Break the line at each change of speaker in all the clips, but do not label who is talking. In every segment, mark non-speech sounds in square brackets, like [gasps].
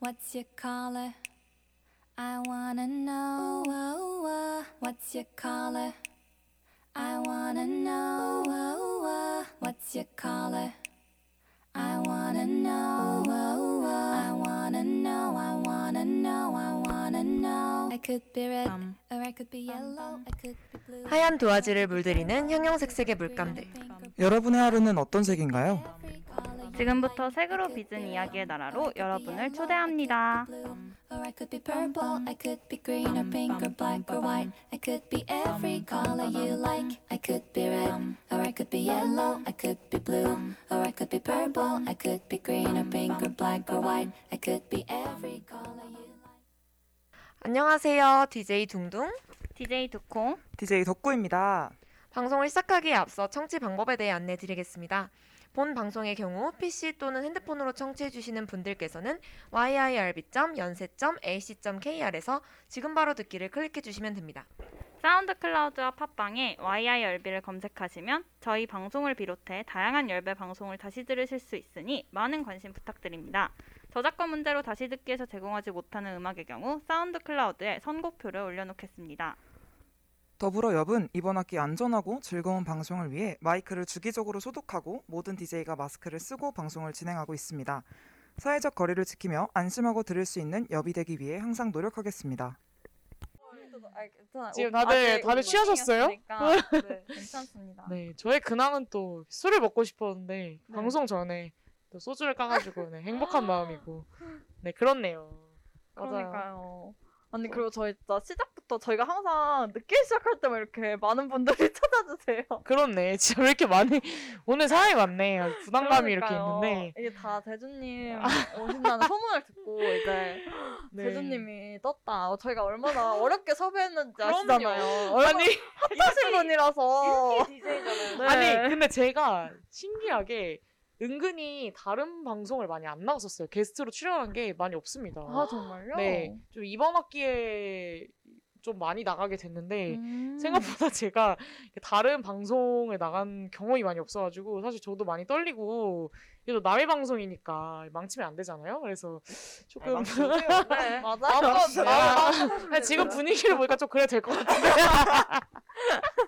What's your color? I wanna know. What's your color? I wanna know. What's your color? I wanna know. I wanna know. I wanna know. I wanna know. I could be red, or I could be yellow. I could be blue.
하얀 도화지를 물들이는 형형색색의 물감들.
여러분의 하루는 어떤 색인가요?
아,
지금부터 색으로 빚은 이야기의 나라로 여러분을 초대합니다.
Or Oh, I could be purple, I could be green or pink or black or white. I could be every color you like. I could be red, or I could be yellow, I could be blue, or I could be purple, I could be green or pink or black or white. I could be every color you like.
안녕하세요. DJ 둥둥.
DJ 두콩,
DJ 덕구입니다.
방송을 시작하기에 앞서 청취 방법에 대해 안내 드리겠습니다. 본 방송의 경우 PC 또는 핸드폰으로 청취해 주시는 분들께서는 yirb.연세.ac.kr에서 지금 바로 듣기를 클릭해 주시면 됩니다.
사운드 클라우드와 팟빵에 YI 열배를 검색하시면 저희 방송을 비롯해 다양한 열배 방송을 다시 들으실 수 있으니 많은 관심 부탁드립니다. 저작권 문제로 다시 듣기에서 제공하지 못하는 음악의 경우 사운드 클라우드에 선곡표를 올려놓겠습니다.
더불어 엽은 이번 학기 안전하고 즐거운 방송을 위해 마이크를 주기적으로 소독하고 모든 DJ가 마스크를 쓰고 방송을 진행하고 있습니다. 사회적 거리를 지키며 안심하고 들을 수 있는 엽이 되기 위해 항상 노력하겠습니다.
아,
지금 다들-
네.
다들 취하셨어요?
그러니까
네, 괜찮습니다.
네, 저의 근황은 또 술을 먹고 싶었는데
네.
방송 전에 또 소주를 까가지고 네,
아.
행복한 마음이고 네 그렇네요. 맞아요. 어.
그러니까요. 아니 그리고 저희 진짜 시작부터 저희가 항상 늦게 [laughs] 시작할 때만 이렇게 많은 분들이 [laughs] 찾아주세요.
그렇네. [laughs] 진짜 왜 이렇게 많이 오늘 사람이 많네. 부담감이 이렇게
그러니까요.
있는데. 아.
이게 다 재준님 오신다는 소문을 듣고 이제
[laughs] 네.
재준님이 떴다. 어, 저희가 얼마나 어렵게 섭외했는지 [laughs] 아시잖아요. 얼마나
아니
핫하신
[laughs]
분이라서. 네.
아니 근데 제가 신기하게 은근히 다른 방송을 많이 안 나갔었어요. 게스트로 출연한 게 많이 없습니다.
아 정말요?
네, 좀 이번 학기에 좀 많이 나가게 됐는데
음.
네. 생각보다 [laughs] 제가 다른 방송에 나간 경험이 많이 없어가지고 사실 저도 많이 떨리고 그래도 남의 방송이니까 망치면 안 되잖아요. 그래서
아,
조금 [laughs]
네. 맞아요.
마음껏
네.
마음- 아니, 지금 분위기를 보니까 좀 그래 될 것 같은데. [laughs]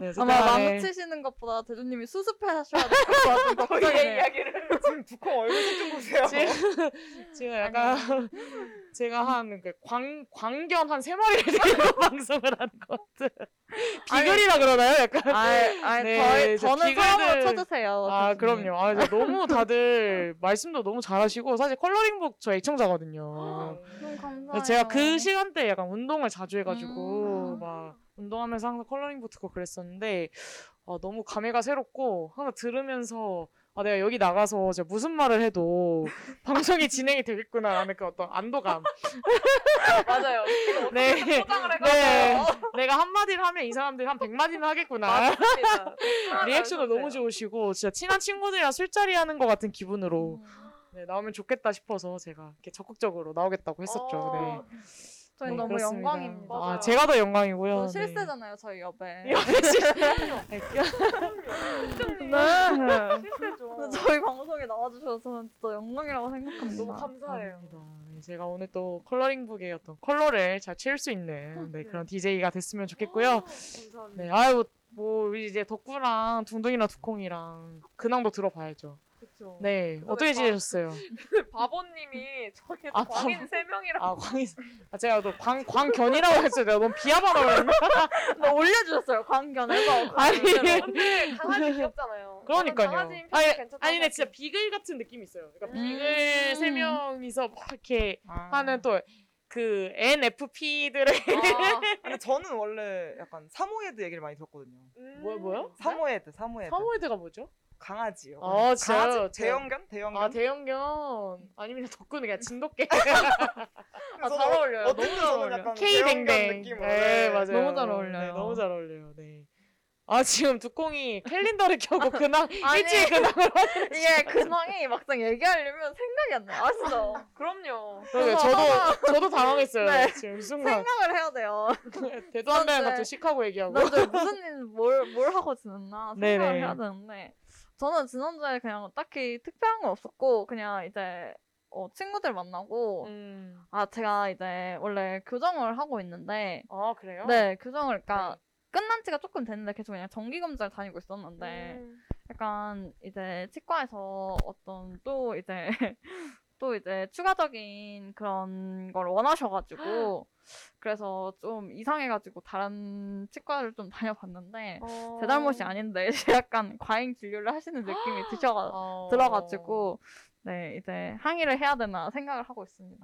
네, 어쨌든
아마
간에
망치시는 것보다 대준님이 수습하셔야 될 것 같은
네.
걱정이에요.
[laughs]
지금 두콩 얼굴 좀 보세요.
[laughs]
지금, [laughs] 지금 약간 [laughs] 제가 한광 광견 한 세 마리를 [laughs] 들고 방송을 하는 것 같아. 비글이라 그러나요? 약간
예.
아이, 아이,
네,
저희,
이제
저는
비글들-
처음으로 쳐주세요.
아,
대표님.
그럼요. 아, 이제 너무 다들 [laughs] 말씀도 너무 잘하시고 사실 컬러링북 저 애청자거든요.
너무 감사해요.
그래서 제가 그 시간대에 약간 운동을 자주 해가지고
음.
막 운동하면서 항상 컬러링북 듣고 그랬었는데 아, 너무 감회가 새롭고 항상 들으면서 아, 내가 여기 나가서 제가 무슨 말을 해도 [laughs] 방송이 진행이 되겠구나라는 그 어떤 안도감. [laughs]
맞아요.
네. 네. 내가 한마디를 하면 이 사람들이 한 100마디는 하겠구나.
네.
리액션도 너무 좋으시고 진짜 친한 친구들이랑 술자리 하는 것 같은
음.
기분으로 네, 나오면 좋겠다 싶어서 제가 이렇게 적극적으로 나오겠다고 했었죠.
어,
네.
저희
네,
너무
그렇습니다.
영광입니다.
아, 제가 더 영광이고요.
또 실세잖아요, 저희 여배. [laughs]
네. 옆에 실세. 네.
[laughs]
아,
근데 저희 방송에 나와주셔서 저는 진짜 영광이라고 생각합니다.
감사합니다. 네, 제가 오늘 또 컬러링북의 어떤 컬러를 잘 채울 수 있는 네, 그런 DJ가 됐으면 좋겠고요. 네, 아유 뭐 우리 이제 덕구랑 둥둥이랑 두콩이랑 근황도 들어봐야죠.
그쵸.
네, 어떻게
그러니까.
지내셨어요?
바보님이 저기
아, 광인
세 명이랑
아 광이 아, 제가 또 광 광견이라고 했어요. 내가 너무 비하발언을 했나?
올려주셨어요,
[laughs]
광견에서.
아니.
네, 근데 강아지 귀엽잖아요.
그러니까요. 아니, 아니, 네, 진짜 비글 같은 느낌이 있어요. 그러니까
음.
비글 세 명이서 막 이렇게
아.
아.
하는 또 그 NFP들의
근데 저는 원래 약간 사모예드 얘기를 많이 들었거든요.
음.
뭐야 [laughs] 뭐야?
사모예드, 사모예드.
네? 사모예드가 뭐죠?
강아지요.
아, 진짜요?
강아지
제가-
대형견, 대형견.
아 대형견 아니면 덕구는 그냥 [laughs] 진돗개
아, 잘 어울려요.
어떤
너무 잘
저는
어울려요.
약간
K
대형견
뱅뱅.
느낌으로.
네
네.
맞아요.
너무 잘
네,
어울려요.
너무 잘 어울려요. 네. 아 지금 두콩이 캘린더를 켜고 근황
아니.
일주일 근황을
이게 예, 근황이 막상 얘기하려면 생각이 안 나요. 아시죠? 그럼요.
그러니까 저도 저도 당황했어요.
네.
지금 순간
생각을 해야 돼요.
대도한달
네.
갑자기 시카고 얘기하고
난저 무슨 일, 뭘, 뭘 하고
뭐.
지냈나 생각을
네네.
해야 되는데 저는 지난주에 그냥 딱히 특별한 거 없었고 그냥 이제 어, 친구들 만나고
음.
아 제가 이제 원래 교정을 하고 있는데
아 그래요?
네 교정을 그러니까 끝난 지가 조금 됐는데 계속 그냥 정기 검사를 다니고 있었는데
음.
약간 이제 치과에서 어떤 또 이제 [laughs] 또 이제 추가적인 그런 걸 원하셔가지고 그래서 좀 이상해가지고 다른 치과를 좀 다녀봤는데 제 잘못이 아닌데 [laughs] 약간 과잉 진료를 하시는 느낌이
[gasps]
드셔가
어.
들어가지고 네 이제 항의를 해야 되나 생각을 하고 있습니다.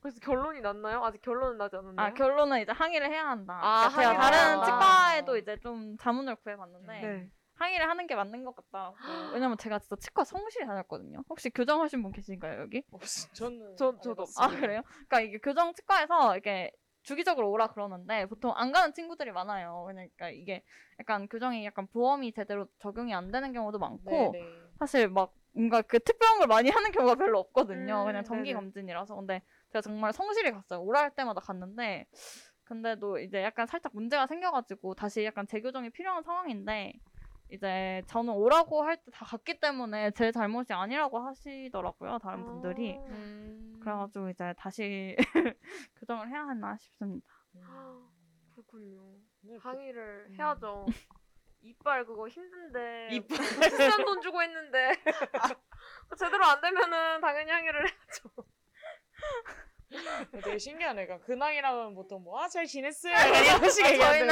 그래서 결론이 났나요? 아직 결론은 나지 않았나요?
아 결론은 이제 항의를 해야 한다.
네? 아,
제가
항의를
다른
해야 한다.
치과에도 이제 좀 자문을 구해봤는데
네.
항의를 하는 게 맞는 것
[gasps]
같다. 왜냐면 제가 진짜 치과 성실히 다녔거든요. 혹시 교정하신 분 계신가요 여기?
없- 어, 저는
저-
안
저도
해봤어요.
아 그래요? 그러니까 이게 교정 치과에서 어, 이렇게 주기적으로 오라 그러는데 보통 안 가는 친구들이 많아요. 그러니까 이게 약간 교정이 약간 보험이 제대로 적용이 안 되는 경우도 많고
네, 네.
사실 막 뭔가 그 특별한 걸 많이 하는 경우가 별로 없거든요.
음,
그냥 정기
네네.
검진이라서. 근데 제가 정말 성실히 갔어요. 오라 할 때마다 갔는데 근데도 이제 약간 살짝 문제가 생겨가지고 다시 약간 재교정이 필요한 상황인데 이제 저는 오라고 할 때 다 갔기 때문에 제 잘못이 아니라고 하시더라고요.
아.
다른 분들이. 음. 그래가지고 이제 다시 [laughs] 교정을 해야 하나 싶습니다.
아, 그렇군요.
네, 그-
항의를
음.
해야죠. 이빨 그거 힘든데
이빨.
[laughs] 비싼 돈 주고 했는데 제대로 안 되면은 당연히 항의를 해야죠.
되게 신기하네. 그러니까 근황이라면 보통 뭐, 아, 잘 지냈어요. 이런 식얘기하는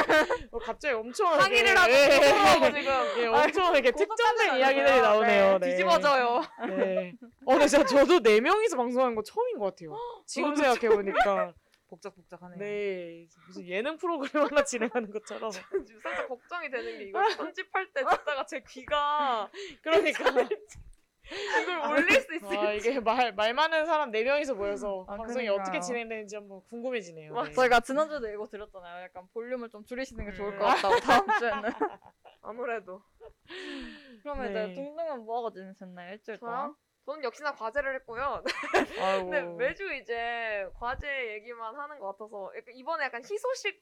뭐, 갑자기 엄청.
항의를
이렇게-
하고
예,
소송하고 지금
예, 엄청 이렇게
그
특정된 이야기들이 나오네요. 네.
뒤집어져요.
네. 어, 근데 진짜 저도 네 명이서 방송하는 거 처음인 것 같아요. 지금 생각해보니까.
복작복작하네요.
네. 무슨 예능 프로그램 하나 진행하는 것처럼.
지금 살짝 걱정이 되는 게
[laughs]
이거 편집할 때 듣다가 제 귀가
그러니까.
이걸 올릴 수 있을지.
아, 이게 말, 말 많은 사람 네 명이서 모여서
음.
아,
방송이
그러니까요.
어떻게 진행되는지 한번 궁금해지네요. 네.
저희가 지난주에도 읽어 드렸잖아요. 약간 볼륨을 좀 줄이시는 게 좋을 것
음.
같다고 다음 주에는.
아무래도
그러면
네.
이제 둥둥은 뭐하고 지내셨나요? 일주일 동안?
저요? 저는 역시나 과제를 했고요.
아이고.
근데 매주 이제 과제 얘기만 하는 것 같아서 약간 이번에 약간 희소식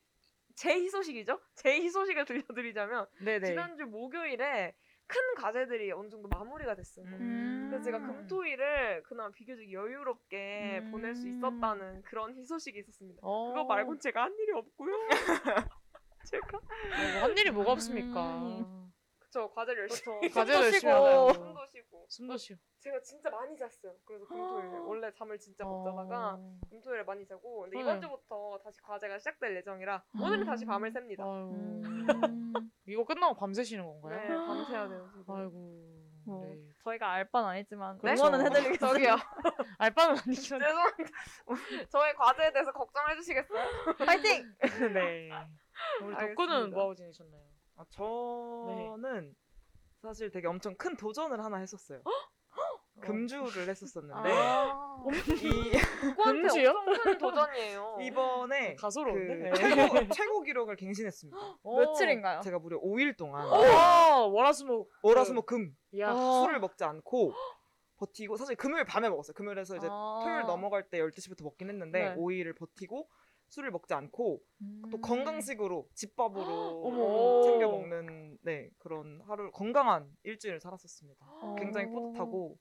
제 희소식이죠? 제 희소식을 들려드리자면
네네.
지난주 목요일에 큰 과제들이 어느 정도 마무리가 됐어요.
음.
그래서 제가 금토일을 그나마 비교적 여유롭게
음.
보낼 수 있었다는 그런 희소식이 있었습니다.
어.
그거 말고는 제가 한 일이
[laughs]
없고요. 제가
네, 한 일이 뭐가 없습니까?
음.
그쵸 과제를
[laughs]
열심히 숨도
과제를 열심히
쉬고
하네요.
숨도 쉬고
숨도 쉬어.
제가 진짜 많이 잤어요. 그래서 금토일 원래 잠을 진짜 못 자다가
어.
금토일에 많이 자고 근데
네.
이번 주부터 다시 과제가 시작될 예정이라 오늘은 다시 밤을 셉니다.
아유.
음.
이거 끝나고 밤새시는 건가요?
네, 어. 밤새야 돼요. 지금.
아이고.
뭐.
네.
저희가 알 바는 아니지만
네?
응원은 해드리겠습니다. 아.
저기요.
알바는 아니긴 한데.
죄송합니다. 저의 과제에 대해서 걱정해 주시겠어요?
파이팅!
네. 우리 덕구는
알겠습니다.
뭐하고 지내셨나요?
아,
네.
저는 사실 되게 엄청 큰 도전을 하나 했었어요. 금주를 했었었는데
아,
이,
누구한테
금지요?
엄청 큰 도전이에요.
이번에
가소로운데?
그
네.
최고, 최고 기록을 갱신했습니다.
어.
[gasps] 며칠인가요? 어?
제가 무려 5일 동안
와, 월화수목.
월화수목금
야.
술을 먹지 않고 [gasps] 버티고 사실 금요일 밤에 먹었어요. 금요일에서 이제
아.
토요일 넘어갈 때 12시부터 먹긴 했는데
네.
5일을 버티고 술을 먹지 않고
음.
또 건강식으로 집밥으로
[gasps] 어머.
챙겨 먹는 네 그런 하루 건강한 일주일을
[gasps]
살았었습니다. 굉장히
어.
뿌듯하고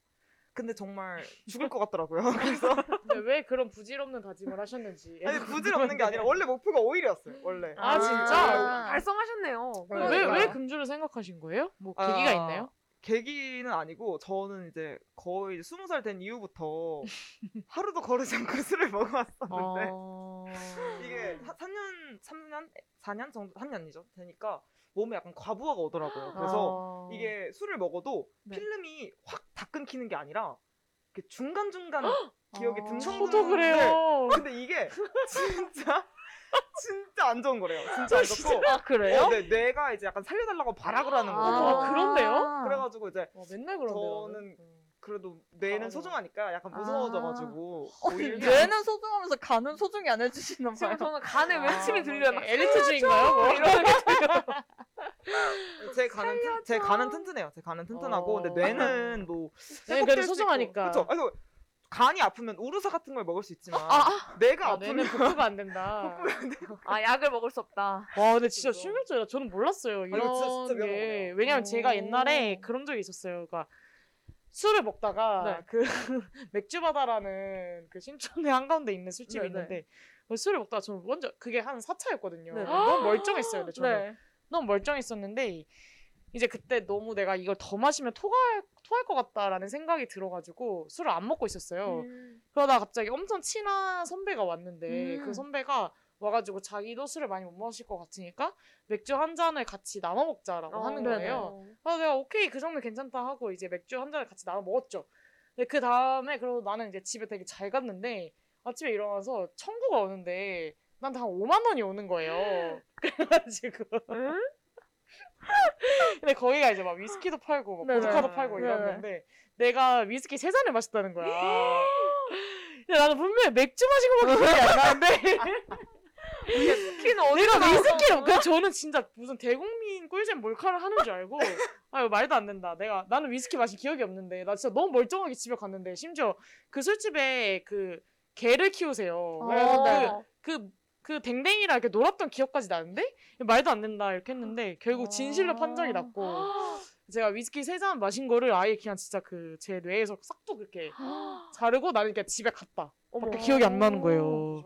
근데 정말
[laughs]
죽을 것 같더라고요. 그래서
근데 왜 그런 부질없는 다짐을 하셨는지.
아니 부질없는 게 아니라 원래 목표가 5일이었어요. 원래
아, 진짜?
아, 달성하셨네요.
네.
왜, 왜
그러니까요.
금주를 생각하신 거예요? 뭐
아,
계기가 있나요?
계기는 아니고 저는 이제 거의 20살 된
[laughs]
이후부터 하루도 거르지 않고 술을 먹어왔었는데
어...
아.
이게 3년, 3년, 4년 정도, 3년이죠. 되니까 몸에 약간 과부하가 오더라고요.
아.
그래서
어.
이게 술을 먹어도
네.
필름이 확 다 끊기는 게 아니라 이렇게 중간중간 기억이
아.
등
저도 그래요.
근데 이게 진짜 진짜 안 좋은 거래요. 진짜 안 좋고
아 그래요?
어, 네, 뇌가 이제 약간 살려달라고 발악을 하는 거고
아, 그런데요?
그래가지고 이제
어, 맨날 그런데요. 어.
저는 그래도 뇌는
아. 어,
소중하니까 약간 무서워져가지고 오히려
뇌는 소중하면서 간은 소중히 안 해주시나
지금
봐요.
저는
아,
간에
네,
아,
외침이 들려요. 막
엘리트주의인가요? 뭐 이런
제 간은 튼, 제 간은 튼튼해요. 제 간은 튼튼하고
어.
근데 뇌는 뭐
뇌는 네, 그래도 소중하니까.
그렇죠. 그래서 간이 아프면 우루사 같은 걸 먹을 수 있지만 뇌가
아,
아, 프면
뇌는 복구가 안 된다.
아 약을 먹을 수 없다.
와, 근데 진짜
그죠.
충격적이다. 저는 몰랐어요.
이거
이런
진짜- 진짜
게.
명언이에요.
왜냐면
오.
제가 옛날에 그런 적이 있었어요. 그러니까 술을 먹다가
네.
그 [laughs] 맥주바다라는 그 신촌의 한가운데 있는 술집이
네, 네.
있는데 뭐 술을 먹다가 저는 먼저 그게 한 4차였거든요.
네.
너무 멀쩡했어요. 근데 저는
네.
너무 멀쩡했었는데 이제 그때 너무 내가 이걸 더 마시면 토할 토할 것 같다라는 생각이 들어가지고 술을 안 먹고 있었어요. 그러다 갑자기 엄청 친한 선배가 왔는데
음.
그 선배가 와가지고 자기도 술을 많이 못 마실 것 같으니까 맥주 한 잔을 같이 나눠 먹자라고 하는
어, 네네.
거예요. 그래서 내가 오케이 그 정도 괜찮다 하고 이제 맥주 한 잔을 같이 나눠 먹었죠. 근데 그 다음에 그러고 나는 이제 집에 되게 잘 갔는데 아침에 일어나서 청구가 오는데 나한테 한 5만 원이 오는
[gasps]
거예요. 그래가지고 근데 거기가 이제 막 위스키도 팔고 막
네네.
보드카도 팔고
네네.
이랬는데 내가 위스키 세 잔을 마셨다는 거야.
[gasps]
근데 나는 분명히 맥주 마신 거밖에 기억이 안
[laughs]
나는데
아,
키는 어디
내가 위스키를 그 저는 진짜 무슨 대국민 꿀잼 몰카를 하는 줄 알고 아유 말도 안 된다. 내가 나는 위스키 마신 기억이 없는데 나 진짜 너무 멀쩡하게 집에 갔는데 심지어 그 술집에 그 개를 키우세요.
아,
그래서
아, 네.
네.
그 그, 그 댕댕이랑 이렇게 놀았던 기억까지 나는데 말도 안 된다 이렇게 했는데 결국 진실로 판정이 났고 제가 위스키 세 잔 마신 거를 아예 그냥 진짜 그 제 뇌에서 싹둑 이렇게 자르고 나는 그냥 집에 갔다 밖에 기억이 안 나는 거예요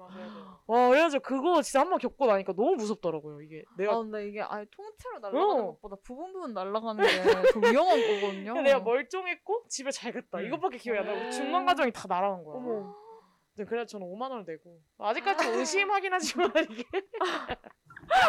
와 그래가지고 그거 진짜 한 번 겪고 나니까 너무 무섭더라고요 이게 내가
아 근데 이게 아예 통째로 날아가는
어.
것보다 부분 부분 날아가는 게 더 위험한 거거든요.
내가 멀쩡했고 집에 잘 갔다
음.
이것밖에 기억이 안 나고 중간 과정이 다 날아간 거야 근데 그래서 저는 5만 원을 내고 아직까지 좀 의심하긴 하지만 이게 [laughs]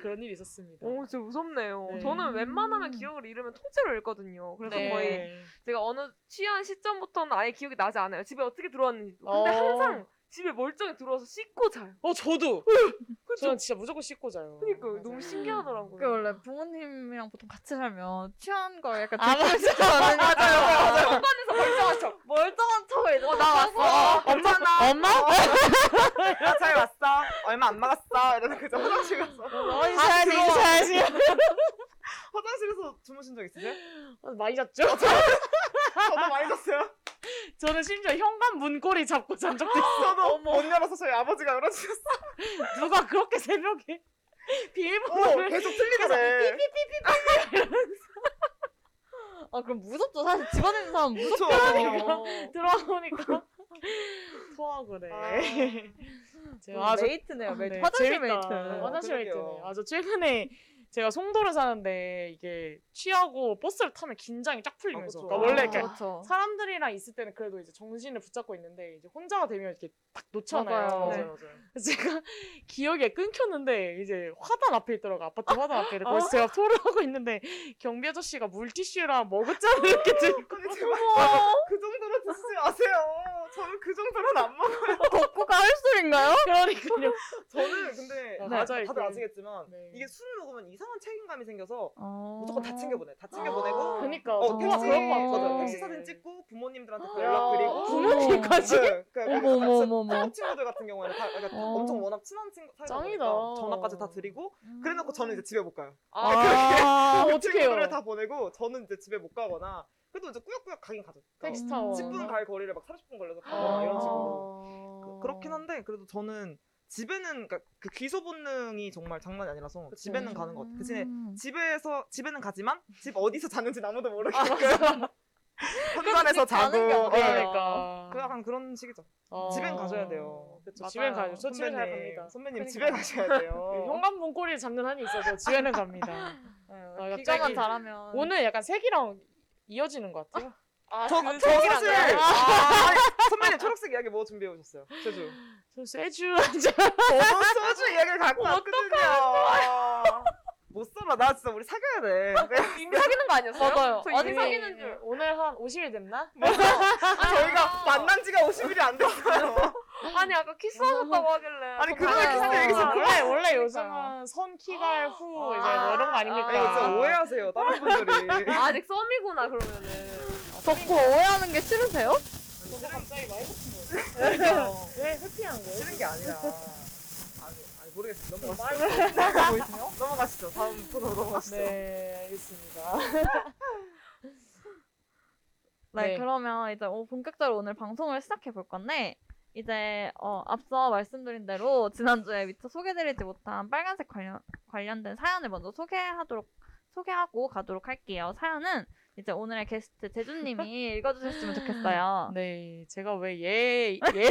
그런 일이 있었습니다
오, 진짜 무섭네요.
네.
저는 웬만하면 기억을 잃으면 통째로 잃거든요. 그래서
네.
거의 제가 어느 취한 시점부터는 아예 기억이 나지 않아요. 집에 어떻게 들어왔는지. 근데
어.
항상 집에 멀쩡히 들어와서 씻고 자요.
어 저도
그죠?
저는 진짜 무조건 씻고 자요
그러니까
맞아요.
너무 신기하더라고요.
그 원래 부모님이랑 보통 같이 살면 취한 걸 약간
아,
들키고 싶지 않으니까 맞아요
현관에서 멀쩡한
[laughs]
척.
멀쩡한 척을 이제
나 왔어.
아, 엄마 엄마
어. 잘 왔어. 얼마 안 먹었어. 이러서 그저 화장실 가서
어이 사야지 사야지
화장실에서 주무신 적
[laughs]
있으세요?
많이 잤죠
저도 많이 잤어요.
저는 심지어 현관 문고리 잡고 잔 적도 있어요
저도 못 열어서 저희 아버지가 열어주셨어요.
누가 그렇게 새벽에 [laughs]
어,
비밀번호를
계속 틀리게 돼.
아 그럼 무섭죠 사실 집안에 있는 사람 무섭
그쵸.
들어오니까 토하고 그래
네. 아,
아. 제가 [laughs] 아, 저-
뭐 메이트네요 메이트
네,
화장실
재밌다.
메이트
화장실
그러게요.
메이트네. 아저 최근에 제가 송도를 사는데 이게 취하고 버스를 타면 긴장이 쫙 풀리면서
아, 그쵸.
그러니까 원래
아,
이렇게
그렇죠
사람들이랑 있을 때는 그래도 이제 정신을 붙잡고 있는데 이제 혼자가 되면 이렇게 딱 놓잖아요.
맞아요.
네.
맞아요, 맞아요.
그래서 제가 [laughs] 기억이 끊겼는데 이제 화단 앞에 있더라고 아파트 화단 앞에
어?
그래서 제가 토를 하고 있는데 경비 아저씨가 물티슈랑 머그잔을 이렇게 들고
근데 어? 제발 그 정도로 드시지 마세요. 저는 그 정도는 안 먹어요.
덕구가 할 소린가요?
[laughs] 그러니까요.
저는 근데 다,
아, 맞아요,
다들
이게.
아시겠지만
네.
이게 술을 먹으면 이상한 책임감이 생겨서
어...
무조건 다 챙겨보내. 다 챙겨보내고
그러니까
어,
누가
택시,
그럴 것
맞아,
같아요.
택시 사진 찍고 부모님들한테 다
어,
연락드리고
[laughs] 부모님까지?
네, 그러니까
어머, 어머,
같이
어머, 어머.
친한 친구들 같은 경우에는 다, 그러니까
어.
엄청 워낙 친한 친구 사이다
짱이다. 음.
보니까 전화까지 다 드리고 그래놓고 저는 이제 집에 못 가요.
아,
그
어떡해요.
친구들을 다 보내고 저는 이제 집에 못 가거나 그래도 이제 꾸역꾸역 가긴 가죠.
택시 어. 아.
그러니까
타워.
10분 갈 거리를 막 30분 걸려서 가거나 이런 식으로
어.
어.
그- 그렇긴 한데 그래도 저는 집에는 그러니까 그 귀소 본능이 정말 장난이 아니라서 집에는 가는 것 같아요. 그 대신에
음.
집에서 집에는 가지만
[laughs]
집 어디서 자는지 아무도 [laughs] 모르니까 현관에서 자고
자는 게
어,
어때요?
네.
그러니까. 어.
그 약간 그런 식이죠. 집엔 가셔야 돼요.
그쵸, 집엔 가야죠. 저 집에 잘
선배님,
갑니다.
선배님
그러니까.
집에 가셔야
[laughs] 네,
돼요.
현관문 꼬리를 잡는 한이 있어서 집에는 갑니다.
어,
갑자기-
귀가만 잘하면
오늘 약간 색이랑 이어지는 것 같아요. 그
저, 그 저 사실 아, 선배님 초록색 이야기 뭐 준비해 오셨어요? 제주.
저 쇠주 한 잔.
저도 [laughs] 소주 이야기를 갖고 왔거든요. 못 살아. 나 진짜 우리 사귀어야
[laughs]
돼. 네.
이미 사귀는 거 아니었어요?
맞아요.
저 이미
아니,
사귀는 줄.
오늘 한 50일 됐나? 아.
저희가 만난 지가 50일이 안 됐어요.
아, 아니 아까 키스하셨다고 하길래.
아니,
정말
그날 키스
아니야.
얘기해서
원래 원래 요즘은 선 키갈 후 이제 뭐 이런 거 아닙니까?
아니, 이거 진짜 오해하세요. 다른 분들이.
아, 아직 썸이구나 그러면은.
덕구 오해하는 게 싫으세요?
저도 갑자기 많이 붙은 네,
왜 회피한 거예요? 싫은 게 아니라. 아니, 아니 모르겠어요. 너무 맛있어요. 넘어가시죠. 다음 코너 넘어가시죠.
네, 알겠습니다.
네,
네.
그러면 이제 오- 본격적으로 오늘 방송을 시작해 볼 건데 이제 어, 앞서 말씀드린 대로 지난주에 미처 소개드리지 못한 빨간색 관련, 관련된 사연을 먼저 소개하도록 소개하고 가도록 할게요. 사연은 이제 오늘의 게스트 제주님이 읽어주셨으면 좋겠어요.
네, 제가 왜 예, [laughs] 예.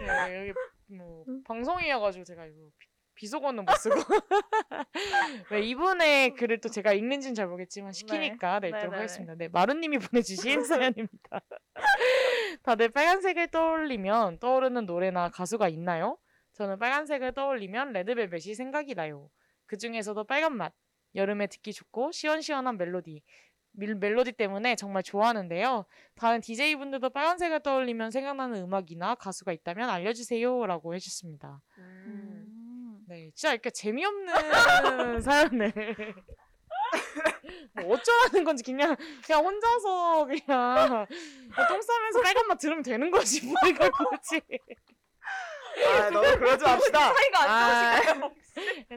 제가 여기 뭐 방송이어가지고 제가 이거 비- 비속어는 못 쓰고. [laughs] 네, 이분의 글을 또 제가 읽는지는 잘 모르겠지만 시키니까 네, 읽도록
네네네.
하겠습니다. 네, 마루님이 보내주신 [laughs] 사연입니다. 다들 빨간색을 떠올리면 떠오르는 노래나 가수가 있나요? 저는 빨간색을 떠올리면 레드벨벳이 생각이 나요. 그 중에서도 빨간 맛. 여름에 듣기 좋고 시원시원한 멜로디. 밀- 멜로디 때문에 정말 좋아하는데요. 다른 DJ분들도 빨간색을 떠올리면 생각나는 음악이나 가수가 있다면 알려주세요. 라고 해주셨습니다. 네, 진짜 이렇게 재미없는 [laughs] 사연을. 뭐 어쩌라는 건지 그냥 그냥 혼자서 그냥 똥 싸면서 빨간 맛 들으면 되는 거지 우리가 굳이
아, 너무 그러지 맙시다.
사이가 안
아,
좋으시네요.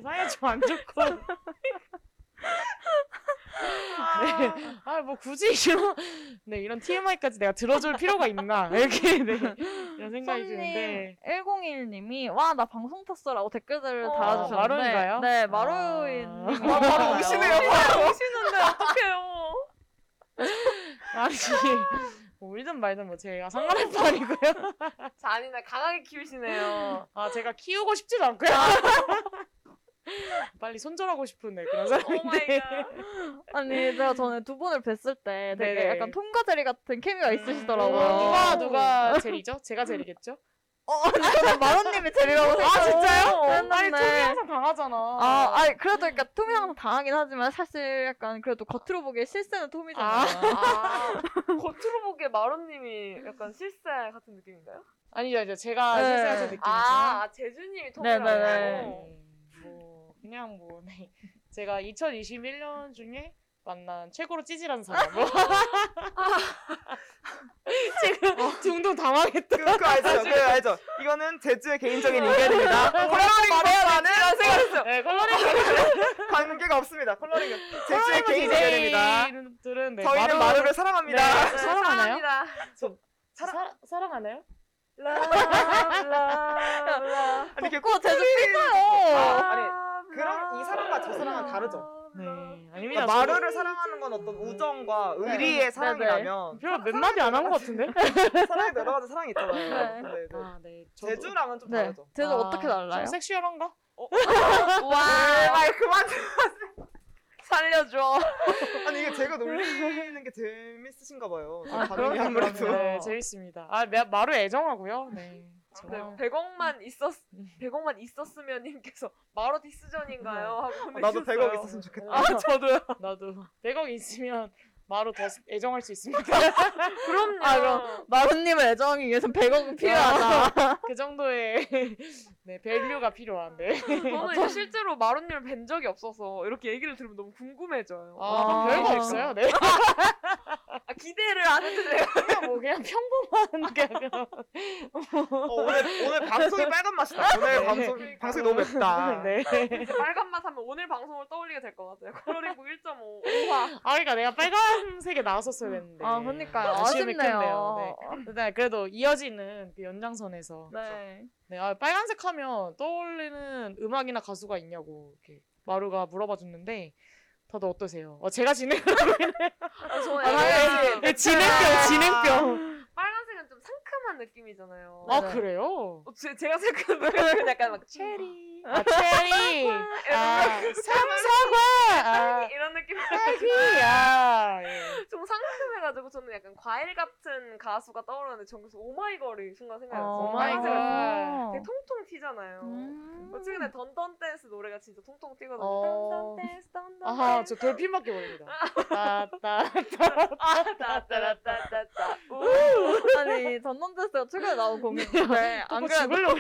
사이가 좀 안 [laughs] 좋고 네. 아, 뭐 굳이 이런, 네, 이런 TMI까지 내가 들어줄 필요가 있나. 이렇게, 네. 이런 생각이 드는데.
손님 101님이 와 나 방송 탔어라고 댓글들을
어,
달아주셨는데
마루인가요?
네
아.
마루인
아, 바로
오시네요.
오시는데 어떡해요.
아니, 뭐 울든 말든 뭐 제가 상관할 바 아니고요.
잔인해 강하게 키우시네요.
아, 제가 키우고 싶지도 않고요. [laughs] 빨리 손절하고 싶은 네, 그런
오 마이
사람인데.
갓.
아니 제가 전에 두 분을 뵀을 때 되게
네네.
약간 통과 제리 같은 케미가 있으시더라고요.
어, 누가, 누가 젤이죠? 제가 젤이겠죠?
어, 저는 마루님이 제리라고
아,
생각하고
진짜요? 아니,
했는데.
톰이 항상 강하잖아.
아, 아니 그래도 그러니까 톰이 항상 당하긴 하지만 사실 약간 그래도 겉으로 보기에 실세는 톰이잖아요.
아, 겉으로 보기에 마론님이 약간 실세 같은 느낌인가요?
아니죠, 아니죠. 제가
네.
실세가 제 느낌이죠.
아, 아, 제주님이
네네네.
토크라고.
네, 뭐 그냥 뭐 네. [laughs] 제가 2021년 중에 만난 최고로 [laughs] 찌질한 사람.
어.
제가 둥둥 당황했다.
그거 알죠, 그거 알죠. 이거는 제주의 개인적인 의견입니다. 컬러링 말하는 생각했어요.
네, 컬러링
관계가 없습니다. 컬러링 제주의
컬러링
개인적인 의견입니다.
DJ들은 네,
저희는
마루-
마루를 사랑합니다.
네. 사랑하나요?
사랑합니다.
사랑 사랑하나요?
네,
라라라.
아니, 이렇게
고 제주
컬러링-
삐져요.
아니, 그런 이 사람과 저 사람은 다르죠.
네, 아닙니다.
그러니까 마루를 사랑하는 건 어떤 우정과 의리의 사랑이라면
별로 몇 마디 안 한 것 같은데?
[laughs] 사랑이 여러 가지 사랑이 있잖아요. 네, 네.
아, 네. 저도-
제주랑은 좀
네.
다르죠.
제주
아,
어떻게 달라요?
좀 섹시얼한가?
네.
와,
말 그만.
살려줘.
아니 이게 제가 놀리는 게 재밌으신가 봐요. 제
아,
반응이
그럼요,
아무래도.
그럼요.
네, 재밌습니다. 아, 마- 마루 애정하고요. 네.
아,
네,
정말.
100억만 있었 100억만 있었으면 님께서 마로 디스전인가요? 하고
아,
나도
보내주셨어요.
100억 있었으면 좋겠다.
아 저도요. 나도 100억 있으면 마루 더 애정할 수 있습니다.
그럼요.
아, 그럼. 마루님을 애정하기 위해선 100억은 필요하다.
그 정도의 [laughs] 네 밸류가 필요한데.
저는 이제 실제로 마로님을 뵌 적이 없어서 이렇게 얘기를 들으면 너무 궁금해져요.
아, 별거 없어요. 네.
아, 기대를 안 했는데
그냥 뭐 그냥 평범한 그냥
어, 오늘 오늘 방송이 빨간 맛이다. 오늘 방송 방송이 너무 맵다.
네.
이제 빨간 맛 하면 오늘 방송을 떠올리게 될 것 같아요. 컬러링북 1.5 5화.
아 그러니까 내가 빨간색에 나왔었어야 했는데.
아, 그러니까요.
아쉬움이
아쉽네요.
컸네요. 네. 근데 그래도 이어지는 그 연장선에서
네.
네, 아, 빨간색 하면 떠올리는 음악이나 가수가 있냐고 이렇게 마루가 물어봐 줬는데 다들 어떠세요? 어, 제가 진행을
아, 저
당연히.
약간
네, 진행병 진행병.
빨간색은 좀 상큼한 느낌이잖아요.
아 그래요?
어, 제, 제가 생각하는 은 약간 막 체리
아, 체리. 아, 삼사과. 아,
이런 느낌.
딸기. 아, 예.
좀 상큼해가지고 저는 약간 과일 같은 가수가 떠오르는데 전국에서 오마이걸이 순간
아,
생각났어요.
오 마이
빨간색은
갓.
되게 통통 튀잖아요.
음.
어, 최근에 던던 댄스 노래가 진짜 통통 튀거든요.
어.
던던 댄스, 던던
아하,
댄스.
저 돌핀밖에 모릅니다. 따따.
아, 따따라따따따. 우.
아니 전남자스가 최근에 나온 곡인데 네, 안
안
[laughs] 그래도 네.
죽을려고.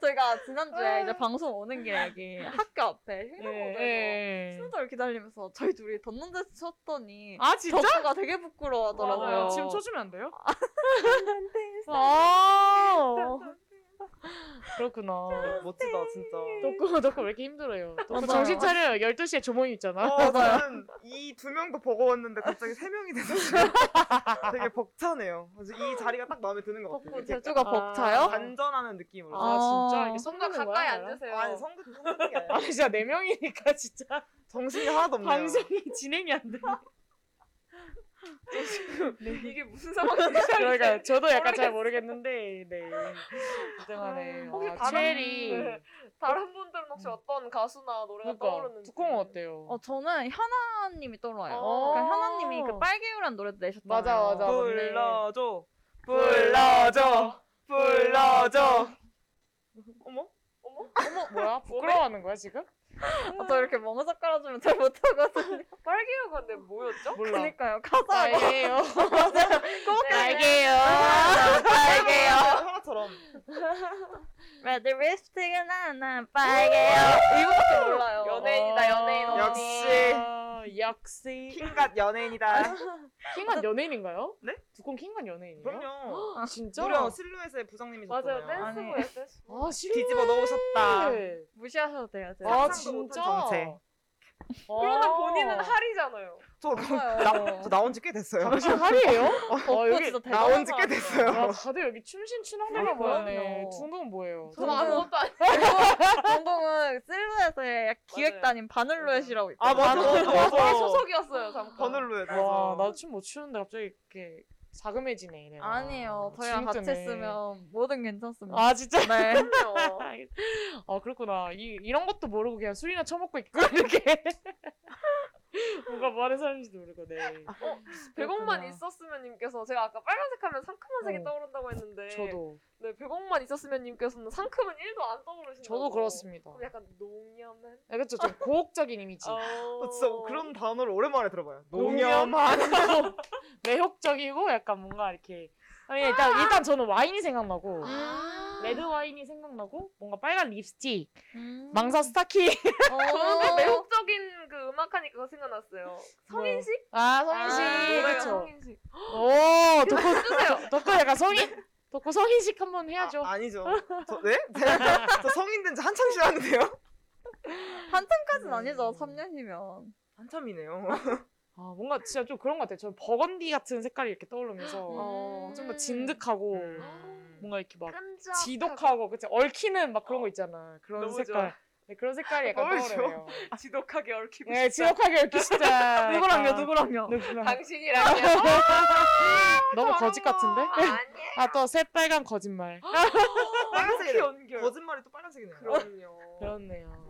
저희가 지난주에 이제 방송 오는 길에 여기 학교 앞에 횡단보도에서
예.
신호를 기다리면서 저희 둘이 던넌데스 쳤더니
아, 진짜? 아,
덕후가 되게
[laughs]
부끄러워하더라고요.
지금 쳐주면 안 돼요?
아,
그렇구나.
어, 멋지다 진짜.
덕구 덕구 왜 이렇게 힘들어요? 덕구
맞아요.
정신 차려. 12시에 조모임 있잖아.
어, 저는 이 두 명도 버거웠는데 갑자기 세 명이 돼서 지금 되게 벅차네요. 그래서 이 자리가 딱 마음에 드는 것 같아요.
덕후
이렇게
어, 재주가
아.
벅차요?
반전하는 느낌으로.
아, 진짜 이게
좀더
성가는
가까이
거야?
앉으세요.
아니 성급 성급이 아니라
[laughs] 아 진짜 네 명이니까 진짜
정신이 하나도 없네요.
방송이 진행이 안 돼.
이게 무슨 상황인지
[laughs] 그러니까 저도 약간 잘 모르겠는데 네. 이상하네.
혹시
아,
다른-
체리.
네. 다른 분들은 혹시 어떤 가수나 노래가
음. 그러니까
떠오르는지
두콩 어때요?
어 저는 현아님이 떠올라요.
어.
그러니까 현아님이 그 빨개요란 노래도 내셨잖아요.
맞아, 맞아.
불러줘, 불러줘, 불러줘. 어머?
[laughs] 어머 뭐야? 부끄러워하는 거야 지금?
아, 저 이렇게 멍석 깔아주면 잘 못하거든요.
빨개요 근데 뭐였죠?
몰라.
그러니까요. 가사 [laughs]
빨개요.
빨개요.
아, 빨개요. 하나처럼.
레드 네. 립스틱은 하나 빨개요. 이거밖에 몰라요. 네,
연예인이다 연예인 언니.
역시.
아, 역시.
킹갓 연예인이다.
킹한 연예인인가요?
네?
두콩 킹한 연예인이에요?
그럼요.
아, 진짜?
무려 실루엣의 부장님이셨잖아요.
맞아요 댄스부에 댄스.
아, 실례.
뒤집어 넣으셨다.
네.
무시하셔도 돼요. 제가.
아,
상상도 못한
진짜?
정체.
어.
그러면 본인은
어.
할이잖아요.
저,
[laughs] 맞아요.
나, 저 나온 지 꽤 됐어요.
당신 [laughs] 할이에요? 아, 여기
진짜 대단한
[laughs] 나온 지 꽤
야,
됐어요.
다들 여기 춤신 추렁대가
아니,
모였네.
그럼요.
둥둥 뭐예요?
저는 아무것도 안
동동은 실루엣의 기획단인 바늘루엣이라고 있고.
아, 맞아, 맞아, 맞아.
소속이었어요 잠깐.
버늘로에
와,
대해서.
나도 춤 못 추는데 갑자기 이렇게 자금해지네. 이래.
아니에요. 저희랑 같이 했으면 뭐든 괜찮습니다.
네. 아, 진짜? [laughs]
네.
아, 그렇구나. 이, 이런 것도 모르고 그냥 술이나 처먹고 있고, [laughs] 이렇게. 뭔가 뭐 하는 사람인지도 모르고, 네.
[laughs] 백억만
그렇구나.
있었으면님께서 제가 아까 빨간색 하면 상큼한 색이
어.
떠오른다고 했는데
저도.
네 백억만 있었으면님께서는 상큼은 1도 안 떠오르시는
저도 그렇습니다.
그럼 어, 약간 농염한.
아, 그쵸. 좀 고혹적인 이미지. [laughs]
어, 진짜
뭐
그런 단어를 오랜만에 들어봐요. 농염.
농염하고 매혹적이고 약간 뭔가 이렇게 아니, 일단 일단 저는 와인이 생각나고 아.
아. 음.
레드 와인이 생각나고 뭔가 빨간 립스틱
음.
망사 스타킹
저는
어.
매혹적인 그 음악하니까 그거 생각났어요. 성인식?
[laughs] 아 성인식
노래가
그쵸
성인식.
그렇죠. 오 덕후 덕후 약간 성인 덕후 성인식 한번 해야죠
아, 아니죠. 저, 네? [laughs] 제가- 저 성인 된 지 한참 지났는데요?
한참까지는 아니죠. 3년이면.
한참이네요.
아 뭔가 진짜 좀 그런 것 같아요 저는 버건디 같은 색깔이 이렇게 떠오르면서
어,
좀 더 진득하고
음.
뭔가 이렇게 막
끈적.
지독하고 그치 얽히는 막 그런 거 있잖아 그런
너무
색깔 네, 그런 색깔이 약간
너무 좋아.
떠오르네요
지독하게 얽히고
네 지독하게 이렇게 [laughs] 진짜
누구랑요?
약간 네,
누구랑요?
누구랑
당신이라면
너무 거짓 같은데?
아니
아 또 새빨간 거짓말
빨간색이
연결.
거짓말이 또 빨간색이네요. 아,
그럼요.
그렇네요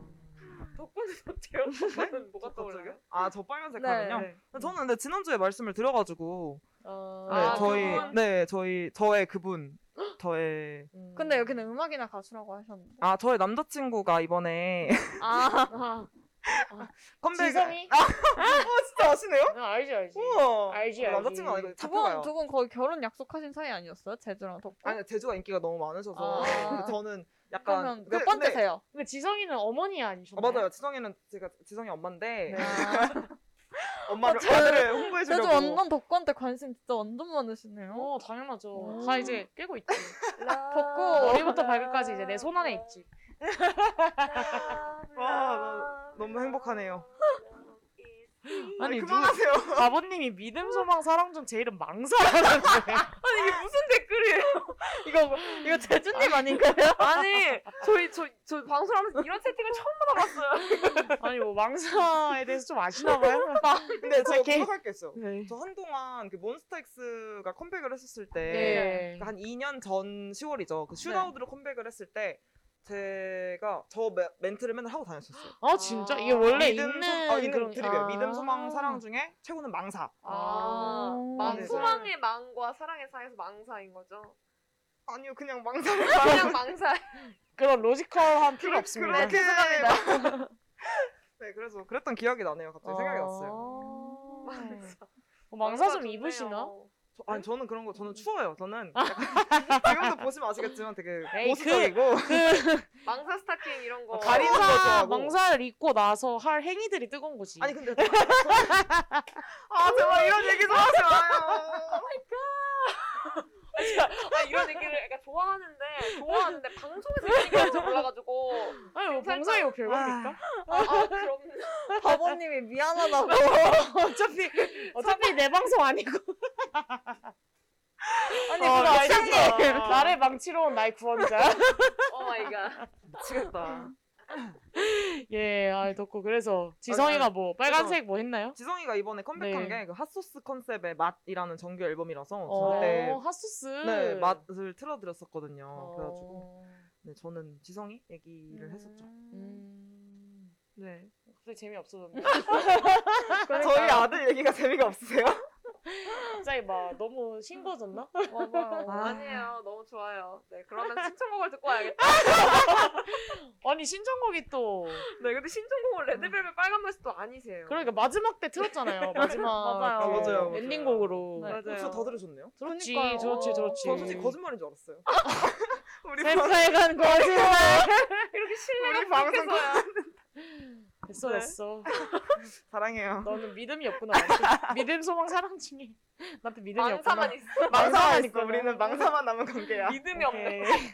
덕분에 어때요? 저는 뭐가
갑자기?
떠올라요?
아, 저 빨간색
네.
하면요? 저는 근데 지난주에 말씀을 드려가지고
어...
네,
아,
저희
그분.
네 저희 저의 그분 저의
음.
근데 여기는 음악이나 가수라고 하셨는데.
아 저의 남자친구가 이번에 [laughs]
아,
[laughs] 아,
컴백 아, 어,
지성이?
진짜 아시네요?
아, 알지 알지
우와 저
알지, 알지.
남자친구 아니고
두 분,
작가요.
두 분 거의 결혼 약속하신 사이 어. 아니었어요? 제주랑 덕후?
아니 제주가 인기가 너무 많으셔서
아.
근데 저는 약간
그러면
근데-
몇 번째세요?
근데 지성이는 어머니
아,
아니셨나요?
맞아요 지성이는 제가 지성이 엄마인데
아,
엄마를
어, 저-
아들을 홍보해
[laughs] 제주
주려고
완전 덕후한테 관심 진짜 완전 많으시네요.
어 당연하죠 다 이제 깨고 있지
덕후
아. 머리부터 발끝까지 이제 내 손 안에 있지
와, 아, 너- 너무 행복하네요. 아니
아니,
그만하세요
바보님이 믿음 소망 사랑 중 제 이름 망사라는데 [laughs] 뭐,
이거, 이거 제주님 아닌가요?
[laughs]
[laughs] 아니 저희 저, 저 방송하면서 이런 채팅을 처음 받아봤어요.
아니 뭐 망사에 대해서 좀 아시나 봐요
근데 저
이렇게.
부탁할 게 있어요
네.
저 한동안 그 몬스타엑스가 컴백을 했었을 때
네.
그러니까 한 2년 전 10월이죠. 그 슈나우드로 컴백을 했을 때 제가 저 매- 멘트를 맨날 하고 다녔었어요.
아 진짜 이게 원래 있는
소, 아, 있는
그런-
드립이에요.
아.
믿음, 소망, 사랑 중에 최고는 망사.
아,
네.
소망의 망과 사랑의 사이에서 망사인 거죠.
아니요, 그냥 망사.
그냥 망사.
그런 로지컬한 필요
그렇-
없습니다
그렇게 [laughs] 네, 그래서 그랬던 기억이 나네요. 갑자기 생각이 났어요.
아. 어, 망사 좀 입으시나?
저, 아니 저는 그런 거 저는 추워요.
[laughs]
저는 약간 지금도 보시면 아시겠지만 되게
에이, 그
보수적이고
망사 스타킹 이런 거.
가린 사-
망사
거죠.
망사를 입고 나서 할 행위들이 뜨거운 거지
아니 [laughs] 근데 저- 아 제발 이런 얘기 좀 하지 마요.
아, 이런 얘기를 약간 좋아하는데 좋아하는데 방송에서 얘기할 줄 몰라가지고
아니 뭐 방송이 뭐 별거니까?
아, 아 그럼
바보님이 미안하다고.
어차피 어차피 내 방송 아니고. 아니
어,
그거 알겠어. 나를 망치러 온 나의 구원자.
오어 마이 갓
[laughs] 미치겠다.
예, 아 덥고 그래서 지성이가 뭐 빨간색 뭐 했나요?
지성이가 이번에 컴백한
네.
게그 핫소스 컨셉의 맛이라는 정규 앨범이라서
어,
그때
핫소스.
네, 맛을 틀어드렸었거든요.
어.
그래가지고 네, 저는 지성이 얘기를 했었죠.
음.
네.
갑자기 재미 없어졌네.
저희 아들 얘기가 재미가 없으세요?
갑자기 막 너무 싱거워졌나?
어, 아니에요 너무 좋아요 네 그러면 신청곡을 듣고 와야겠다
아니 신청곡이 또
네 근데
음.
신청곡은 레드벨벳 빨간 맛이 또 아니세요
그러니까 마지막 때 틀었잖아요. 마지막
[laughs] 맞아요.
그
아, 맞아요, 맞아요.
엔딩곡으로.
네.
혹시 더 들으셨네요? 네.
들었지,
그러니까요.
들었지, 들었지.
저 솔직히 거짓말인 줄 알았어요. 우리
센터에간 거짓말.
이렇게 신뢰가
우리 방송
부족해서야
됐어,
네.
됐어.
사랑해요.
너는 믿음이 없구나. 나한테. [laughs] 믿음, 소망, 사랑 중에 나한테 믿음이 없구나.
망사만
[laughs]
있어
망사만 있어.
있구나.
우리는 망사만 남은 관계야.
믿음이 없네
오케이.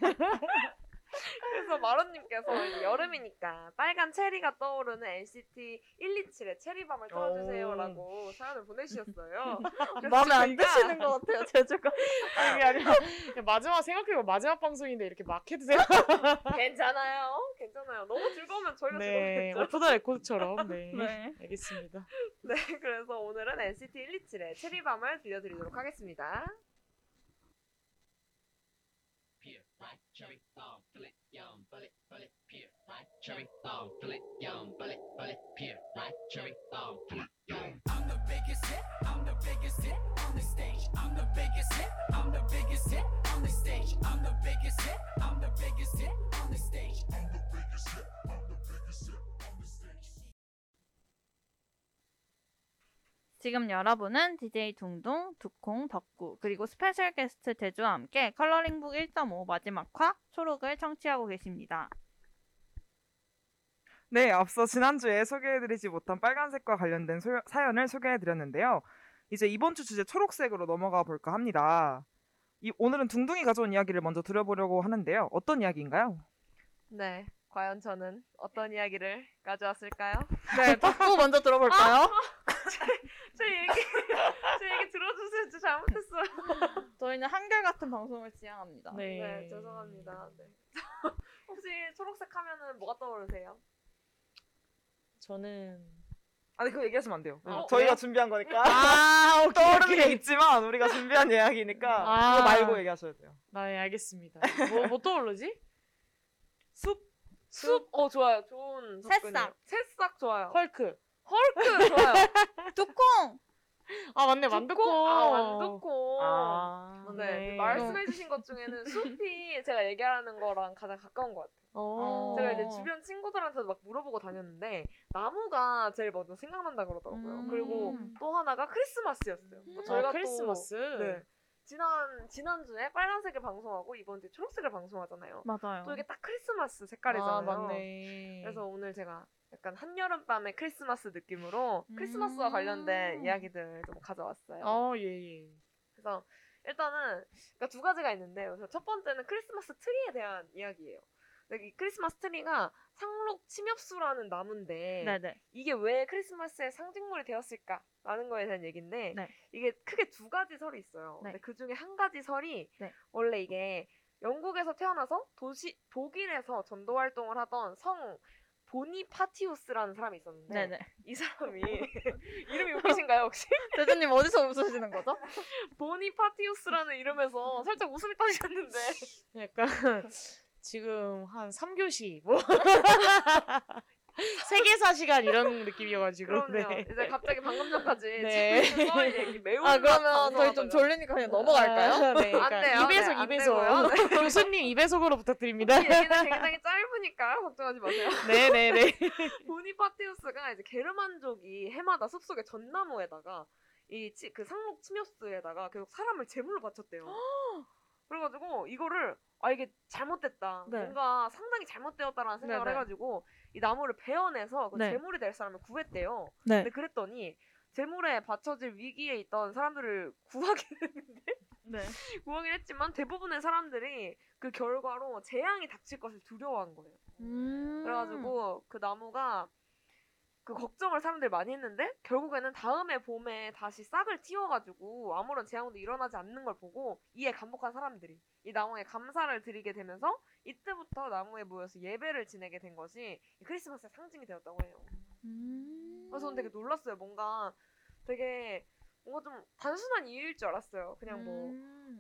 그래서 마론님께서 이제 여름이니까 빨간 체리가 떠오르는 NCT 127의 체리밤을 틀어주세요라고
[laughs]
사연을 보내주셨어요. 그래서
마음에 안
저희가
드시는 것 같아요, [laughs] 제주가.
이게 [laughs] 아니라 마지막 생각해보면 마지막 방송인데 이렇게 막 해도 되나?
괜찮아요, 괜찮아요. 너무 즐거우면 저희가
네,
즐겁겠죠. 그렇죠.
오프 더 레코드처럼.
[laughs]
네.
네.
알겠습니다.
네, 그래서 오늘은 NCT 127의 체리밤을 들려드리도록 하겠습니다.
지금 여러분은 DJ 둥둥, 두콩, 덕구 그리고 스페셜 게스트 제주와 함께 컬러링북 1.5 마지막 화 초록을 청취하고 계십니다.
네, 앞서 지난주에 소개해드리지 못한 빨간색과 관련된 소- 사연을 소개해드렸는데요. 이제 이번 주 주제 초록색으로 넘어가 볼까 합니다. 이- 오늘은 둥둥이 가져온 이야기를 먼저 들어보려고 하는데요. 어떤 이야기인가요?
네, 과연 저는 어떤 이야기를 가져왔을까요? 아!
네, 덕구 먼저 들어볼까요?
[laughs] 제 얘기, 제 얘기 들어주세요. 저 잘못했어요.
저희는 한결같은 방송을 지향합니다.
네.
네, 죄송합니다. 네. [laughs] 혹시 초록색 하면은 뭐가 떠오르세요?
저는
아니 그거 얘기하시면 안 돼요.
어,
저희가 준비한 거니까.
아, 오케이.
떠오르는
오케이.
게 있지만 우리가 준비한 이야기니까
아.
그거 말고 얘기하셔야 돼요.
네, 알겠습니다. 뭐, 뭐 떠오르지?
숲. 숲. 어 좋아요. 좋은 접근이에요.
새싹.
새싹 좋아요.
헐크.
헐크 [laughs] 좋아요.
두콩!
아, 맞네,
두콩.
완두콩.
아 완두콩.
아.
네,
네.
말씀해주신 것 중에는 숲이 제가 얘기하는 거랑 가장 가까운 것 같아요.
어.
제가 이제 주변 친구들한테도 막 물어보고 다녔는데 나무가 제일 먼저 생각난다 그러더라고요.
음.
그리고 또 하나가 음. 크리스마스였어요. 뭐 저희가
아, 크리스마스.
또 네. 지난 지난 주에 빨간색을 방송하고 이번 주에 초록색을 방송하잖아요.
맞아요.
또 이게 딱 크리스마스 색깔이잖아요.
아, 맞네.
그래서 오늘 제가 약간 한여름 밤의 크리스마스 느낌으로 크리스마스와
음.
관련된 이야기들 좀 가져왔어요.
어, 예, 예.
그래서 일단은 그러니까 두 가지가 있는데 그래서 첫 번째는 크리스마스 트리에 대한 이야기예요. 근데 이 크리스마스 트리가 상록 침엽수라는 나무인데
네네.
이게 왜 크리스마스의 상징물이 되었을까라는 거에 대한 얘기인데
네.
이게 크게 두 가지 설이 있어요.
네.
근데 그 중에 한 가지 설이
네.
원래 이게 영국에서 태어나서 도시 독일에서 전도 활동을 하던 성 보니 파티우스라는 사람이 있었는데
네네.
이 사람이 [laughs] 이름이 웃기신가요 혹시? [laughs]
대주님 어디서 웃으시는 거죠?
보니 파티우스라는 이름에서 살짝 웃음이 터지셨는데
[laughs] 네.
약간 [laughs] 지금 한 3교시 뭐 [laughs] 세계사 시간 이런 느낌이어가지고
그럼요.
네.
이제 갑자기 방금 전까지
네.
지금 써올 얘기 매우
아, 그러면 저희 좀 졸리니까 그냥 넘어갈까요?
아, 네,
안 돼요. 네, 안
입에서
되고요.
입에서 [laughs] 교수님 입에서으로
[laughs]
부탁드립니다.
얘기는 굉장히 짧으니까 걱정하지 마세요.
네네네.
[laughs] 보니 파티우스가 이제 게르만족이 해마다 숲속의 전나무에다가 이 그 상록 침엽수에다가 계속 사람을 제물로 바쳤대요. 그래가지고 이거를 아 이게 잘못됐다.
네.
뭔가 상당히 잘못되었다라는 생각을
네, 네.
해가지고 이 나무를 베어내서 그
네.
제물이 될 사람을 구했대요.
네.
[laughs] 근데 그랬더니 제물에 바쳐질 위기에 있던 사람들을 구하게 됐는데
네.
[laughs] 구하긴 했지만 대부분의 사람들이 그 결과로 재앙이 닥칠 것을 두려워한 거예요.
음.
그래가지고 그 나무가 그 걱정을 사람들이 많이 했는데 결국에는 다음에 봄에 다시 싹을 틔워가지고 아무런 재앙도 일어나지 않는 걸 보고 이에 감복한 사람들이 이 나무에 감사를 드리게 되면서 이때부터 나무에 모여서 예배를 지내게 된 것이 크리스마스의 상징이 되었다고 해요.
네. 음.
그래서 아, 저는 되게 놀랐어요. 뭔가 되게 뭔가 좀 단순한 이유일 줄 알았어요. 그냥 뭐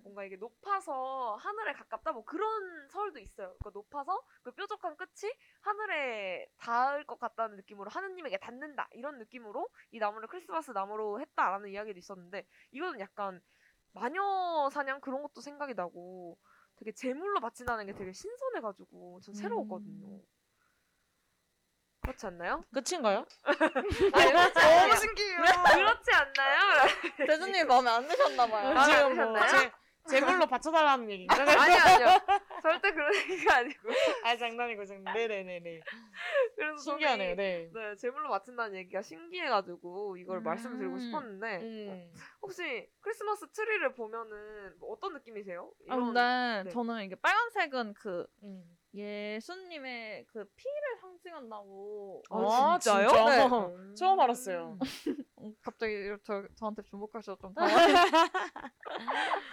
뭔가 이게 높아서 하늘에 가깝다 뭐 그런 설도 있어요. 그러니까 높아서 그 뾰족한 끝이 하늘에 닿을 것 같다는 느낌으로 하느님에게 닿는다 이런 느낌으로 이 나무를 크리스마스 나무로 했다라는 이야기도 있었는데 이거는 약간 마녀 사냥 그런 것도 생각이 나고 되게 제물로 바친다는 게 되게 신선해가지고 전 새로웠거든요. 그렇지 않나요?
끝인가요?
너무 신기해요.
그렇지 않나요?
대준님 마음에 안 드셨나봐요.
아,
지금 뭐
그러셨나요?
제, 제물로 바쳐달라는 얘기인가?
아니 아니요 [laughs] 절대 그런 얘기가 [laughs] 아니고
아 장난이고 장난. 네네네네.
그래서 저는
신기하네요. 네.
네, 제물로 맞춘다는 얘기가 신기해가지고 이걸 말씀드리고 싶었는데
음.
혹시 크리스마스 트리를 네, 보면은 뭐 어떤 느낌이세요?
아,
이런
근데
네.
저는 이게 빨간색은 그
음.
예수님의 그 피를 상징한다고.
아, 진짜요?
네.
어, 처음 알았어요.
음, 갑자기 이렇게 저, 저한테 주목하셔서 좀
[laughs]
당황했어요.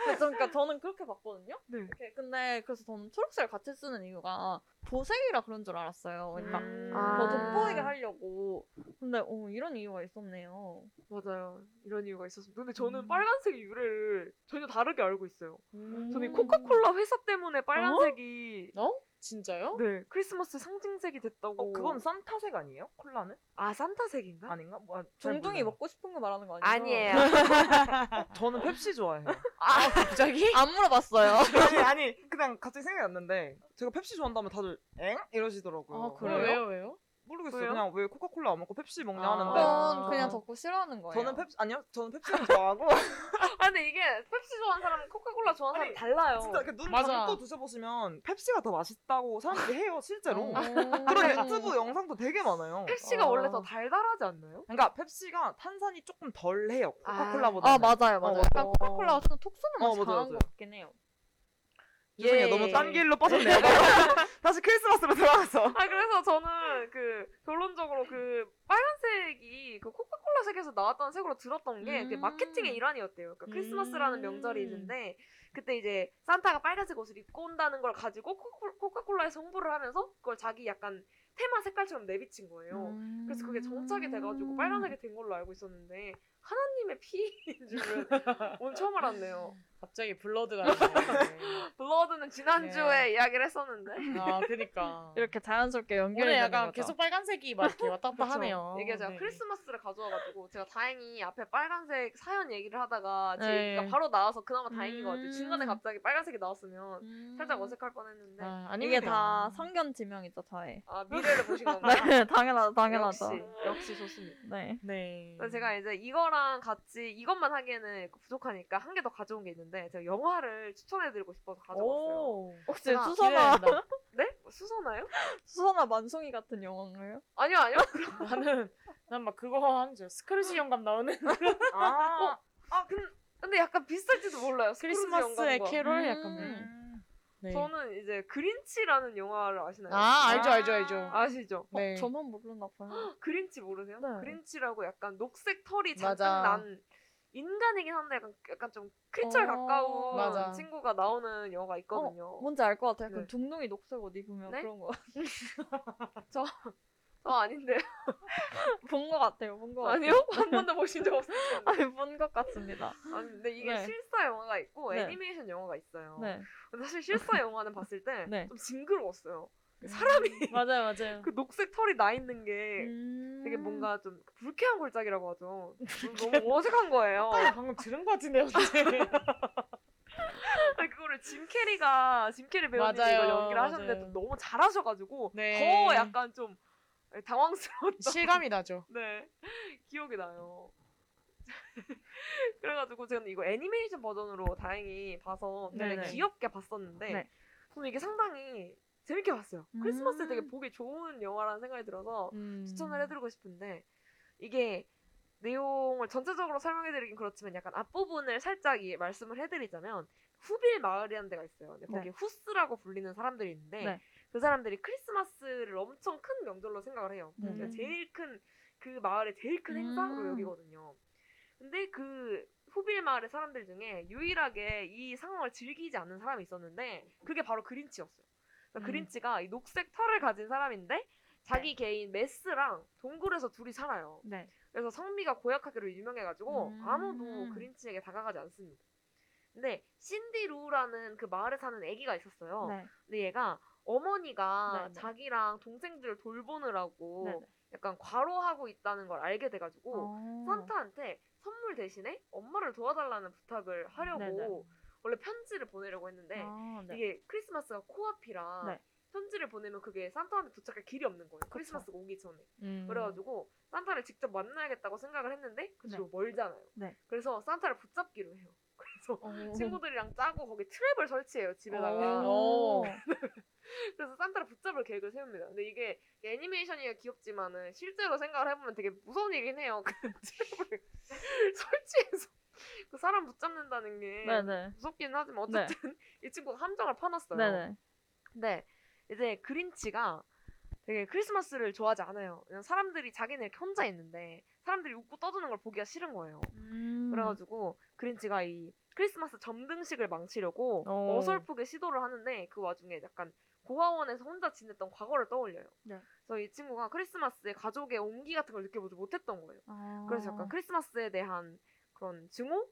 그래서 그러니까 저는 그렇게 봤거든요.
네.
이렇게. 근데 그래서 저는 초록색을 같이 쓰는 이유가 보색이라 그런 줄 알았어요. 그러니까
아.
더 돋보이게 하려고. 근데 어, 이런 이유가 있었네요.
맞아요. 이런 이유가 있었어요. 근데 저는 빨간색 유래를 전혀 다르게 알고 있어요.
음.
저는 이 코카콜라 회사 때문에 빨간색이
어?
진짜요?
네 크리스마스 상징색이 됐다고.
어, 그건 산타색 아니에요? 콜라는?
아
네?
산타색인가?
아닌가? 뭐, 아, 잘
종둥이
몰라요.
먹고 음. 싶은 거 말하는 거 아니에요? [laughs]
아니에요.
저는 펩시 좋아해요.
아, 갑자기?
안
[laughs]
물어봤어요.
아니, 아니, 그냥 갑자기 생각이 났는데 제가 펩시 좋아한다면 다들 엥? 이러시더라고요.
[laughs]
아,
어,
그래요?
왜요, 왜요?
모르겠어요.
왜요?
그냥 왜 코카콜라 안 먹고 펩시 먹냐
아.
하는데
그건 그냥 덥고 싫어하는 거예요.
저는 펩시 아니요. 저는 펩시를 좋아하고
아 근데 이게 펩시 좋아하는 사람, 코카콜라 좋아하는 사람
아니,
달라요.
진짜 이렇게 눈
맞아.
감고 드셔보시면 펩시가 더 맛있다고 사람들이 해요 실제로.
어.
그런 유튜브 영상도 되게 많아요.
펩시가
어.
원래 더 달달하지 않나요?
그러니까 펩시가 탄산이 조금 덜 해요.
아.
코카콜라보다.
아 맞아요
어,
맞아요. 약간
어.
코카콜라가 좀 톡쏘는
어,
맛이
맞아요,
강한
맞아요.
것 같긴 해요.
죄송해요.
예.
너무 딴 길로 빠졌네요. [laughs] 다시 크리스마스로 돌아가서.
아 그래서 저는 그 결론적으로 그 빨간색이 그 코카콜라 색에서 나왔다는 색으로 들었던 게 그게
음.
마케팅의 일환이었대요. 그러니까 크리스마스라는
음.
명절이 있는데 그때 이제 산타가 빨간색 옷을 입고 온다는 걸 가지고 코카콜- 코카콜라에 홍보를 하면서 그걸 자기 약간 테마 색깔처럼 내비친 거예요.
음.
그래서 그게 정착이 돼가지고 빨간색이 된 걸로 알고 있었는데 하나님의 피인 줄은 오늘 처음 알았네요.
갑자기 블러드가. [laughs] 나오네.
블러드는 지난주에
네.
이야기를 했었는데
아, 그니까.
이렇게 자연스럽게
오늘
연결되는
약간
거죠.
계속 빨간색이 막 이렇게 왔다 갔다
그쵸.
하네요.
이게 제가
네.
크리스마스를 가져와가지고 제가 다행히 앞에 빨간색 사연 얘기를 하다가 제
네.
얘기가 바로 나와서 그나마 다행인 것 같아요.
음.
중간에 갑자기 빨간색이 나왔으면
음.
살짝 어색할 뻔했는데 아,
아, 아닙니다.
이게 다 성견지명이죠 저의.
미래를 보신 건가요?
[laughs] 네 당연하죠
아. 역시
당연하죠.
역시 좋습니다.
네.
네.
그래서 제가 이제 이거랑 같이 이것만 하기에는 부족하니까 한 개 더 가져온 게 있는데 제가 영화를 추천해드리고 싶어서 가져왔어요.
오.
혹시
제가
수선아
기대된다.
네? 수선화요?
수선아 만송이 같은 영화인가요?
아니요 아니요.
[laughs] 나는 난 막 그거 하는 줄 스크루지 영감
[laughs]
나오는
아.
아 근, 근데 약간 비슷할지도 몰라요. 스크루지
크리스마스의
영감과.
캐롤
음.
약간 뭐. 네.
저는 이제 그린치라는 영화를 아시나요?
아 알죠 알죠 알죠.
네. 아시죠?
네.
어, 저만 모르나 봐요.
그린치 모르세요?
네.
그린치라고 약간 녹색 털이 잔뜩
맞아.
난 인간이긴 한데 약간, 약간 좀 크리처에
어,
가까운
맞아.
친구가 나오는 영화가 있거든요.
뭔지 알 것 같아요. 그
네.
둥둥이 녹색 옷 입으면
네?
그런 거. [laughs]
저 아닌데
본 것 같아요. 본 것 같아요.
[laughs] 아니요? 한 번도 보신
[laughs]
적 없어요.
뭐 아니 본 것 같습니다.
아니 근데 이게
네.
실사 영화가 있고
네.
애니메이션 영화가 있어요.
네.
근데 사실
[laughs]
실사 영화는 봤을 때 좀
네.
징그러웠어요. 사람이 [laughs]
맞아요 맞아요.
그 녹색 털이 나 있는 게
음.
네. 되게 뭔가 좀 불쾌한 골짜기라고 하죠. 너무 어색한 거예요.
아, 방금 들은 것 같은데요. 근데.
[laughs] 아니, 그거를 짐 캐리가 짐 캐리 배우님이
맞아요,
이걸 연기를 하셨는데
맞아요.
또 너무 잘하셔가지고
네.
더 약간 좀 네, 당황스러웠던
실감이 나죠.
네 [laughs] 기억이 나요. [laughs] 그래가지고 저는 이거 애니메이션 버전으로 다행히 봐서 되게
네네.
어, 귀엽게 봤었는데
네.
저는 이게 상당히 재밌게 봤어요. 크리스마스에
음.
되게 보기 좋은 영화라는 생각이 들어서
음.
추천을 해드리고 싶은데 이게 내용을 전체적으로 설명해드리긴 그렇지만 약간 앞부분을 살짝 이 말씀을 해드리자면 후빌 마을이라는 데가 있어요. 근데 거기 후스라고 불리는 사람들이 있는데
네.
그 사람들이 크리스마스를 엄청 큰 명절로 생각을 해요. 그러니까
음.
제일 큰 그 마을의 제일 큰 행사로
음.
여기거든요. 근데 그 후빌 마을의 사람들 중에 유일하게 이 상황을 즐기지 않는 사람이 있었는데 그게 바로 그린치였어요. 그러니까
음.
그린치가 이 녹색 털을 가진 사람인데 자기 개인 메스랑 동굴에서 둘이 살아요.
네.
그래서 성미가 고약하기로 유명해가지고
음.
아무도 그린치에게 다가가지 않습니다. 근데 신디 루라는 그 마을에 사는 아기가 있었어요.
네.
근데 얘가 어머니가
네, 네.
자기랑 동생들을 돌보느라고
네, 네.
약간 과로하고 있다는 걸 알게 돼가지고
어.
산타한테 선물 대신에 엄마를 도와달라는 부탁을 하려고
네, 네.
원래 편지를 보내려고 했는데
아, 네.
이게 크리스마스가 코앞이라
네.
편지를 보내면 그게 산타한테 도착할 길이 없는 거예요.
음.
크리스마스가 오기 전에.
음.
그래가지고 산타를 직접 만나야겠다고 생각을 했는데 그쪽으로 멀잖아요.
네.
그래서 산타를 붙잡기로 해요. [laughs] 그래서
어.
친구들이랑 짜고 거기 트랩을 설치해요 집에다가.
어.
그래서 산타를 붙잡을 계획을 세웁니다. 근데 이게 애니메이션이가 귀엽지만은 실제로 생각을 해보면 되게 무서운 일이긴 해요. 그 트랩을 설치해서 그 사람 붙잡는다는 게
네네.
무섭긴 하지만
네.
어쨌든 [laughs] 이 친구가 함정을 파놨어요.
네네.
근데 이제 그린치가 되게 크리스마스를 좋아하지 않아요. 그냥 사람들이 자기는 이렇게 혼자 있는데 사람들이 웃고 떠드는 걸 보기가 싫은 거예요.
음.
그래가지고 그린치가 이 크리스마스 점등식을 망치려고
오.
어설프게 시도를 하는데 그 와중에 약간 고아원에서 혼자 지냈던 과거를 떠올려요.
네.
그래서 이 친구가 크리스마스에 가족의 온기 같은 걸 느껴보지 못했던 거예요.
아.
그래서 약간 크리스마스에 대한 그런 증오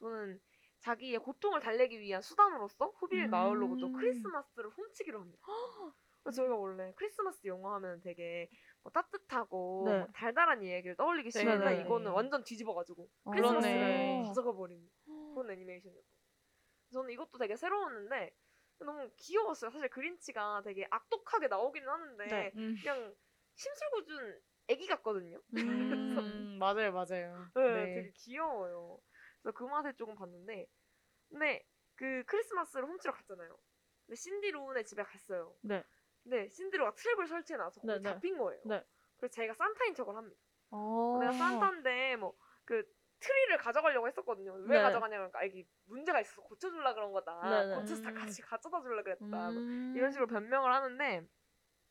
또는 자기의 고통을 달래기 위한 수단으로서 후빌
음.
마을로부터 크리스마스를
[gasps]
훔치기로 합니다. 그래서 저희가 원래 크리스마스 영화 하면 되게 뭐 따뜻하고
네.
뭐 달달한 이야기를 떠올리기
네,
쉬운데
네.
이거는 완전 뒤집어가지고
어,
크리스마스를
그러네.
가져가 버린 그런 애니메이션이었고 저는 이것도 되게 새로웠는데 너무 귀여웠어요. 사실 그린치가 되게 악독하게 나오기는 하는데
네.
음.
그냥 심술궂은 애기 같거든요. [laughs]
음, 맞아요, 맞아요.
네,
네.
되게 귀여워요. 그래서 그 맛에 조금 봤는데, 근데 그 크리스마스를 훔치러 갔잖아요. 근데 신디 로운의 집에 갔어요.
네.
근데 신디 로가 트랩을 설치해놔서 거기
네, 네.
잡힌 거예요.
네.
그래서 자기가 산타인 척을 합니다.
어.
내가 산타인데 뭐 그 트리를 가져가려고 했었거든요. 왜
네.
가져가냐 그러니까 아, 이게 문제가 있어서 고쳐주려 그런 거다.
네, 네.
고쳐서 다 같이 가져다 주려 그랬다. 뭐
음.
이런 식으로 변명을 하는데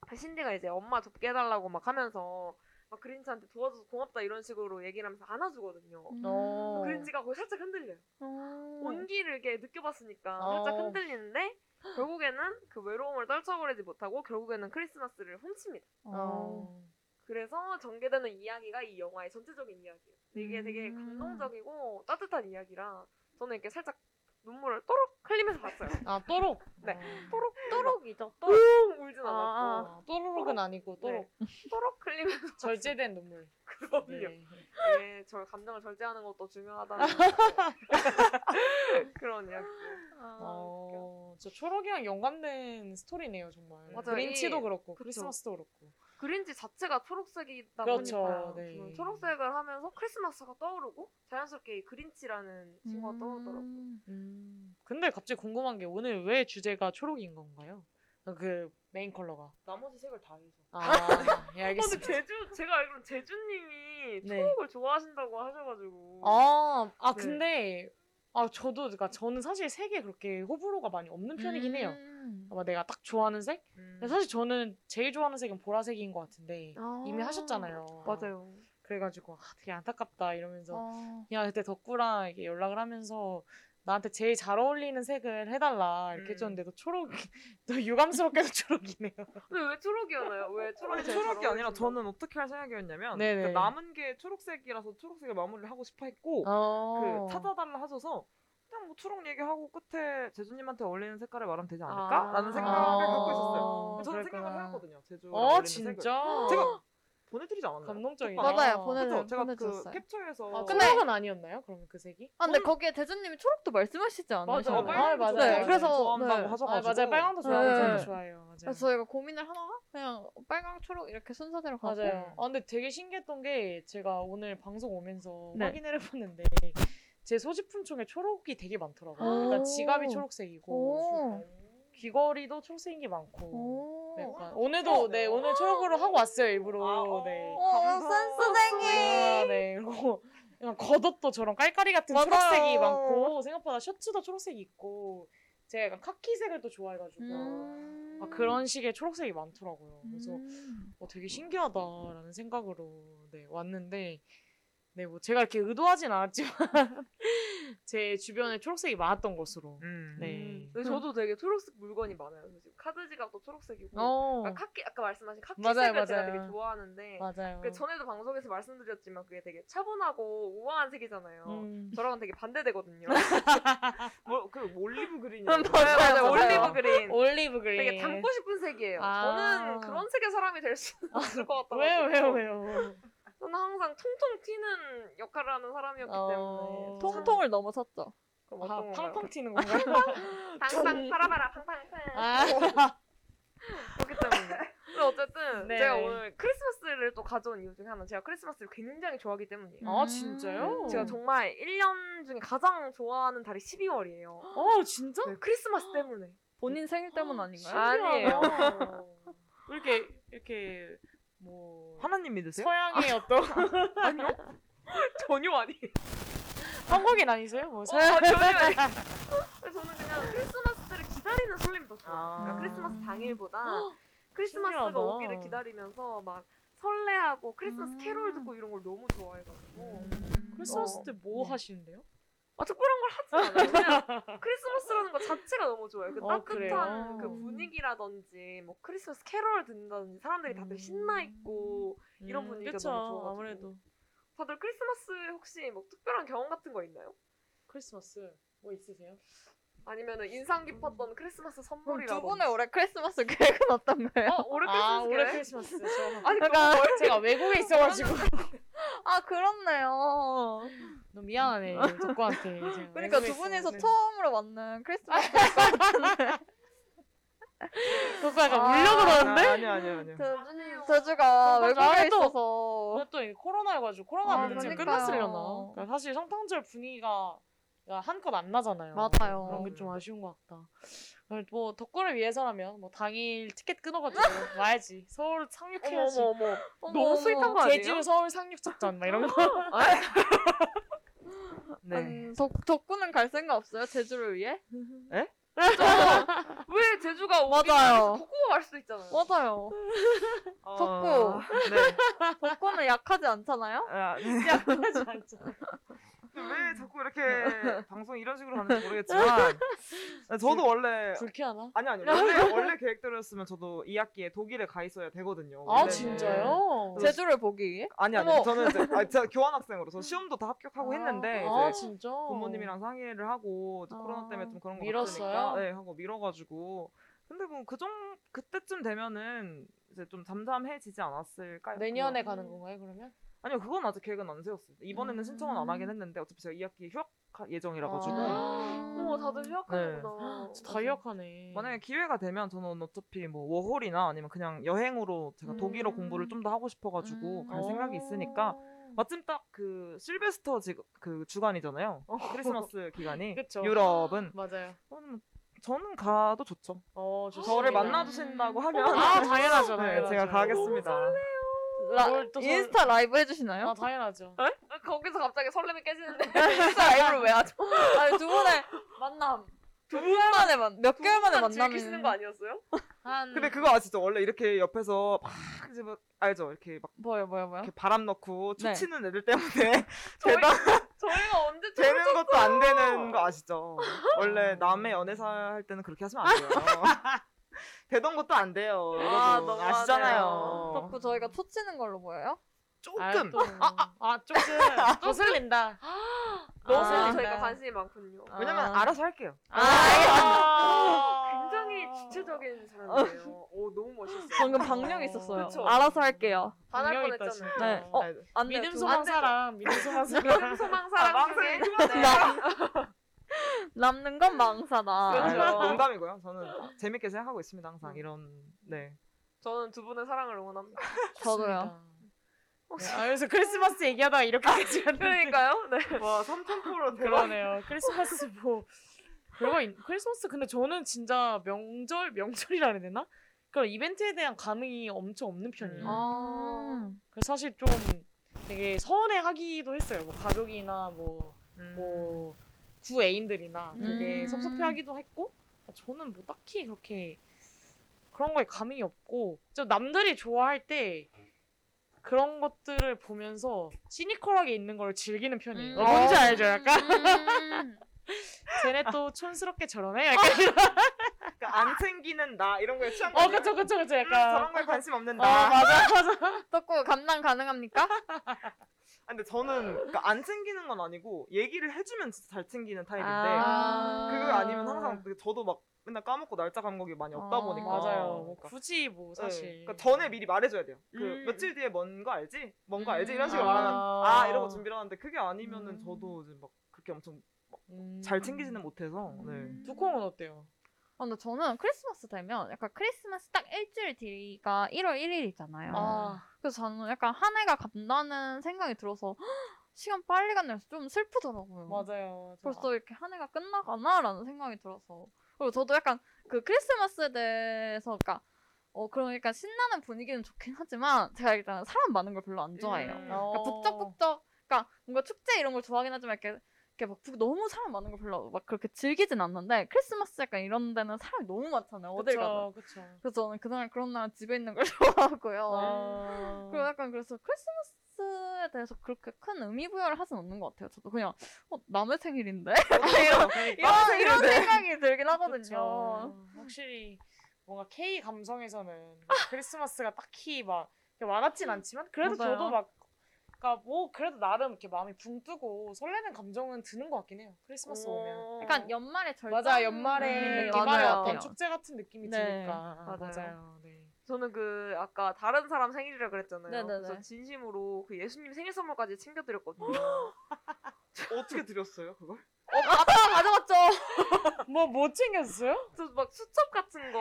아, 신디가 이제 엄마 돕게 해달라고 막 하면서 막 그린치한테 도와줘서 고맙다 이런 식으로 얘기를 하면서 안아주거든요.
어.
그린지가 거의 살짝 흔들려요.
어.
온기를 이렇게 느껴봤으니까
어.
그러니까 살짝 흔들리는데 결국에는 그 외로움을 떨쳐버리지 못하고 결국에는 크리스마스를 훔칩니다.
어.
그래서 전개되는 이야기가 이 영화의 전체적인 이야기예요. 근데 이게 되게
음.
감동적이고 따뜻한 이야기라 저는 이렇게 살짝 눈물을 또록 흘리면서 봤어요.
아, 또록.
네.
어.
또록
또록이죠. 또록.
뿡 울진
아,
않았고
아, 또록은 아니고 [laughs] 또록.
네, 또록
[laughs]
흘리면서
절제된 눈물.
[laughs] 그럼요.
네.
네, 저 감정을 절제하는
[laughs]
것도 중요하다는 [laughs] 아, 그런 이야기.
아, 어, 저 초록이랑 연관된 스토리네요, 정말.
맞아요.
그린치도
이-
그렇고
그쵸.
크리스마스도 그렇고.
그린지 자체가 초록색이다
그렇죠.
보니까
네.
저는 초록색을 하면서 크리스마스가 떠오르고 자연스럽게 이 그린치라는 친구가 떠오르더라고요.
음. 근데 갑자기 궁금한 게 오늘 왜 주제가 초록인 건가요? 그 메인 컬러가.
나머지 색을 다 해서.
아, [laughs] 예,
어, 근데
알겠습니다.
제주 제가 알기로 제주님이
네.
초록을 좋아하신다고 하셔가지고
아, 아
네.
근데 아 저도 그러니까 저는 사실 색에 그렇게 호불호가 많이 없는 편이긴 해요.
음.
아마 내가 딱 좋아하는 색? 근데 사실 저는 제일 좋아하는 색은 보라색인 것 같은데
아.
이미 하셨잖아요.
맞아요. 아.
그래가지고 아, 되게 안타깝다 이러면서
어.
그냥 그때 덕구랑 이렇게 연락을 하면서 나한테 제일 잘 어울리는 색을 해달라 이렇게
음.
해줬는데도 초록이 [laughs] 또
[laughs]
유감스럽게도 초록이네요.
근데 왜 초록이었나요? 왜 초록이
아니,
제일 잘
초록이 아니라
어울리신다고?
저는 어떻게 할 생각이었냐면
네네.
그러니까 남은 게 초록색이라서 초록색을 마무리를 하고 싶어 했고 그 찾아달라 하셔서 그냥 뭐 초록 얘기하고 끝에 제주님한테 어울리는 색깔을 말하면 되지 않을까라는
아.
생각을 갖고
아.
있었어요.
어,
저는
그랬구나.
생각을 해봤거든요. 제주
어
어울리는 색을.
진짜
제가 보내드리지 않았나요?
감동적이다.
맞아요.
그쵸?
보내줘.
제가 그
보내줬어요.
캡처해서
아,
근데-
초록은 아니었나요? 그러면 그 색이?
아 근데 거기에 대준님이 초록도 말씀하시지
맞아
않으셨나요?
아, 빨간
빨간
맞아요.
거
네,
그래서-
좋아한다고
네.
아,
하셔가지고
맞아요. 빨강도 좋아하고
네.
저도 좋아해요. 맞아요.
그래서 저희가 고민을 하다가 그냥 빨강 초록 이렇게 순서대로 가고
맞아요. 아, 근데 되게 신기했던 게 제가 오늘 방송 오면서
네.
확인을 해봤는데 제 소지품 중에 초록이 되게 많더라고요.
오.
그러니까 지갑이 초록색이고
오.
귀걸이도 초록색인 게 많고
오.
네, 그러니까 오늘도 네 오늘 초록으로 하고 왔어요 일부러
아, 어.
네.
오, 센스 생기.
아, 네 그리고 그냥 겉옷도 저런 깔깔이 같은
맞아요.
초록색이 많고 생각보다 셔츠도 초록색이 있고 제가 약간 카키색을 또 좋아해가지고
음.
아, 그런 식의 초록색이 많더라고요. 그래서
음.
어, 되게 신기하다라는 생각으로 네, 왔는데 네, 뭐 제가 이렇게 의도하진 않았지만 [laughs] 제 주변에 초록색이 많았던 것으로
음.
네.
근데 저도 되게 초록색 물건이 많아요. 지금 카드 지갑도 초록색이고
어
아, 카키 아까 말씀하신 카키색을
맞아요,
제가
맞아요.
되게 좋아하는데
맞아요.
그 전에도 방송에서 말씀드렸지만 그게 되게 차분하고 우아한 색이잖아요.
음.
저랑은 되게 반대되거든요.
뭐, 그 올리브 네, 그린이
맞아요, 맞아요.
맞아요.
올리브 그린.
올리브 그린
되게 담고 싶은 색이에요.
아.
저는 그런 색의 사람이 될 수는 없을 것 같다고.
왜요 왜요 왜요
저는 항상 통통 튀는 역할을 하는 사람이었기
어.
때문에.
통통을 넘어섰죠.
그럼
아,
어떤 건가요?
팡팡 튀는 건가요?
[laughs] 팡팡 팔아봐라 팡팡팡.
아.
그렇기 때문에. 근데 어쨌든
네.
제가 오늘 크리스마스를 또 가져온 이유 중에 하나 는 제가 크리스마스를 굉장히 좋아하기 때문이에요. 음.
아
음.
진짜요?
제가 정말 1년 중에 가장 좋아하는 달이 12월이에요.
어 진짜?
네, 크리스마스 때문에.
본인 생일 때문 아닌가요?
아니에요.
왜 이렇게 이렇게 뭐
하나님 믿으세요?
서양의 어떤
전혀 아니에요.
한국인 아니세요? 뭐 서양
어, 전혀 아니에요. 저는 그냥 크리스마스를 기다리는 설렘이 더 좋아요.
아.
그러니까 크리스마스 당일보다 크리스마스가
신기하다.
오기를 기다리면서 막 설레하고 크리스마스
음.
캐롤 듣고 이런 걸 너무 좋아해가지고
크리스마스
어.
때 뭐 하시는데요?
아, 특별한 걸 하지 않아요.
[laughs]
그냥 크리스마스라는 것 자체가 너무 좋아요. 그
어,
따뜻한
그래요? 음.
그 분위기라든지 뭐 크리스마스 캐롤 듣는다든지 사람들이 다들 신나 있고 이런
음,
분위기가
그쵸,
너무 좋아가지고.
아무래도
다들 크리스마스 혹시 뭐 특별한 경험 같은 거 있나요?
크리스마스 뭐 있으세요?
아니면 인상 깊었던 크리스마스
그럼 [gasps]
선물이라든지
두 분의 올해 크리스마스 계획은 어떤 거예요?
어, 올해 크리스마스
아 올해
계획?
크리스마스 저
[laughs] 아니
그러니까
제가 외국에 있어가지고
아 그렇네요.
너무 미안하네
[laughs]
덕구한테 제가
그러니까
외국에
두 분이서
있어가지고. 네.
처음으로 만난 크리스마스
덕구 약간 울려 그러는데?
아, 아니요, 아니요, 아니요.
음.
제주, 제주가
어, 맞아.
외국에
또-
있어서
근데 또 이게 코로나여가지고 코로나
아,
문제 지금
그러니까요.
끝났으려나? 그러니까 사실 성탄절 분위기가 한껏 안 나잖아요.
맞아요.
그런 게 좀 아쉬운 것 같다. 그래, 뭐 덕구를 위해서라면 뭐 당일 티켓 끊어가지고 와야지. 서울 상륙해야지.
어머 어머 어머
어머,
너무 스윗한 거 아니에요?
제주 서울 상륙작전 막 이런 거. [laughs]
네.
음, 덕, 덕구는 갈 생각 없어요? 제주를 위해?
왜 제주가 오기
맞아요.
전에 덕구가 갈 수도 있잖아요.
맞아요. 덕구.
어, 네.
덕구는 약하지 않잖아요?
아, 네. 근데 왜 자꾸 이렇게 방송 이런 식으로 하는지 모르겠지만 저도 원래
불쾌하나?
아니 아니 원래 원래 계획대로였으면 저도 이 학기에 독일에 가 있어야 되거든요.
아
원래는.
진짜요?
네. 제주를 보기 위해?
아니
어머.
아니 저는 이제 아, 제가 교환학생으로 저 시험도 다 합격하고
아,
했는데
아
이제
진짜?
부모님이랑 상의를 하고 또
아,
코로나 때문에 좀 그런 거
미뤘어요?
같으니까 네 하고 미뤄가지고 근데 뭐그정 그때쯤 되면은 이제 좀 잠잠해지지 않았을까요?
내년에
그거.
가는 건가요 그러면?
아니요 그건 아직 계획은 안 세웠어요. 이번에는 신청은 안
음.
하긴 했는데 어차피 제가 이 학기 휴학
아,
예정이라 가지고
네.
어머 다들 휴학하는구나.
다이어하네
만약에 기회가 되면 저는 어차피 뭐 워홀이나 아니면 그냥 여행으로 제가 독일어
음.
공부를 좀 더 하고 싶어가지고 갈 생각이 있으니까 마침 딱 그 실베스터 지금 그 주간이잖아요 크리스마스 기간이
어. [laughs] 그쵸.
유럽은
맞아요.
저는, 저는 가도 좋죠
어, 좋습니다.
저를 만나주신다고 하면
아, 당연하죠.
[laughs] 네,
당연하죠.
제가 가겠습니다
라-
뭘또 설-
인스타 라이브 해주시나요?
아, 당연하죠.
아, 거기서 갑자기 설렘이 깨지는데
아, [laughs] 인스타 라이브를 왜 하죠? 아니 두 분의 만남. 두 분만에 만, 몇 개월 만에
[laughs] 즐기시는 거
만나면
아니었어요?
한
근데 그거 아시죠 원래 이렇게 옆에서 막 이제 막 알죠 이렇게
어?
막
뭐요 뭐요 뭐요?
이렇게 바람 넣고
네.
춤추는 애들 때문에
저희,
대단
저희가 언제
되는 것도 안 되는 거 아시죠? 원래 남의 연애사 할 때는 그렇게 하시면 안 돼요. 되던 것도 안 돼요. 여러분
너무하네요.
아, 시잖아요
자꾸 저희가 토치는 걸로 보여요?
조금
또... 아,
[laughs]
조금 거슬린다.
너무
아,
저희가
네.
관심이 많군요.
왜냐면
아.
알아서 아. 할게요.
아, 알겠습니다.
굉장히 주체적인
아, 네.
사람이에요. 오 너무 멋있어요.
방금 방령 있었어요.
그쵸.
알아서 할게요.
반할
분명 있다,
뻔했잖아요.
진짜.
네. 어, 안 돼요,
믿음
두
소망
분. [laughs]
사람, 믿음 소망 사람. [laughs]
소망
아,
사랑
망상
중에
[laughs] 남는 건 망사다.
아, 농담이고요. 저는 재밌게 생각하고 있습니다. 항상 이런 네.
저는 두 분의 사랑을 응원합니다.
[laughs]
저도요.
네, 아, 그래서 크리스마스 얘기하다가 이렇게까지 왔는데.
그러니까요. 네.
와 3,000%로
[laughs] 그러네요. 크리스마스 뭐 별거 있... 크리스마스 근데 저는 진짜 명절 명절이라 해야 되나? 그런 이벤트에 대한 감흥이 엄청 없는 편이에요.
아.
음.
음.
그래서 사실 좀 되게 서운해하기도 했어요. 뭐 가족이나 뭐,
음,
뭐 구애인들이나 되게
음.
섭섭해하기도 했고 저는 뭐 딱히 그렇게 그런 거에 감흥이 없고 좀 남들이 좋아할 때 그런 것들을 보면서 시니컬하게 있는 걸 즐기는 편이에요.
음.
뭔지
어.
알죠? 약간
음.
쟤네 또 촌스럽게
어.
저러네. 약간 이런.
그러니까 안 챙기는 나 이런 거에 취한 거
어
아니야?
그쵸 그쵸 그쵸
음,
약간
저런 거에 관심 없는
어
나.
맞아 맞아.
[laughs] 덕구 감당 가능합니까?
아, 근데 저는 그러니까 안 챙기는 건 아니고 얘기를 해주면 진짜 잘 챙기는 타입인데
아.
그거 아니면 항상 그 저도 막 맨날 까먹고 날짜 감각이 많이 없다
아,
보니까
맞아요. 뭐
그러니까,
굳이 뭐 사실.
네. 그러니까 전에 미리 말해줘야 돼요. 그
음.
며칠 뒤에 뭔 거 알지? 뭔 거 알지?
음.
이런 식으로
아.
말하면 아 이러고 준비를 하는데 그게 아니면은
음.
저도 이제 막 그렇게 엄청
음.
잘 챙기지는 못해서 네.
두콩은 어때요?
아, 근데 저는 크리스마스 되면 약간 크리스마스 딱 일주일 뒤가 1월 1일이잖아요.
아.
그래서 저는 약간 한 해가 간다는 생각이 들어서 헉, 시간 빨리 갔네서 좀
음.
슬프더라고요.
맞아요.
벌써 이렇게 한 해가 끝나가나라는 생각이 들어서 그리고 저도 약간 그 크리스마스에 대해서 그러니까 어 그러니까 신나는 분위기는 좋긴 하지만 제가 일단 사람 많은 걸 별로 안 좋아해요.
음.
그러니까 북적북적 그러니까 뭔가 축제 이런 걸 좋아하긴 하지만 이렇게 이렇게 막 북- 너무 사람 많은 걸 별로 막 그렇게 즐기진 않는데 크리스마스 약간 이런 데는 사람이 너무 많잖아요. 어딜 가도.
그쵸.
그래서 저는 그날 그런 날 집에 있는 걸 [laughs] 좋아하고요.
아.
그리고 약간 그래서 크리스마스에 대해서 그렇게 큰 의미 부여를 하진 않는 것 같아요. 저도 그냥 어, 남의 생일인데 [laughs] 아, 이런 이런, 이런 생각이 들긴 하거든요.
그쵸. 확실히 뭔가 K 감성에서는 막 크리스마스가 딱히 막 이렇게 와닿진 않지만 그래도
맞아요.
저도 막 그러니까 뭐 그래도 나름 이렇게 마음이 붕 뜨고 설레는 감정은 드는 것 같긴 해요.
어.
크리스마스 오면.
약간 연말에 절
맞아 연말에
음,
기말에
맞아요.
어떤 축제 같은 느낌이
네,
드니까
맞아요.
네.
저는 그 아까 다른 사람 생일이라 그랬잖아요.
네네네.
그래서 진심으로 그 예수님 생일 선물까지 챙겨드렸거든요.
[laughs] 어떻게 드렸어요 그걸?
가져갔죠.
뭐 뭐 챙겼어요?
저 막 수첩 같은 거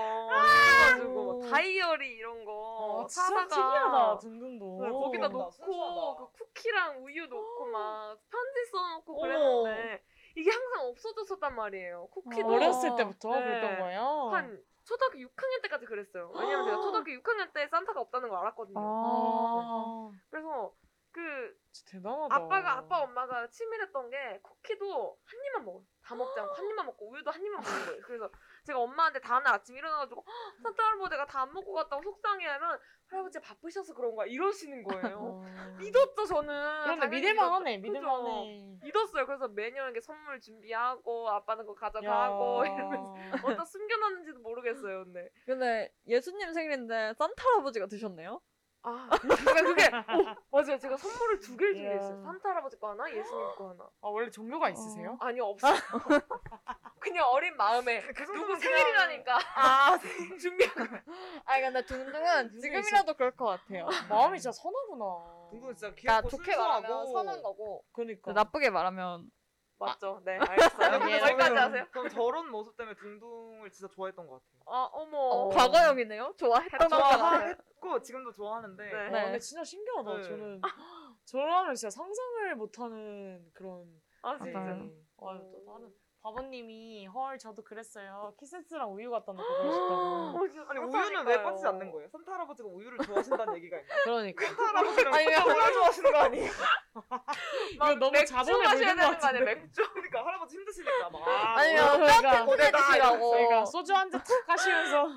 챙겨가지고 막 다이어리 이런 거
아, 진짜
사다가
신기하다 든든도.
네,
나
거기다 놓고
순수하다.
그 쿠키랑 우유 놓고 막 편지 써놓고
어머.
그랬는데 이게 항상 없어졌었단 말이에요. 쿠키도
아, 어렸을 때부터
네.
그랬던 거예요.
한 초등학교 6학년 때까지 그랬어요. 왜냐면 제가 초등학교 6학년 때 산타가 없다는 걸 알았거든요.
아,
그래서 그
진짜 대단하다.
아빠가 아빠 엄마가 치밀했던 게 쿠키도 한 입만 먹어요. 다 먹지 않고 한 입만 먹고 우유도 한 입만 먹는 거예요. 그래서 제가 엄마한테 다음날 아침 일어나가지고 "헉, 산타 할아버지가 다 안 먹고 갔다고 속상해하면 할아버지 바쁘셔서 그런 거야 이러시는 거예요. 믿었죠 저는.
어. 그런데
당연히
믿을만하네,
믿었죠.
믿을만해.
그죠? 믿었어요. 그래서 매년 이렇게 선물 준비하고 아빠는 거
야.
가져가고
[laughs]
이러면서 [laughs] 어디다 숨겨놨는지도 모르겠어요. 근데
[laughs] 근데 예수님 생일인데 산타 할아버지가 드셨네요.
아 그러니까 그게 오, 맞아요. 제가 선물을 두 개를 준비했어요.
야.
산타 할아버지 거 하나, 예수님 거 하나.
아, 원래
어.
종교가 있으세요?
아니요 없어. [laughs] 그냥 어린 마음에
그
누구
정도면 그냥-
생일이라니까
아
준비하고
아 근데 둥둥은 지금이라도 그럴 것 같아요.
마음이 진짜 선하구나.
궁금 진짜 귀엽고
그러니까 좋게
순수하고
말하면 선한 거고
그러니까.
나쁘게 말하면
맞죠? 네
아,
알겠어요.
예,
여기까지
저는-
하세요.
저는 저런 모습 때문에 둥둥을 진짜 좋아했던 것 같아요.
아 어머.
어, 과거형이네요. 좋아했던 것 같아요.
좋아했고 지금도 좋아하는데
네.
아,
네.
근데 진짜 신기하다.
네.
저는 저라면 진짜 상상을 못하는 그런.
아 진짜.
맞아요.
네. 아유, 또 다른. 바보님이 헐 저도 그랬어요. 키세스랑 우유 갖다 놓고 그러셨다고.
어, 진짜
아니 우유는 왜
그러니까요.
빠지지 않는 거예요? 산타 할아버지가 우유를 좋아하신다는 얘기가 있나요?
그러니까.
산타 할아버지랑 콜라 좋아하시는 거 아니에요?
이거 너무
맥주
자본에
마셔야
물든 것
되는 거 아니에요?
같은데.
맥주.
그러니까 할아버지 힘드시니까 막 아,
아니면
그러니까.
뼈트 보내주시라고.
그러니까 소주 한 잔 탁 하시면서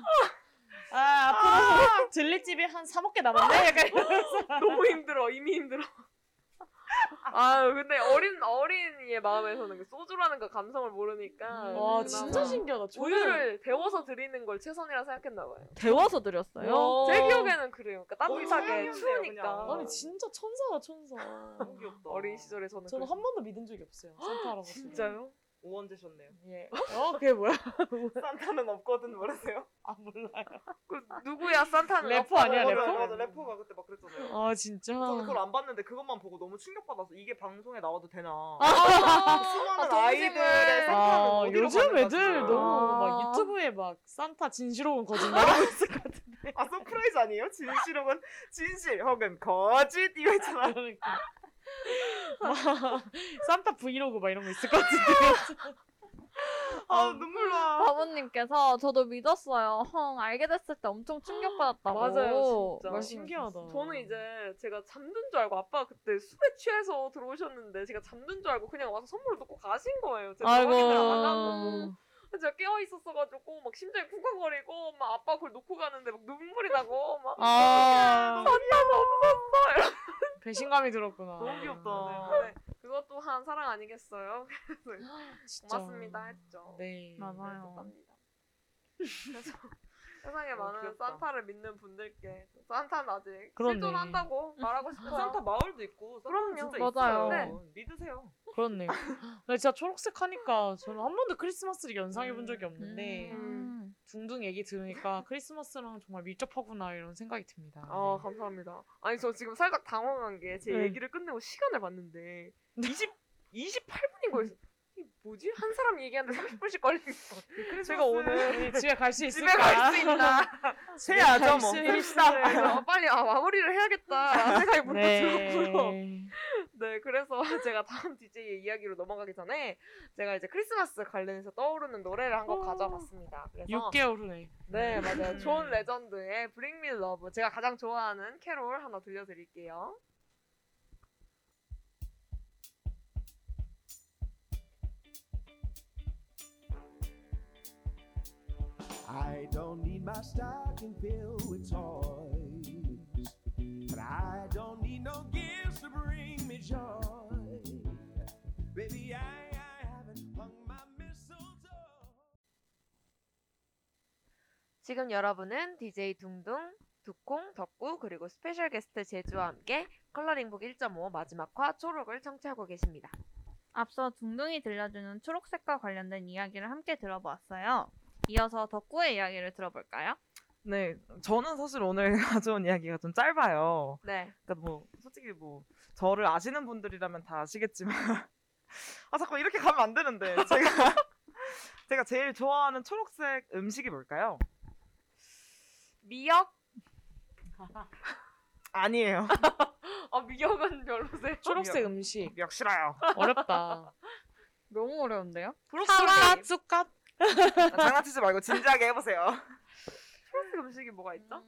아 앞으로 들리집이 한 3억개 남았네 약간
너무 힘들어. 이미 힘들어. 아유 근데 어린 어린이의 마음에서는 그 소주라는 그 감성을 모르니까.
음. 와
그나마
진짜 신기하다
우유를 데워서 드리는 걸 최선이라 생각했나 봐요.
데워서 드렸어요.
와.
뭐 제 기억에는 그래요. 어. 그러니까
거의
따뜻하게
생각이었네요,
추우니까.
그냥.
아니 진짜 천사다 천사
너무 귀엽다.
어린 시절에 저는
저는
그랬어요.
한 번도 믿은 적이 없어요 산타 할아버지
진짜요?
오원재셨네요.
예어 그게 뭐야
산타는 없거든 모르세요?
아 몰라요
그 누구야 산타는
래퍼
없다고
아니야,
맞아,
래퍼?
맞아 래퍼가 그때 막 그랬잖아요.
아 진짜
저는 그걸 안 봤는데 그것만 보고 너무 충격받아서 이게 방송에 나와도 되나?
[laughs] 아,
수많은
동심을.
아, 이들의 산타는
아,
어디로
요즘
가는가
애들
지금.
너무
아.
막 유튜브에 막 산타 진실호운 거짓말 [laughs] 하고 있을 것 같은데
아 서프라이즈 아니에요? 진실 혹은 진실 혹은 거짓 이거 있잖아.
그러니까 막 산타 브이로그 막 이런 거 있을 것 같은데
아 눈물 나.
바보님께서 저도 믿었어요. 헝 알게 됐을 때 엄청 충격받았다고.
맞아요, 진짜.
말씀해
신기하다.
저는 이제 제가 잠든 줄 알고 아빠가 그때 술에 취해서 들어오셨는데 제가 잠든 줄 알고 그냥 와서 선물을 놓고 가신 거예요. 제가
아이고.
확인을 안 하고. 제가 깨어 있었어가지고 막 심장이 쿵쾅거리고 막 아빠 그걸 놓고 가는데 막 눈물이 나고 막
아
없었어.
배신감이 들었구나.
너무 귀엽다.
네, 근데 그것 또한 사랑 아니겠어요? 그래서
진짜.
고맙습니다 했죠.
네.
그래서
맞아요.
쌉니다. 그래서 세상에
너무
많은
어, 귀엽다.
산타를 믿는 분들께 산타는 아직
그러네.
실존한다고 말하고 싶어요.
산타 마을도 있고.
그럼요.
산타 진짜
맞아요.
있어요. 네. 믿으세요.
그렇네. 나 진짜 초록색 하니까 저는 한 번도 크리스마스를 연상해 본 적이 없는데
음.
둥둥 얘기 들으니까 크리스마스랑 정말 밀접하구나 이런 생각이 듭니다.
아 감사합니다. 아니 저 지금 살짝 당황한 게 제
네.
얘기를 끝내고 시간을 봤는데
[laughs]
20 28분인 거예요. 이게 뭐지? 한 사람 얘기하는데 30분씩 걸리는 거.
네.
제가 오늘
우리 집에 갈 수
집에 갈
있을까? [laughs]
수 있나?
새야죠 뭐.
갈수 있다.
그래서 빨리 아 마무리를
네.
해야겠다 생각이 문득 들었고요.
네.
네, 그래서 [laughs] 제가 다음 DJ의 이야기로 넘어가기 전에 제가 이제 크리스마스 관련해서 떠오르는 노래를 한 곡
오.
가져봤습니다. 그래서
6개월 후네.
네, 맞아요. 존 레전드의 Bring Me Love 제가 가장 좋아하는 캐롤 하나 들려드릴게요.
I don't need my stocking filled with toys, but I don't need no gifts to bring me joy. Baby, I, I haven't hung my mistletoe.
지금 여러분은 DJ 둥둥, 두콩, 덕구 그리고 스페셜 게스트 제주와 함께 컬러링북 1.5 마지막화 초록을 청취하고 계십니다.
앞서 둥둥이 들려주는 초록색과 관련된 이야기를 함께 들어보았어요. 이어서 덕구의 이야기를 들어볼까요?
네, 저는 사실 오늘 [laughs] 가져온 이야기가 좀 짧아요.
네.
그러니까 뭐 솔직히 뭐 저를 아시는 분들이라면 다 아시겠지만 [laughs] 아 자꾸 이렇게 가면 안 되는데 제가 [laughs] 제가 제일 좋아하는 초록색 음식이 뭘까요?
미역?
아니에요. [laughs]
아, 미역은 별로세요.
초록색 음식.
미역 싫어요.
어렵다.
너무 어려운데요?
사과 쑥갓.
장난치지 말고 진지하게 해보세요.
초록색 음식이 뭐가 있죠?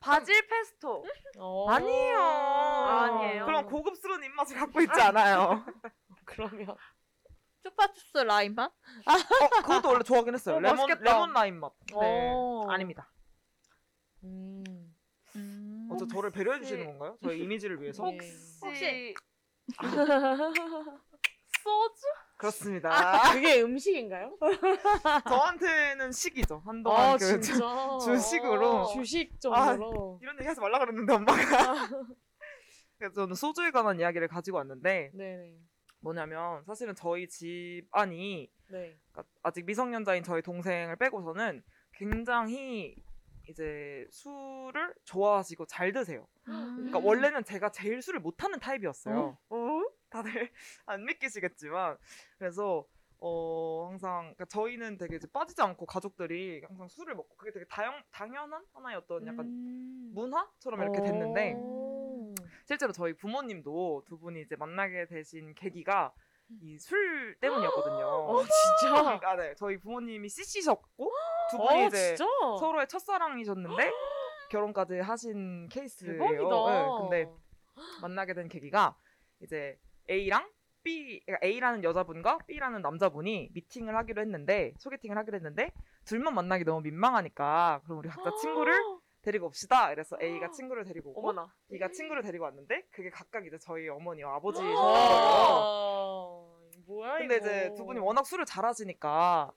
바질 페스토.
어,
아니에요.
아니에요.
그럼 고급스러운 입맛을 갖고 있지 않아요.
그러면
초파춥스 라임 맛?
어, [laughs] 그것도 원래 좋아하긴 했어요.
어,
레몬
맛있겠다.
레몬 라임 맛. 네.
어.
아닙니다.
음.
음.
어, 저 저를 배려해 주시는 건가요? 저의 이미지를 위해서?
네.
혹시
혹시-
소주?
그렇습니다.
그게 음식인가요?
저한테는 식이죠. 한동안
아
그 [laughs]
진짜.
아.
어.
주식으로
주식 정도로.
이런 얘기 하지 말라 그랬는데 엄마가
아.
[laughs] 그래서 저는 소주에 관한 이야기를 가지고 왔는데
네네.
뭐냐면 사실은 저희 집안이
네.
그러니까 아직 미성년자인 저희 동생을 빼고서는 굉장히 이제 술을 좋아하시고 잘 드세요.
음.
그러니까 원래는 제가 제일 술을 못하는 타입이었어요. 어? 다들 [laughs] 안 믿기시겠지만 그래서 어 항상 그러니까 저희는 되게 이제 빠지지 않고 가족들이 항상 술을 먹고 그게 되게 다양, 당연한 하나의 어떤 약간
음.
문화처럼
어.
이렇게 됐는데
오.
실제로 저희 부모님도 두 분이 이제 만나게 되신 계기가 이 술 때문이었거든요.
어 진짜.
[laughs] 그러니까 네, 저희 부모님이 CC셨고 두 분이
어
이제
진짜.
서로의 첫사랑이셨는데 결혼까지 하신 케이스예요.
대박이다.
네, 근데 만나게 된 계기가 이제 A랑 B, 그러니까 A라는 여자분과 B라는 남자분이 미팅을 하기로 했는데 소개팅을 하기로 했는데 둘만 만나기 너무 민망하니까 그럼 우리 각자
[gasps]
친구를 데리고 옵시다. 그래서 A가 친구를 데리고 오고
어머나.
B가 친구를 데리고 왔는데 그게 각각 이제 저희 어머니와
[gasps]
아버지이신 거예요.
와. 뭐야
근데
어, 이거.
이제 두 분이 워낙 술을 잘하시니까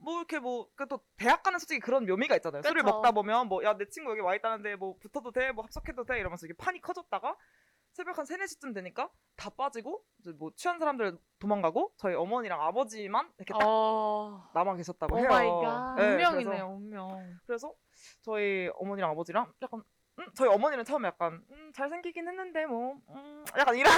뭐 이렇게 뭐또 대학 가는 솔직히 그런 묘미가 있잖아요. 술을
그쵸.
먹다 보면 뭐 야 내 친구 여기 와 있다는데 뭐 붙어도 돼, 뭐 합석해도 돼 이러면서 이게 판이 커졌다가 새벽 한 3, 4시쯤 되니까 다 빠지고 이제 뭐 취한 사람들 도망가고 저희 어머니랑 아버지만 이렇게
어.
딱
아.
남아 계셨다고 해요. 네,
운명이네요, 운명.
그래서 저희 어머니랑 아버지랑 약간 음, 저희 어머니는 처음에 약간 음, 잘생기긴 했는데 뭐 음, 약간 [laughs] 이런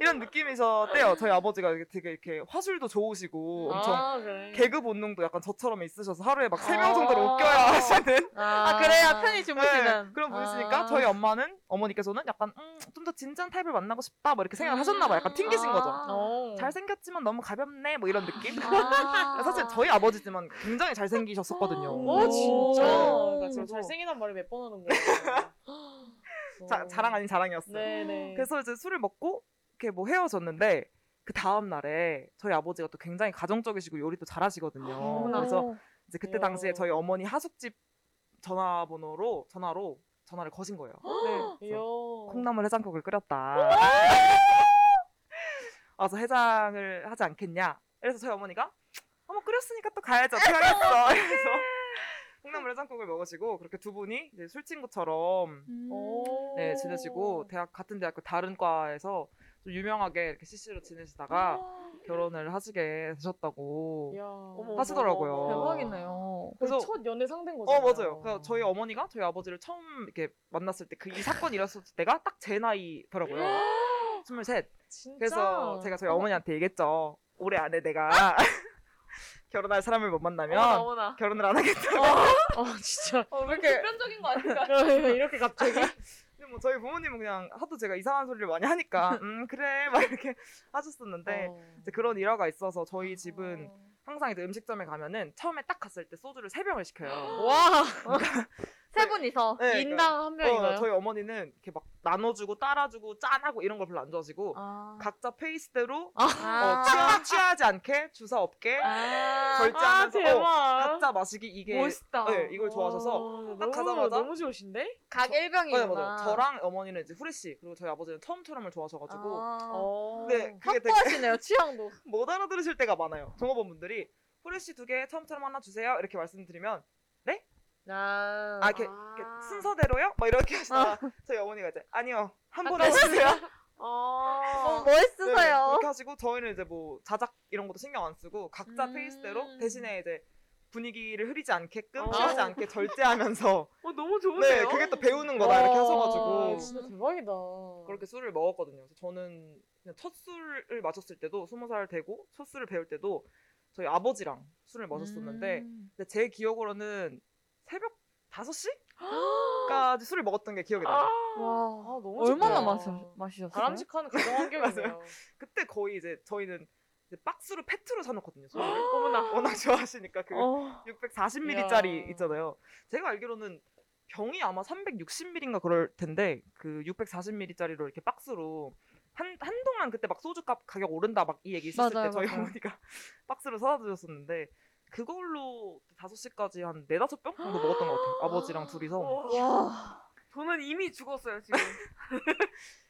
이런 느낌이셨대요. 저희 아버지가 이렇게 되게 이렇게 화술도 좋으시고 엄청
아, 그래.
개그 본능도 약간 저처럼 있으셔서 하루에 막 세 명 정도를 웃겨야 하시는
아,
그래야 편히
네,
주무시는.
그런 분이시니까 저희 엄마는 어머니께서는 약간 음, 좀 더 진지한 타입을 만나고 싶다 뭐 이렇게
음.
생각을 하셨나 봐요. 약간 튕기신 거죠.
어. 아.
잘생겼지만 너무 가볍네 뭐 이런 느낌? [laughs] 사실 저희 아버지지만 굉장히
[gasps]
잘생기셨었거든요.
어, 진짜.
오.
나 지금 잘생기단 말을 몇 번 하는 거야.
[laughs] 자, 자랑 아닌 자랑이었어요.
네네.
그래서 이제 술을 먹고 이렇게 뭐 헤어졌는데 그 다음 날에 저희 아버지가 또 굉장히 가정적이시고 요리도 잘하시거든요.
어머나.
그래서 이제 그때
이야.
당시에 저희 어머니 하숙집 전화번호로 전화로 전화를 거신 거예요.
[gasps] 이야.
콩나물 해장국을 끓였다. [laughs] 와서 해장을 하지 않겠냐. 그래서 저희 어머니가 어머 끓였으니까 또 가야지 어떻게 하겠어. 그래서 콩나물 해장국을 먹으시고 그렇게 두 분이 이제 술 친구처럼
음.
오.
네, 지내시고 대학 같은 대학교 다른 과에서 좀 유명하게 이렇게 CC로 지내시다가 결혼을 하시게 되셨다고.
아. 이야.
하시더라고요.
대박이네요.
그래서
그래서-
첫 연애 상대인 거죠.
어 맞아요. 그래서 저희 어머니가 저희 아버지를 처음 이렇게 만났을 때 그 이 사건이 일었을 때가 딱 제 나이더라고요. 스물셋.
진짜.
그래서 제가 저희 어머니한테 얘기했죠. 올해 안에 내가 [laughs] 결혼할 사람을 못 만나면
어머나 어머나.
결혼을 안 하겠다고.
어 진짜.
어, 왜 이렇게 편적인 거 아닌가?
[laughs] 이렇게 갑자기.
근데 뭐 저희 부모님은 그냥 하도 제가 이상한 소리를 많이 하니까
[laughs]
음 그래 막 이렇게 하셨었는데
어.
이제 그런 일화가 있어서
아.
저희 집은 항상 이제 음식점에 가면은 처음에 딱 갔을 때 소주를 세 병을 시켜요.
[gasps]
어,
와.
세 분이서
네,
인당 한 명인가요?
어, 저희 어머니는 이렇게 막 나눠주고 따라주고 짠하고 이런 걸 별로 안 좋아하시고
아.
각자 페이스대로
아.
어, 취하, 취하지 않게 주사 없게
아
결제하면서 어,
대박.
각자 마시기 이게
멋있다.
네, 이걸 좋아하셔서
어,
딱
너무,
가자마자
너무 좋으신데?
각
네,
일병이구나.
맞아요. 저랑 어머니는 이제 후레쉬 그리고 저희 아버지는 텀투럼을 좋아하셔가지고
아.
어.
네 그게 되게
확보하시네요 취향도.
못 알아들으실 때가 많아요. 종업원분들이 후레쉬 두개 텀투럼 하나 주세요 이렇게 말씀드리면
아.
아 이렇게, 이렇게 순서대로요? 막 이렇게 하시다가 [laughs] 저희 어머니가 이제 아니요 한 번 해주세요.
어,
네,
멋있으세요.
그렇게 하시고 저희는 이제 뭐 자작 이런 것도 신경 안 쓰고 각자 페이스대로 대신에 이제 분위기를 흐리지 않게끔 취하지 않게 절제하면서
어, 너무 좋은데요?
네 그게 또 배우는 거다 이렇게
와,
하셔가지고
진짜 대박이다.
그렇게 술을 먹었거든요. 그래서 저는 그냥 첫 술을 마셨을 때도 스무 살 되고 첫 술을 배울 때도 저희 아버지랑 술을
음.
마셨었는데 근데 제 기억으로는 새벽 5시까지 술을 먹었던 게 기억이 나요.
와
아, 너무
얼마나
좋다.
마셔, 마시셨어요?
바람직한 가정 환경이네요.
맞아요. 그때 거의 이제 저희는 이제 박스로 페트로 사놓거든요. 술을.
어머나.
워낙 좋아하시니까 그
어.
640ml짜리
이야.
있잖아요. 제가 알기로는 병이 아마 360ml인가 그럴 텐데 그 640ml짜리로 이렇게 박스로 한 한동안 그때 막 소주값 가격 오른다 막 이 얘기 있었을
맞아요,
때 저희
맞아요.
어머니가 [laughs] 박스로 사다 주셨었는데 그걸로 5시까지 한 4, 5병 정도 먹었던 것 같아요. 아버지랑 둘이서.
저는 이미 죽었어요
[laughs]
지금.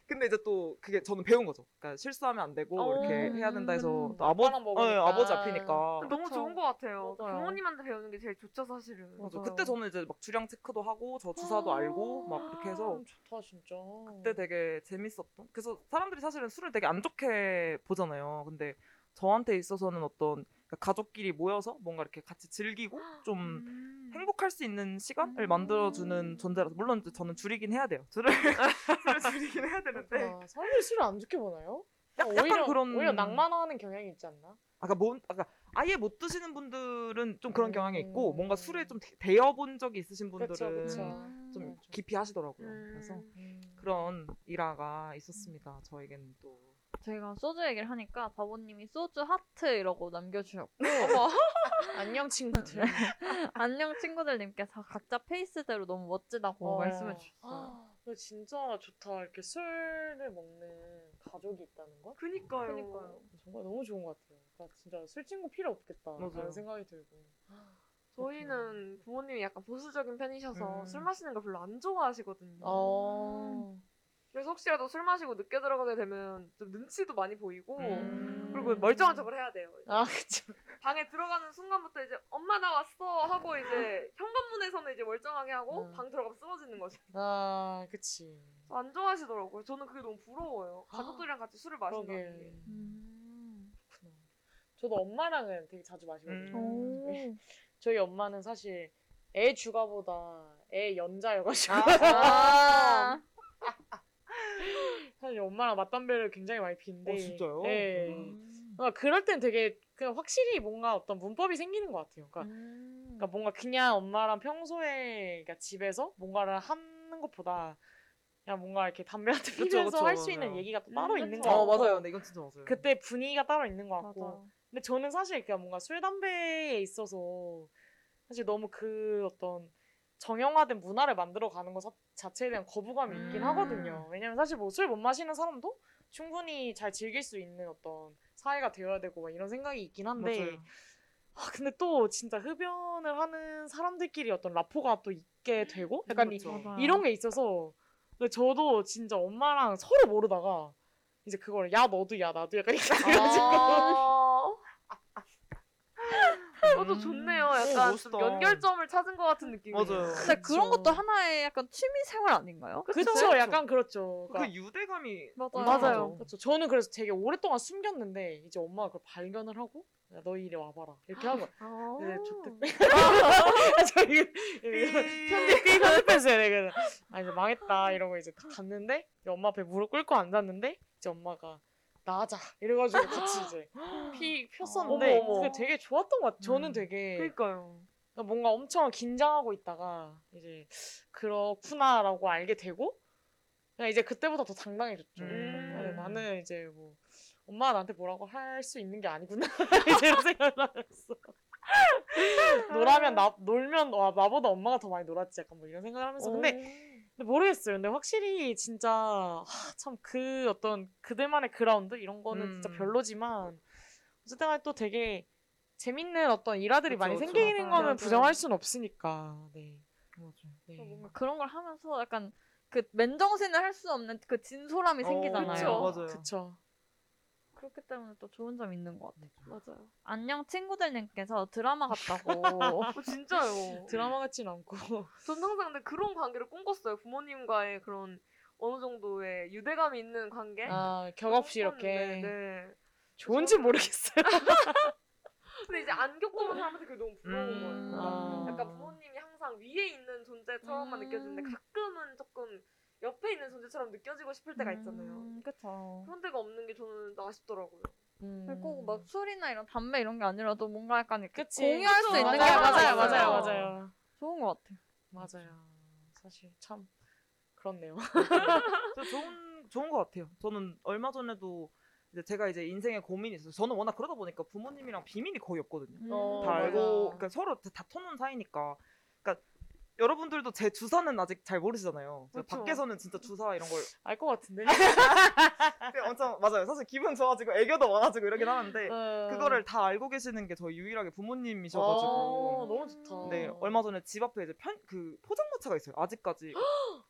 근데 이제 또 그게 저는 배운 거죠. 그러니까 실수하면 안 되고
어,
이렇게 해야 된다 해서 또
오빠랑
아버,
먹으니까.
예, 아버지 앞이니까.
너무 좋은 것 같아요.
맞아요.
부모님한테 배우는 게 제일 좋죠 사실은.
맞아. 그때 저는 이제 막 주량 체크도 하고
아.
저 주사도 알고 막 이렇게 해서
음, 좋다 진짜.
그때 되게 재밌었던. 그래서 사람들이 사실은 술을 되게 안 좋게 보잖아요. 근데 저한테 있어서는 어떤 그러니까 가족끼리 모여서 뭔가 이렇게 같이 즐기고
음.
좀
음.
행복할 수 있는 시간을 만들어주는 존재라서 물론 이제 저는 줄이긴 해야 돼요. 술을 술을 줄이긴 해야 되는데
아, 사람들이 술을 안 좋게 보나요? 어,
약- 약간
오히려,
그런-
오히려 낭만화하는 경향이 있지 않나?
아까 뭔 아까 아예 못 드시는 분들은 좀 그런 경향이 있고
음.
뭔가 술에 좀 대- 대여본 적이 있으신 분들은
그쵸, 그쵸.
좀
맞아.
깊이 하시더라고요.
어,
음.
그래서 [laughs] 그런 일화가 있었습니다. 저에게는 또.
제가 소주 얘기를 하니까 바보님이 소주 하트 이러고 남겨주셨고 [laughs]
안녕 친구들.
안녕 친구들님께서 각자 페이스대로 너무 멋지다고
어.
말씀해 주셨어요.
아, 근데 진짜 좋다. 이렇게 술을 먹는 가족이 있다는 거?
그니까요.
그니까요. 정말 너무 좋은 것 같아요. 그러니까 진짜 술 친구 필요 없겠다.
맞아요.
라는 생각이 들고.
저희는 부모님이 약간 보수적인 편이셔서
음.
술 마시는 걸 별로 안 좋아하시거든요.
어.
그래서 혹시라도 술 마시고 늦게 들어가게 되면 좀 눈치도 많이 보이고
음.
그리고 뭐 멀쩡한 척을 해야 돼요.
아 [laughs] 그쵸.
방에 들어가는 순간부터 이제 엄마 나 왔어 하고
[laughs]
이제 현관문에서는 이제 멀쩡하게 하고
음.
방 들어가면 쓰러지는 거죠.
아 그치.
안 좋아하시더라고요. 저는 그게 너무 부러워요. 가족들이랑 같이 술을 마신다는 게.
그러게.
음.
그렇구나. 저도 엄마랑은 되게 자주 마시거든요.
음.
네.
음.
저희 엄마는 사실 애 주가보다 애 연자여가지고
아.
사실 엄마랑 맞담배를 굉장히 많이 피는데.
어, 진짜요? 음.
네. 그러니까 그럴 땐 되게 그냥 확실히 뭔가 어떤 문법이 생기는 것 같아요. 그러니까, 그러니까 뭔가 그냥 엄마랑 평소에 그러니까 집에서 뭔가를 하는 것보다 그냥 뭔가 이렇게 담배 한테
그쵸,
피면서
그쵸,
할 수
맞아요.
있는 얘기가 또 따로 있는 것
어
같고
맞아요. 네 이건 진짜 맞아요.
그때 분위기가 따로 있는 것 같고
맞아.
근데 저는 사실 그냥 뭔가 술 담배에 있어서 사실 너무 그 어떤 정형화된 문화를 만들어 가는 것 자- 자체에 대한 거부감이 있긴
음.
하거든요. 왜냐면 사실 뭐 술 못 마시는 사람도 충분히 잘 즐길 수 있는 어떤 사회가 되어야 되고 막 이런 생각이 있긴 한데
맞아요.
아, 근데 또 진짜 흡연을 하는 사람들끼리 어떤 라포가 또 있게 되고 약간 이,
그렇죠.
이런 게 있어서 근데 저도 진짜 엄마랑 서로 모르다가 이제 그걸 야 너도 야 나도 약간 이렇게 돼가지고
아. 그것도
음.
좋네요.
오,
약간 좀
멋있다.
연결점을 찾은 것 같은 느낌이.
맞아요.
근데 그런 것도 하나의 약간 취미 생활 아닌가요?
그쵸, 약간 그렇죠.
그
그러니까
유대감이
맞아요.
맞아요. 그렇죠. 저는 그래서 되게 오랫동안 숨겼는데 이제 엄마가 그걸 발견을 하고 야, 너 이리 와봐라 이렇게 하고 [laughs] 네, 좋대. 저 이거
네.
이거 편집 삐 편집했어요. 내가 아 이제 망했다 이러고 이제 딱 갔는데 이제 엄마 앞에 무릎 꿇고 앉았는데 이제 엄마가 나자 이래가지고 같이 이제 피 폈었는데
어머, 어머.
그게 되게 좋았던 것 같아요. 저는
음.
되게
그러니까요.
뭔가 엄청 긴장하고 있다가 이제 그렇구나라고 알게 되고 그냥 이제 그때보다 더 당당해졌죠.
음.
아니, 나는 이제 뭐 엄마가 나한테 뭐라고 할 수 있는 게 아니구나 [laughs] 이제 생각났어.
아.
놀라면 나 놀면 와, 나보다 엄마가 더 많이 놀았지 약간 뭐 이런 생각을 하면서 근데, 근데 모르겠어요. 근데 확실히 진짜 참 그 어떤 그들만의 그라운드 이런 거는
음.
진짜 별로지만 어쨌든 간에 또 되게 재밌는 어떤 일화들이
그쵸,
많이
그쵸.
생기는
맞아요,
음,
거면
네.
맞아요.
부정할 순 없으니까. 네. 네.
뭔가 그런 걸 하면서 약간 그 맨정신을 할 수 없는 그 진솔함이 생기잖아요.
어, 그쵸. 맞아요.
그쵸.
그렇기 때문에 또 좋은 점이 있는 것 같아요.
맞아요.
안녕 친구들님께서 드라마 같다고.
어, 진짜요.
드라마 같진 않고.
전 항상 근데 그런 관계를 꿈꿨어요. 부모님과의 그런 어느 정도의 유대감이 있는 관계.
네.
아, 격없이 이렇게.
꿈꿨는데, 네.
좋은지 모르겠어요.
근데 이제 안 겪어본 사람한테 그게 너무 부러운
음.
거예요. 그러니까
아.
약간 부모님이 항상 위에 있는 존재처럼만
음.
느껴지는데 가끔은 조금 옆에 있는 존재처럼 느껴지고 싶을 [laughs] 때가 있잖아요.
음, 그쵸.
그런 데가 없는 게 저는 아쉽더라고요.
음.
그리고 막 술이나 이런 담배 이런 게 아니라도 뭔가 약간 이렇게
그치.
공유할 수
그쵸,
있는 게
맞아요,
하나
맞아요,
있어요.
맞아요, 맞아요.
좋은 것 같아요.
맞아요. 사실 참 그렇네요. [laughs]
진짜 좋은 좋은 것 같아요. 저는 얼마 전에도 이제 제가 이제 인생에 고민이 있어서 저는 워낙 그러다 보니까 부모님이랑 비밀이 거의 없거든요.
음.
어,
다
맞아.
알고 그러니까 서로 다, 다 터놓은 사이니까. 그러니까 여러분들도 제 주사는 아직 잘 모르시잖아요. 제가
그쵸.
밖에서는 진짜 주사 이런 걸
알 것 같은데.
근데 엄청 맞아요. 사실 기분 좋아지고 애교도 많아지고 이러긴 하는데
그거를
그거를 다 알고 계시는 게 저희 유일하게
어,
부모님이셔가지고.
너무 좋다.
네 얼마 전에 집 앞에 이제 편 그 포장마차가 있어요 아직까지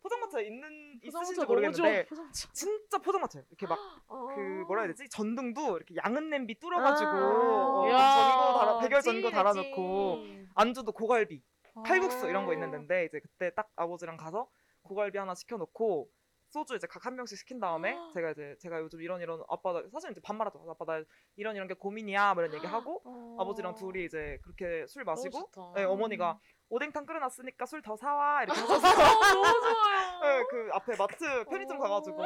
포장마차 있는 있으신지 모르겠는데 진짜 포장마차예요 이렇게 막
아.
그
아.
뭐라 해야 되지 전등도 이렇게 양은 냄비 뚫어가지고 어,
아. 이야.
전구 달아 백열 전구 달아놓고 안주도 고갈비
아.
칼국수 이런 거 있는데 이제 그때 딱 아버지랑 가서 고갈비 하나 시켜놓고 소주 이제 각 한 병씩 시킨 다음에
아.
제가 이제 제가 요즘 이런 이런 아빠 나 사실 이제 반말하죠 아빠 나 이런 이런 게 고민이야 뭐 이런
아.
얘기하고
어.
어.
아버지랑 둘이 이제 그렇게 술 마시고 네,
음.
어머니가 오뎅탕 끓여놨으니까 술 더 사와
[laughs]
이렇게 하셔서
어, 너무 좋아요.
[laughs] 네, 그 앞에 마트
어.
편의점 가가지고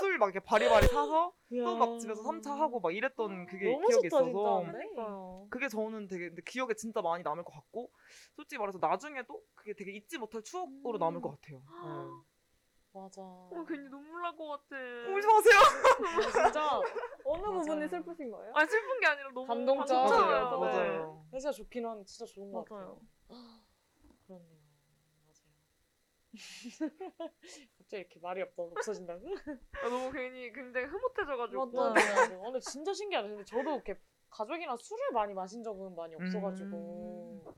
술 막 이렇게 바리바리 사서 또 막 집에서 3차 하고 막 이랬던 그게
너무
기억이
좋다,
있어서
네.
진짜.
그러니까요.
그게 저는 되게 근데 기억에 진짜 많이 남을 것 같고 솔직히 말해서 나중에도 그게 되게 잊지 못할 추억으로 남을 것 같아요. 네.
맞아.
어, 괜히 눈물 날 것 같아.
울지 마세요.
아, 진짜
어느
부분이
슬프신 거예요? 아 슬픈 게 아니라 너무
감동적.
감동적이어서, 네.
맞아요.
회사 좋긴 한 진짜 좋은 것
맞아요.
같아요. 그렇네요. 맞아요. [laughs] 갑자기 이렇게 말이 없다 없어진다고?
아, 너무 괜히 굉장히 흐뭇해져가지고.
맞아요. 맞아요. 어, 근데 진짜 신기하네. 근데 저도 이렇게 가족이랑 술을 많이 마신 적은 많이 없어가지고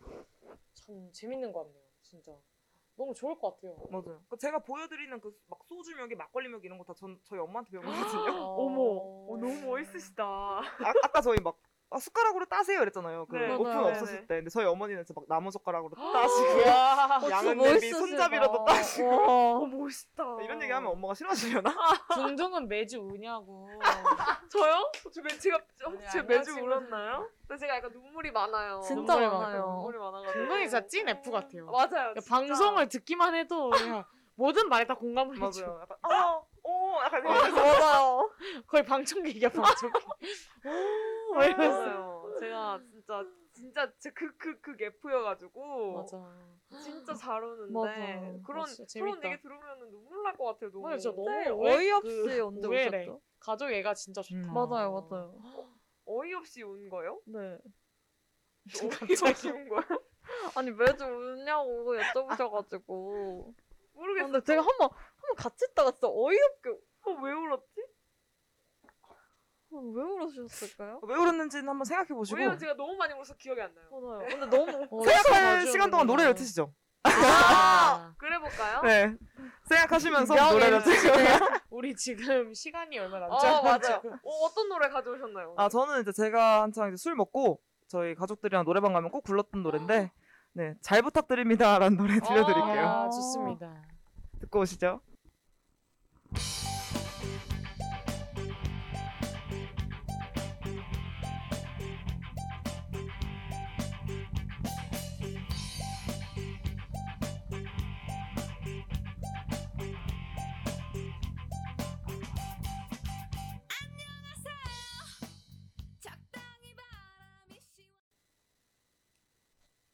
참 재밌는 것 같네요. 진짜 너무 좋을 것 같아요.
맞아요. 그 제가 보여드리는 그 막 소주 명이 막걸리 명이 이런 거 다 전 저희 엄마한테 배운 거거든요.
어머, 어, 너무 멋있으시다.
아, 아까 저희 막 아, 숟가락으로 따세요 이랬잖아요. 그
네.
오픈
맞아요.
없었을
네네.
때. 근데 저희 어머니는 진짜 막 나무 젓가락으로 따시고 [laughs]
야,
양은 냄비 손잡이라도 따시고
[laughs] 어, 멋있다.
이런 얘기하면 엄마가 싫어하시려나?
둥둥은 매주 우냐고.
저요?
어,
저 매, 제가 혹시
아니,
제가 매주
아니야,
울었나요? 근데 제가 약간 눈물이 많아요.
진짜
눈물이
많아요.
눈물이 많아가지고. 어.
둥둥이 진짜 찐 F 같아요.
맞아요.
그러니까
진짜.
방송을 듣기만 해도 그냥 모든 말에 다 공감을 해줘.
맞아요. 약간 어
오, 약간 맞아요.
거의 방청객이야 방청객. 오, 막 이러면서.
맞아요. 어, 제가 진짜 진짜 제그그그 F여가지고
맞아.
진짜 잘 오는데
맞아.
그런
아, 진짜
그런
재밌다.
얘기 들으면 눈물 날 것 같아요. 너무.
맞아, 저 너무
네,
오해-
어이없이
그
언제
오해래. 어.
오셨죠?
가족 애가 진짜 좋다.
음.
맞아요, 맞아요.
어이없이 운
[laughs]
거요?
네.
어이없이 운 거요?
아니 매주 웃냐고 여쭤보셔가지고.
모르겠어요.
아, 근데 제가 한번 한 번 같이 있다가 진짜 어이없게
어, 왜 울었지?
어, 왜 울으셨을까요?
왜 울었는지는 한번 생각해 보시고
왜냐면 제가 너무 많이 울어서 기억이 안 나요.
맞아요. 근데 너무
어, 생각할 시간 동안 노래를 트시죠.
아,
그래 볼까요?
네. 생각하시면서 노래를 트시고.
우리 지금 시간이 얼마 남지
어
않았죠.
맞아요. 어, 어떤 노래 가져오셨나요? 오늘?
아 저는 이제 제가 한창 이제 술 먹고 저희 가족들이랑 노래방 가면 꼭 불렀던 노래인데 네, 잘 부탁드립니다라는 노래 들려드릴게요.
아, 좋습니다.
듣고 오시죠.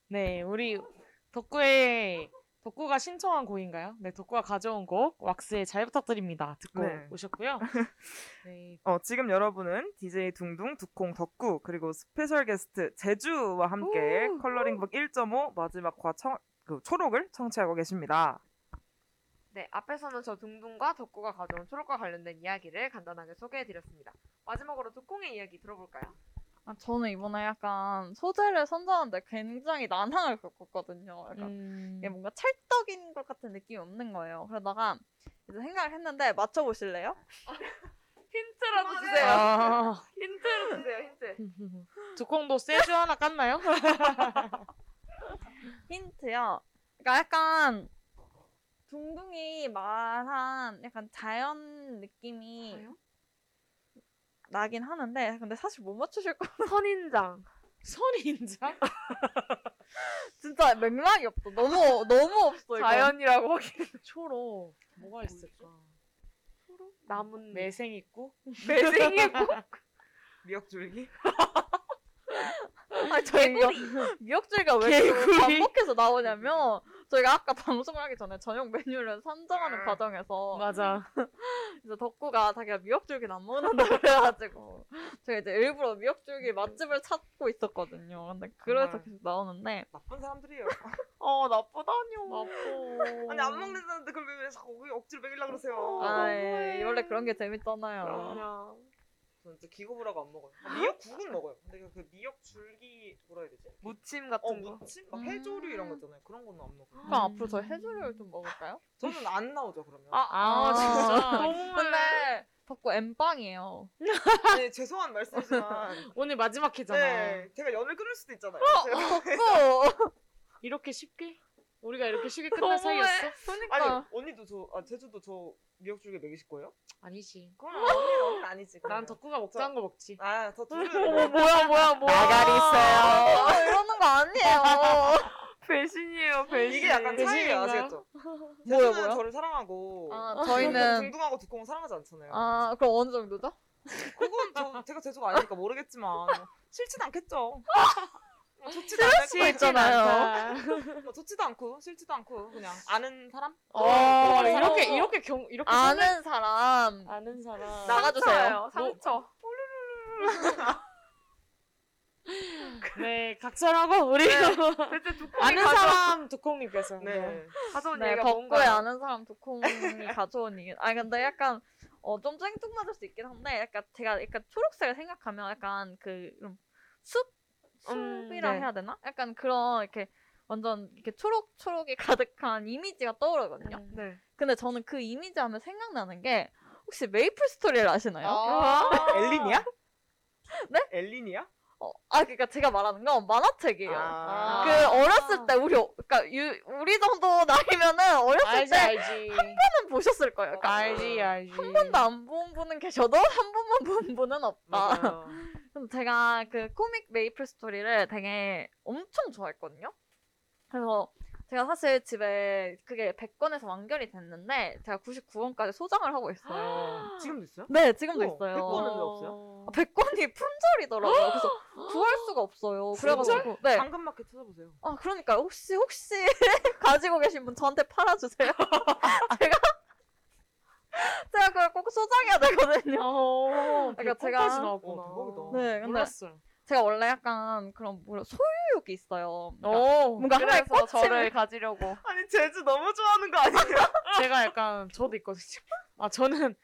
네, 우리 덕구의 덕구가 신청한 곡인가요? 네, 덕구가 가져온 곡 왁스의 잘 부탁드립니다. 듣고
네.
오셨고요. 네,
어, 지금 여러분은 DJ 둥둥, 두콩, 덕구 그리고 스페셜 게스트 제주와 함께 컬러링북 1.5 마지막 과 청, 그 초록을 청취하고 계십니다.
네, 앞에서는 저 둥둥과 덕구가 가져온 초록과 관련된 이야기를 간단하게 소개해드렸습니다. 마지막으로 두콩의 이야기 들어볼까요?
아, 저는 이번에 약간 소재를 선정하는데 굉장히 난항을 겪었거든요. 약간
음,
이게 뭔가 찰떡인 것 같은 느낌이 없는 거예요. 그러다가 이제 생각을 했는데 맞춰보실래요?
힌트라도
[laughs]
주세요.
아,
힌트라도 주세요.
[laughs]
힌트.
[laughs] 두콩도 세주 하나 깠나요?
힌트요. 그러니까 약간 둥둥이 말한 약간 자연 느낌이 나긴 하는데 근데 사실 못 맞추실 거
선인장.
선인장?
진짜 맥락이 없어. 너무 너무 없어 이거.
자연이라고 하기.
초로 뭐가 있을까?
남은
매생 있고
매생이의 꽃.
미역줄기?
[laughs]
아니, 저희가 [laughs] 미역줄기가 왜
개구리.
또 반복해서 나오냐면 저희가 아까 [laughs] 방송을 하기 전에 저녁 메뉴를 선정하는 과정에서
아, 맞아.
[laughs] 이제 덕구가 자기가 미역줄기는 안 먹는다 그래가지고 [laughs] 제가 이제 일부러 미역줄기 맛집을 찾고 있었거든요. 근데 그래서
정말.
계속 나오는데
나쁜 사람들이에요.
어 나쁘다뇨.
나쁘.
아니 안 먹는다는데 그걸 왜 자꾸 거기 억지로 먹이려
어,
그러세요?
아 예, 원래 그런 게 재밌잖아요.
그냥
저는 진짜 기고브라고 안 먹어요. 미역 국은 먹어요. 근데 그 미역 줄기 뭐라 해야 되지?
무침 같은
어
거.
무침 막 해조류 이런 거 있잖아요. 그런 거는 안 먹어요.
음.
그럼 앞으로 저 해조류를 좀 먹을까요?
저는 안 나오죠 그러면.
아, 아, 진짜.
근데 덕구 엠빵이에요.
네, 죄송한 말씀이지만
오늘 마지막 회잖아.
네 제가 연을 끊을 수도 있잖아요. 제가-
덕구!
이렇게 쉽게? 우리가 이렇게 쉽게 끝날 사이였어?
아니
그러니까
언니도 저 아, 제주도 저 미역 줄기 먹이실 거예요?
아니지.
그럼 언니는 언니는 아니지.
난 덕구가 먹자는 거 먹지.
아저
어머
둘은
뭐야 뭐야 뭐야.
나가리
[laughs]
있어요.
아, 이러는 거 아니에요.
[laughs]
배신이에요 배신.
이게 약간 차이예요
배신인가요?
아시겠죠?
뭐야,
제주는
뭐야?
저를 사랑하고
아,
저희는
[laughs]
저희는
둥둥하고 두콩은 사랑하지 않잖아요.
아 그럼 어느 정도죠?
그건 저, 제가 제주가 아니니까 모르겠지만 뭐 싫진 않겠죠. 뭐 좋지도
싫진
않을 거예요.
않다.
뭐 좋지도 않고 싫지도 않고 그냥 아는 사람?
어,
그런
이렇게
사람.
이렇게 경 이렇게 설레-
아는 사람
아는 사람.
나가주세요. 뭐,
상처.
네 각설하고 우리
대체 두콩이
아는
가져-
사람 두콩님께서.
네.
가져온
네,
얘기가
덕구에
뭔가요?
아는 사람 두콩이 가져온 이유. 아 근데 약간 어, 좀 쨍뚱 맞을 수 있긴 한데 약간 제가 약간 초록색을 생각하면 약간 그 이런 숲
음,
숲이라
네.
해야 되나? 약간 그런 이렇게 완전 이렇게 초록 초록이 가득한 이미지가 떠오르거든요.
음.
네.
근데 저는 그 이미지 하면 생각나는 게 혹시 메이플 스토리를 아시나요?
엘린이야?
네?
엘린이야?
어, 아 그러니까 제가 말하는 건 만화책이에요.
아.
그 어렸을 때 우리 어- 그러니까 유- 우리 정도 나이면은 어렸을
알지
때는
알지.
보셨을 거예요. 그러니까
알지 알지.
한 번도 안 본 분은 계셔도 한 번만 [laughs] 본 분은 없다.
맞아요.
그래서 제가 그 코믹 메이플 스토리를 되게 엄청 좋아했거든요. 그래서 제가 사실 집에 그게 100권에서 완결이 됐는데 제가 99권까지 소장을 하고
[gasps]
있어요.
지금도 있어요?
네, 지금도
우와,
있어요.
100권은 왜 없어요?
100권이 품절이더라고요.
[gasps]
그래서 구할 수가 없어요. 그래가지고 네.
당근마켓 찾아보세요.
아 그러니까 혹시 혹시 [laughs] 가지고 계신 분 저한테 팔아주세요. 제가 [laughs] 제가 그걸 꼭 소장해야 되거든요. 그러니까 제가
까지 나왔구나.
어,
네, 근데
몰랐어요.
제가 원래 약간 그런 뭐라 소유욕이 있어요. 그러니까
어.
뭔가 하나에
그래서
꽂히는
저를 가지려고.
아니 제주 너무 좋아하는 거 아니에요?
제가 약간 저도 있거든요. 아 저는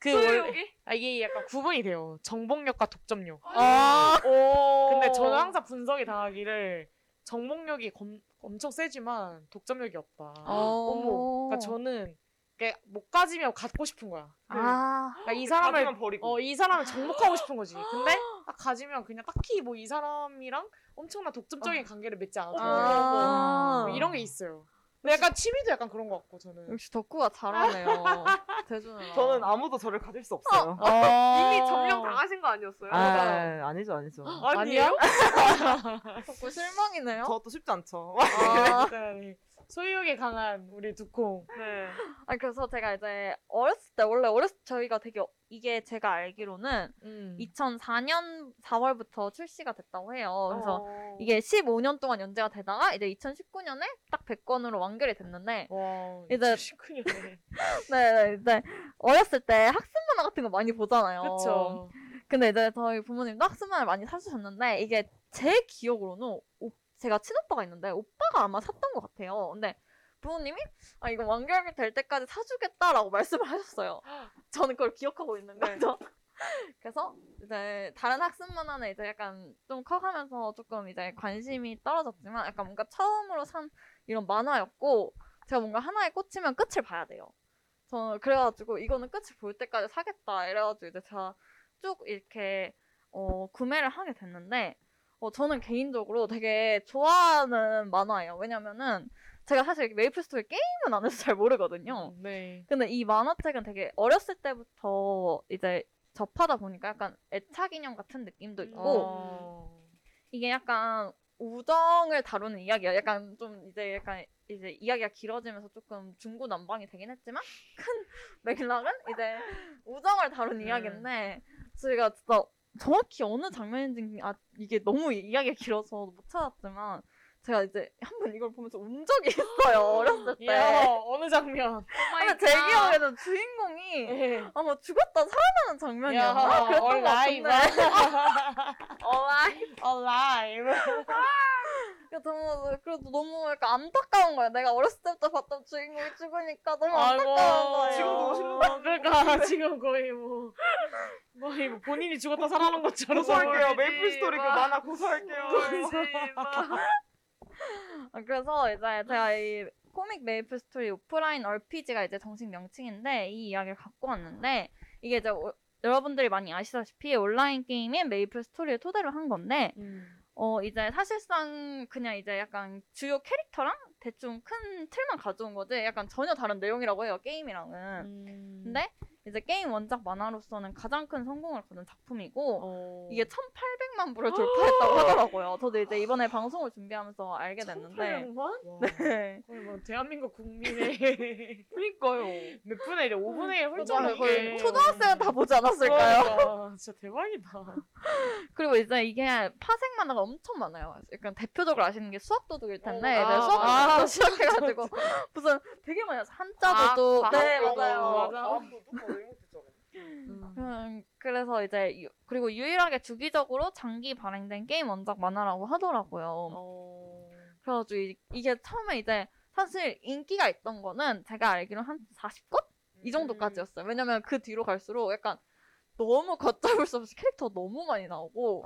그 원래 아 이게 약간 구분이 돼요. 정복력과 독점력.
아,
근데 저는 항상 분석이 당하기를 정복력이 검- 엄청 세지만 독점력이 없다.
어. 아. 어머.
그러니까 저는 이게 못 가지면 갖고 싶은 거야.
아,
그러니까 이 사람을
가지만 버리고.
어, 이 사람을 정복하고 싶은 거지. 근데 딱 가지면 그냥 딱히 뭐 이 사람이랑 엄청난 독점적인 관계를 맺지 않아도
아.
뭐 이런 게 있어요. 근데 약간 취미도 약간 그런 것 같고 저는.
역시 덕구가 잘하네요. 대준아.
저는 아무도 저를 가질 수 없어요.
이미 점령 당하신 거 아니었어요?
아, 아니죠, 아니죠.
아니에요?
덕구 실망이네요.
저것도 쉽지 않죠.
아,
네. 소유욕에 강한 우리 두콩.
네.
아니, 그래서 제가 이제 어렸을 때 원래 어렸을 때 저희가 되게 어- 이게 제가 알기로는 2004년 4월부터 출시가 됐다고 해요. 그래서
어.
이게 15년 동안 연재가 되다가 이제 2019년에 딱 100권으로 완결이 됐는데
와,
이제-
19년에.
[laughs] 네, 네, 네. 어렸을 때 학습 만화 같은 거 많이 보잖아요.
그쵸.
근데 이제 저희 부모님도 학습 만화를 많이 사주셨는데 이게 제 기억으로는 오- 제가 친오빠가 있는데 오빠가 아마 샀던 것 같아요. 근데 부모님이 아 이거 완결이 될 때까지 사주겠다라고 [laughs] 말씀을 하셨어요. 저는 그걸 기억하고 있는 거죠. [laughs] 그래서 이제 다른 학습 만화는 이제 약간 좀 커가면서 조금 이제 관심이 떨어졌지만 약간 뭔가 처음으로 산 이런 만화였고 제가 뭔가 하나에 꽂히면 끝을 봐야 돼요. 저 그래가지고 이거는 끝을 볼 때까지 사겠다 이래가지고 이제 제가 쭉 이렇게 어, 구매를 하게 됐는데 어, 저는 개인적으로 되게 좋아하는 만화예요. 왜냐면은 제가 사실 메이플스토리 게임은 안 해서 잘 모르거든요.
네.
근데 이 만화책은 되게 어렸을 때부터 이제 접하다 보니까 약간 애착 인형 같은 느낌도 있고
어.
이게 약간 우정을 다루는 이야기야. 약간 좀 이제 약간 이제 이야기가 길어지면서 조금 중구난방이 되긴 했지만 큰 [laughs] 맥락은 이제 우정을 다룬 이야기인데 저희가 진짜 정확히 어느 장면인지 아 이게 너무 이야기가 길어서 못 찾았지만 제가 이제 한 번 이걸 보면서 운 적이 있어요 어렸을 때.
야, 네. 어느 장면.
근데 제 기억에는 주인공이
예.
아마 뭐 죽었다 살아나는 장면이었나?
야, 어,
그랬던 것
얼라이브.
같은데
얼라이브.
야, 너무, [laughs] 그래도 너무 약간 안타까운 거야. 내가 어렸을 때부터 봤던 주인공이 죽으니까 너무 안타까운 거예요.
지금 너무 심각한 그러니까 지금 거의 뭐 거의 뭐 본인이 죽었다 살아난 것처럼
[laughs] 고소할게요. 메이플 스토리 그 만화 고소할게요.
아,
아, 그래서 이제 제가 이 코믹 메이플 스토리 오프라인 RPG가 이제 정식 명칭인데 이 이야기를 갖고 왔는데 이게 이제 오- 여러분들이 많이 아시다시피 온라인 게임인 메이플 스토리를 토대로 한 건데 어 이제 사실상 그냥 이제 약간 주요 캐릭터랑 대충 큰 틀만 가져온 거지 약간 전혀 다른 내용이라고 해요 게임이랑은
네?
근데 이제 게임 원작 만화로서는 가장 큰 성공을 거둔 작품이고 이게 1,800만 부를 돌파했다고 하더라고요. 저도 이제 이번에 방송을 준비하면서 알게 됐는데.
만
네.
거의 뭐 대한민국 국민의
그니까요.
몇 분의 1, 5분의 1 훌쩍
맞아요.
넘게
거의 초등학생은 다 보지 않았을까요?
그러니까, 진짜 대박이다.
그리고 이제 이게 파생 만화가 엄청 많아요. 약간 대표적으로 아시는 게 수학도둑일 텐데
어,
네,
아,
수학도둑
맞아.
아, 시작해가지고 [laughs] 무슨 되게 많아요. 한자도둑.
아,
네
과학도둑.
맞아요.
맞아.
음, 그래서 이제 유- 그리고 유일하게 주기적으로 장기 발행된 게임 원작 만화라고 하더라고요. 어. 그래가지고 이- 이게 처음에 이제 사실 인기가 있던 거는 제가 알기로 한 40권? 이 정도까지였어요. 왜냐면 그 뒤로 갈수록 약간 너무 [laughs] 걷잡을 수 없이 캐릭터 너무 많이 나오고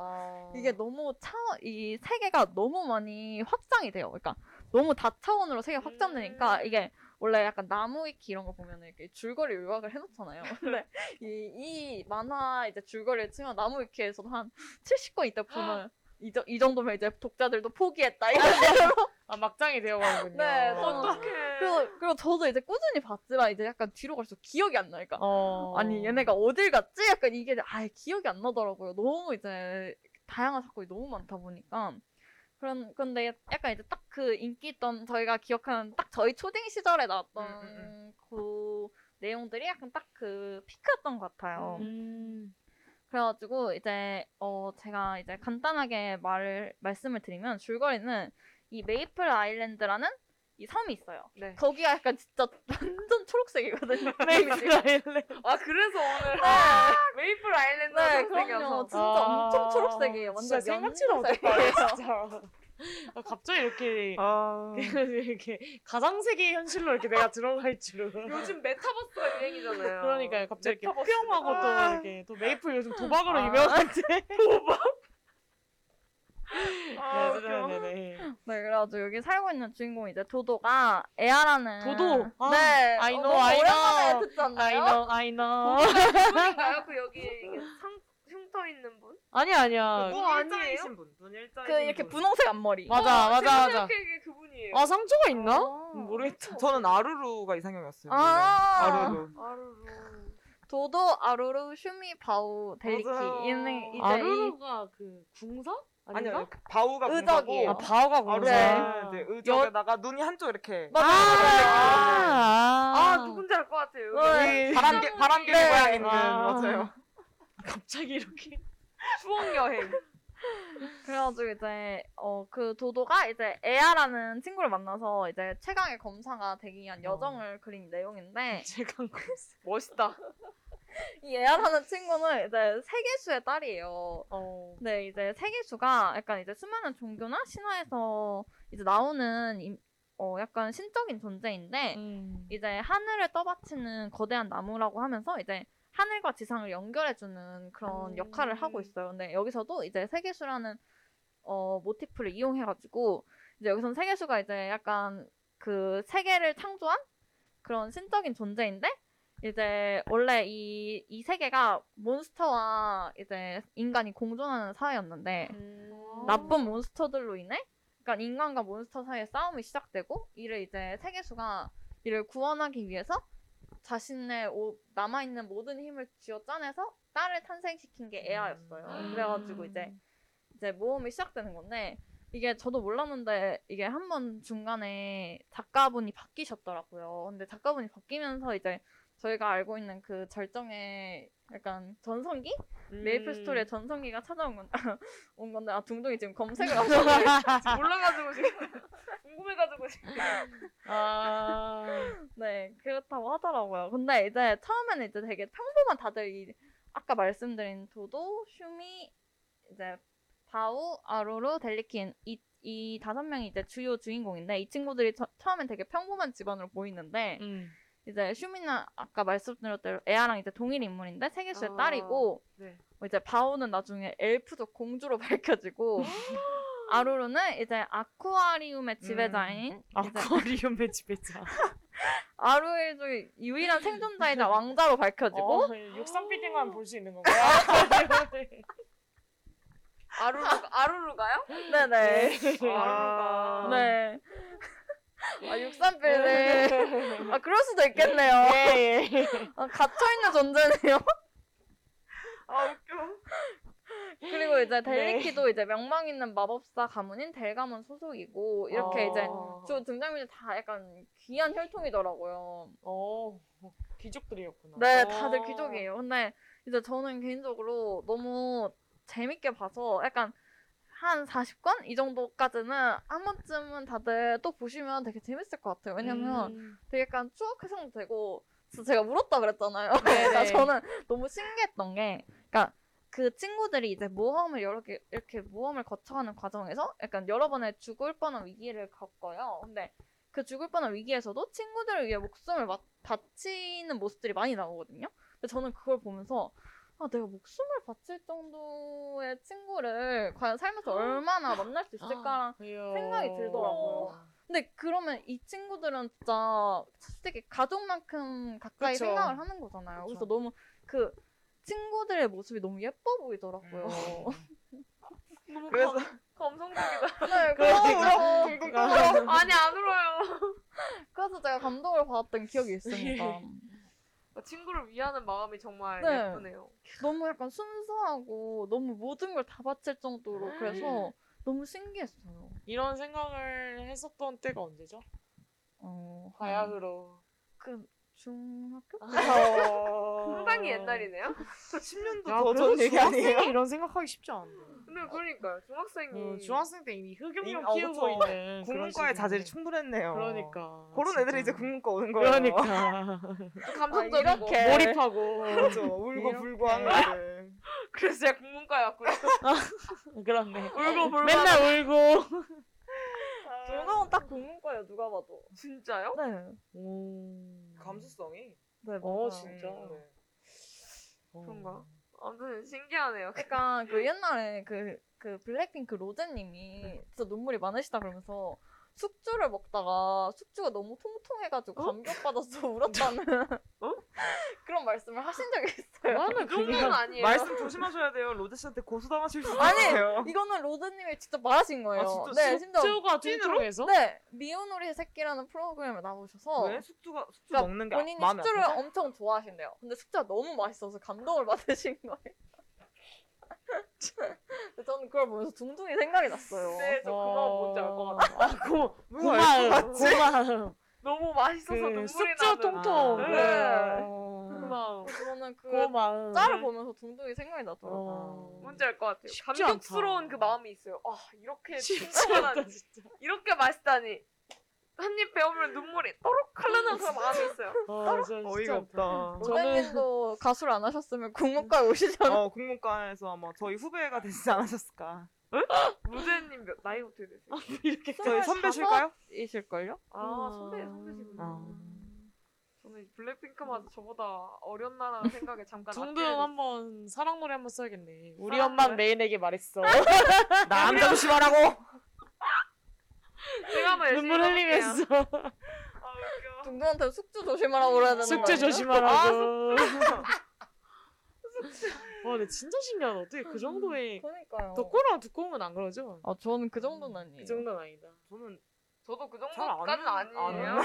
이게 너무 차원, 이 세계가 너무 많이 확장이 돼요. 그러니까 너무 다차원으로 세계가 확장되니까 이게 원래 약간 나무위키 이런 거 보면 이렇게 줄거리 요약을 해놓잖아요. 근데 이, 이 만화 이제 줄거리를 치면 나무위키에서도 한 70권 있다 보면 이, 정- 이 정도면 이제 독자들도 포기했다. 이런
아 막장이 되어가는군요.
네,
아.
저는 그리고, 그리고 저도 이제 꾸준히 봤지만 이제 약간 뒤로 갈수록 기억이 안 나니까
어.
아니 얘네가 어딜 갔지? 약간 이게 아예 기억이 안 나더라고요. 너무 이제 다양한 사건이 너무 많다 보니까 그런 근데 약간 이제 딱 그 인기 있던 저희가 기억하는 딱 저희 초딩 시절에 나왔던
음,
그 내용들이 약간 딱 그 피크였던 것
어.
같아요.
음.
그래가지고 이제 어 제가 이제 간단하게 말을 말씀을 드리면 줄거리는 이 메이플 아일랜드라는 이 섬이 있어요.
네.
거기가 약간 진짜 완전
[laughs]
초록색이거든요.
메이플 아일랜드.
아 그래서 오늘 [laughs] 메이플 아일랜드
네, 그럼요. 진짜 엄청 초록색이에요.
아, 진짜
완전
생각지도
연두색이에요.
못했다. 진짜. 아, 갑자기 이렇게
[laughs] 아,
[laughs] 이렇게 가상 세계 현실로 이렇게 내가 들어갈 줄은.
요즘 메타버스가 유행이잖아요.
그러니까 갑자기 이렇게
메타버스.
뿅하고
아.
또 이렇게 또 메이플 요즘 도박으로
아.
유명한데.
아,
네,
웃겨.
네, 네, 네.
네, 그래가지고 여기 살고 있는 주인공 이제 도도가 에아라는
도도? 아,
네,
I
어,
know,
너무
I know.
오랜만에
I
듣잖아요.
know, I know.
그분인가요? 그 여기 이게 상 흉터 있는 분?
아니야,
어,
아니야.
그거 아니에요?
뭐 일자이신 분, 눈 일자이신
그 이렇게
분.
분홍색 앞머리.
맞아, 맞아,
제가
맞아.
생각하기에 그분이에요.
아 상처가 있나?
어.
모르겠다.
음, 저는 아루루가 이상형이었어요.
아.
원래. 아루루.
아루루.
도도 아루루 슈미 바우 델리키
맞아요.
얘는 이제 이
아루루가 그 궁사? 아닌가?
아니요, 바우가
의적이에요.
아
문서고
바오가
아루루는
궁사.
이제 의적에다가 눈이 한쪽 이렇게
맞아, 맞아.
아,
아,
누군지 알 것 같아요.
네. 바람개 바람개
네.
모양 있는
아.
맞아요.
갑자기 이렇게.
추억 여행.
그래가지고 이제 어 그 도도가 이제 에아라는 친구를 만나서 이제 최강의 검사가 되기 위한 여정을 그린
[laughs]
내용인데
제가
멋있다.
이 에아라는 친구는 이제 세계수의 딸이에요.
어.
네, 이제 세계수가 약간 이제 수많은 종교나 신화에서 이제 나오는 이- 어 약간 신적인 존재인데
음.
이제 하늘을 떠받치는 거대한 나무라고 하면서 이제 하늘과 지상을 연결해주는 그런 역할을 하고 있어요. 근데 여기서도 이제 세계수라는 어, 모티프를 이용해가지고 이제 여기서는 세계수가 이제 약간 그 세계를 창조한 그런 신적인 존재인데 이제 원래 이, 이 세계가 몬스터와 이제 인간이 공존하는 사회였는데 나쁜 몬스터들로 인해 그러니까 인간과 몬스터 사이의 싸움이 시작되고 이를 이제 세계수가 이를 구원하기 위해서 자신의 오- 남아있는 모든 힘을 쥐어짜내서 딸을 탄생시킨 게 에아였어요. 그래가지고 이제 이제 모험이 시작되는 건데 이게 저도 몰랐는데 이게 한 번 중간에 작가분이 바뀌셨더라고요. 근데 작가분이 바뀌면서 이제 저희가 알고 있는 그 절정의 약간 전성기? 메이플 스토리의 전성기가 찾아온 건, [laughs] 온 건데, 아, 둥둥이 지금 검색을 하고
몰라가지고 지금 [laughs] 궁금해가지고 지금.
아.
네, 그렇다고 하더라고요. 근데 이제 처음에는 이제 되게 평범한 다들 이 아까 말씀드린 도도, 슈미, 이제 바우, 아로로, 델리킨 이, 이 다섯 명이 이제 주요 주인공인데 이 친구들이 처, 처음엔 되게 평범한 집안으로 보이는데
음.
이제 슈미는 아까 말씀드렸던 대로 에아랑 이제 동일 인물인데 세계수의
아,
딸이고
네.
뭐 이제 바오는 나중에 엘프족 공주로
[gasps]
[laughs] 밝혀지고 아로로는 이제 아쿠아리움의 지배자인 이제
음. 아쿠아리움의 지배자.
아로엘족의 유일한
[laughs]
생존자이자 왕자로 밝혀지고
어, 육상 빌딩만 볼 수 있는
아.
[laughs] 네. 건가요?
아루루 아루루가요? 예.
네네
아루루가.
네.
어.
아 육삼빌을 아 그럴 수도
[laughs]
있겠네요.
예,
아, 갇혀 있는 존재네요.
아 웃겨. 네.
그리고 이제 델리키도 이제 명망 있는 마법사 가문인 델 가문 소속이고 이렇게
어.
이제
아.
저 등장인물 다 약간 귀한 혈통이더라고요.
어, 귀족들이었구나.
네,
어.
다들 귀족이에요. 근데 이제 저는 개인적으로 너무 재밌게 봐서 약간 한 40권 이 정도까지는 한 번쯤은 다들 또 보시면 되게 재밌을 것 같아요.
음.
왜냐면
음.
되게 약간 추억 회상되고 진짜 제가 울었다 그랬잖아요. 그러니까 저는 너무 신기했던 게 그러니까 그 친구들이 이제 모험을 여러 개 이렇게 모험을 거쳐가는 과정에서 약간 여러 번의 죽을 뻔한 위기를 겪어요. 근데 그 죽을 뻔한 위기에서도 친구들을 위해 목숨을 막 바치는 모습들이 많이 나오거든요. 근데 저는 그걸 보면서 아, 내가 목숨을 바칠 정도의 친구를 과연 살면서 얼마나 만날 수 있을까라는
이야.
생각이 들더라고요.
어.
근데 그러면 이 친구들은 진짜 솔직히 가족만큼 가까이
그쵸.
생각을 하는 거잖아요. 그래서
그쵸.
너무 그 친구들의 모습이 너무 예뻐 보이더라고요.
음.
어. 그래서
[laughs]
[laughs]
감성적이다. 어,
네,
그러니까.
그래서,
아니 안 울어요.
그래서 제가 감동을 받았던 기억이
예.
있습니다.
친구를 위하는 마음이 정말
네.
예쁘네요.
너무 약간 순수하고 너무 모든 걸 다 바칠 정도로 그래서
예.
너무 신기했어요.
이런 생각을 했었던 때가 언제죠?
음.
어, 한
바야흐로.
그 중학교?
아,
어.
[laughs] 상당히 옛날이네요.
10년도
야,
더 전
아, 그래도
얘기 아니에요?
중학생이 이런 생각하기 쉽지 않네.
근데 그러니까 중학생이
어, 중학생 때 이미 흑염룡
음. 이- 어,
키우고
그쵸.
있는 그런
국문과의 자질이
시기인데.
충분했네요.
그러니까.
그런 애들이 이제
진짜.
국문과 오는 거예요.
그러니까. 아,
감성적이고
몰입하고.
[laughs] 그렇죠. 울고 불고 하는 애들.
그래서 제가 국문과였고요. [laughs]
그렇네.
울고 불고
맨날 울고.
불가운 딱 국문과예요 누가 봐도.
진짜요?
네.
오.
감수성이.
네
어,
맞아요.
진짜.
네.
어.
그런가? 아무튼 신기하네요.
약간 그 옛날에 그, 그 블랙핑크
네.
로제님이 진짜 눈물이 많으시다 그러면서 숙주를 먹다가 숙주가 너무
어?
통통해가지고 감격받아서 [laughs] 울었다는
[laughs]
그런 말씀을 하신 적이 있어요.
나는
그 정도는
그냥
아니에요.
말씀 조심하셔야 돼요. 로제 씨한테 고소당하실 수
아니,
있어요.
이거는 로제님이 직접 말하신 거예요.
아, 진짜
네, 심지어
숙주가 들통에서
네, 미운 우리 새끼라는 프로그램에 나오셔서
왜 숙주가 숙주
그러니까
먹는 게 아-
본인이
마음에
숙주를 어,
아파?
엄청 좋아하신대요. 근데 숙주가 너무 맛있어서 감동을 받으신 거예요. [laughs] 근데 저는 그걸 보면서 둥둥이 생각이 났어요.
네, 저 그거 뭔지 알 것 같아요.
같아. 아, 고,
뭐가 알것
고마움, 고마움.
너무 맛있어서
그
눈물이
숙주
나는.
통통.
네.
어.
고마움.
그래서 저는 그
고마움.
짤을 보면서 둥둥이 생각이 나더라고요.
어.
뭔지 알 것 같아요.
쉽지
감격스러운
않다.
그 마음이 있어요. 아 이렇게
쉽지
진짜
않다, 진짜.
이렇게 맛있다니. 한입 배우면 눈물이 또록 흘러나는 그런 마음이 있어요.
아, 진짜 쉽지
어이가
않다.
없다.
로제님도 가수를 안 하셨으면 국문과에 오시잖아요.
어, 국문과에서 아마 저희 후배가 되시지 않으셨을까.
로제님 몇- 나이가 어떻게 되세요?
이렇게
저희 그러니까 선배실까요?
이실걸요?
아 선배 선배시구나.
어. [laughs]
저는 블랙핑크마저 저보다
[laughs]
어렸나라는 생각에 잠깐
둥둥
아찔해졌어요.
한번 사랑 노래 한번 써야겠네. 우리
사랑
엄마
노래?
메인에게 말했어.
남자 조심하라고!
제가 한번 열심히
눈물
해볼게요.
흘리면서
아 웃겨.
둥둥한테 숙주 조심하라고 그래야 되는 거
숙제
아니에요?
조심하라고. 와, 근데 진짜 신기하다. 어떻게 그 정도의
그러니까요.
덕고랑 두꺼우면 안 그러죠?
아 저는 그 정도는 아니에요.
그 정도는 아니다.
저는
저도 그
잘 안-
정도까지는 아니에요.
안-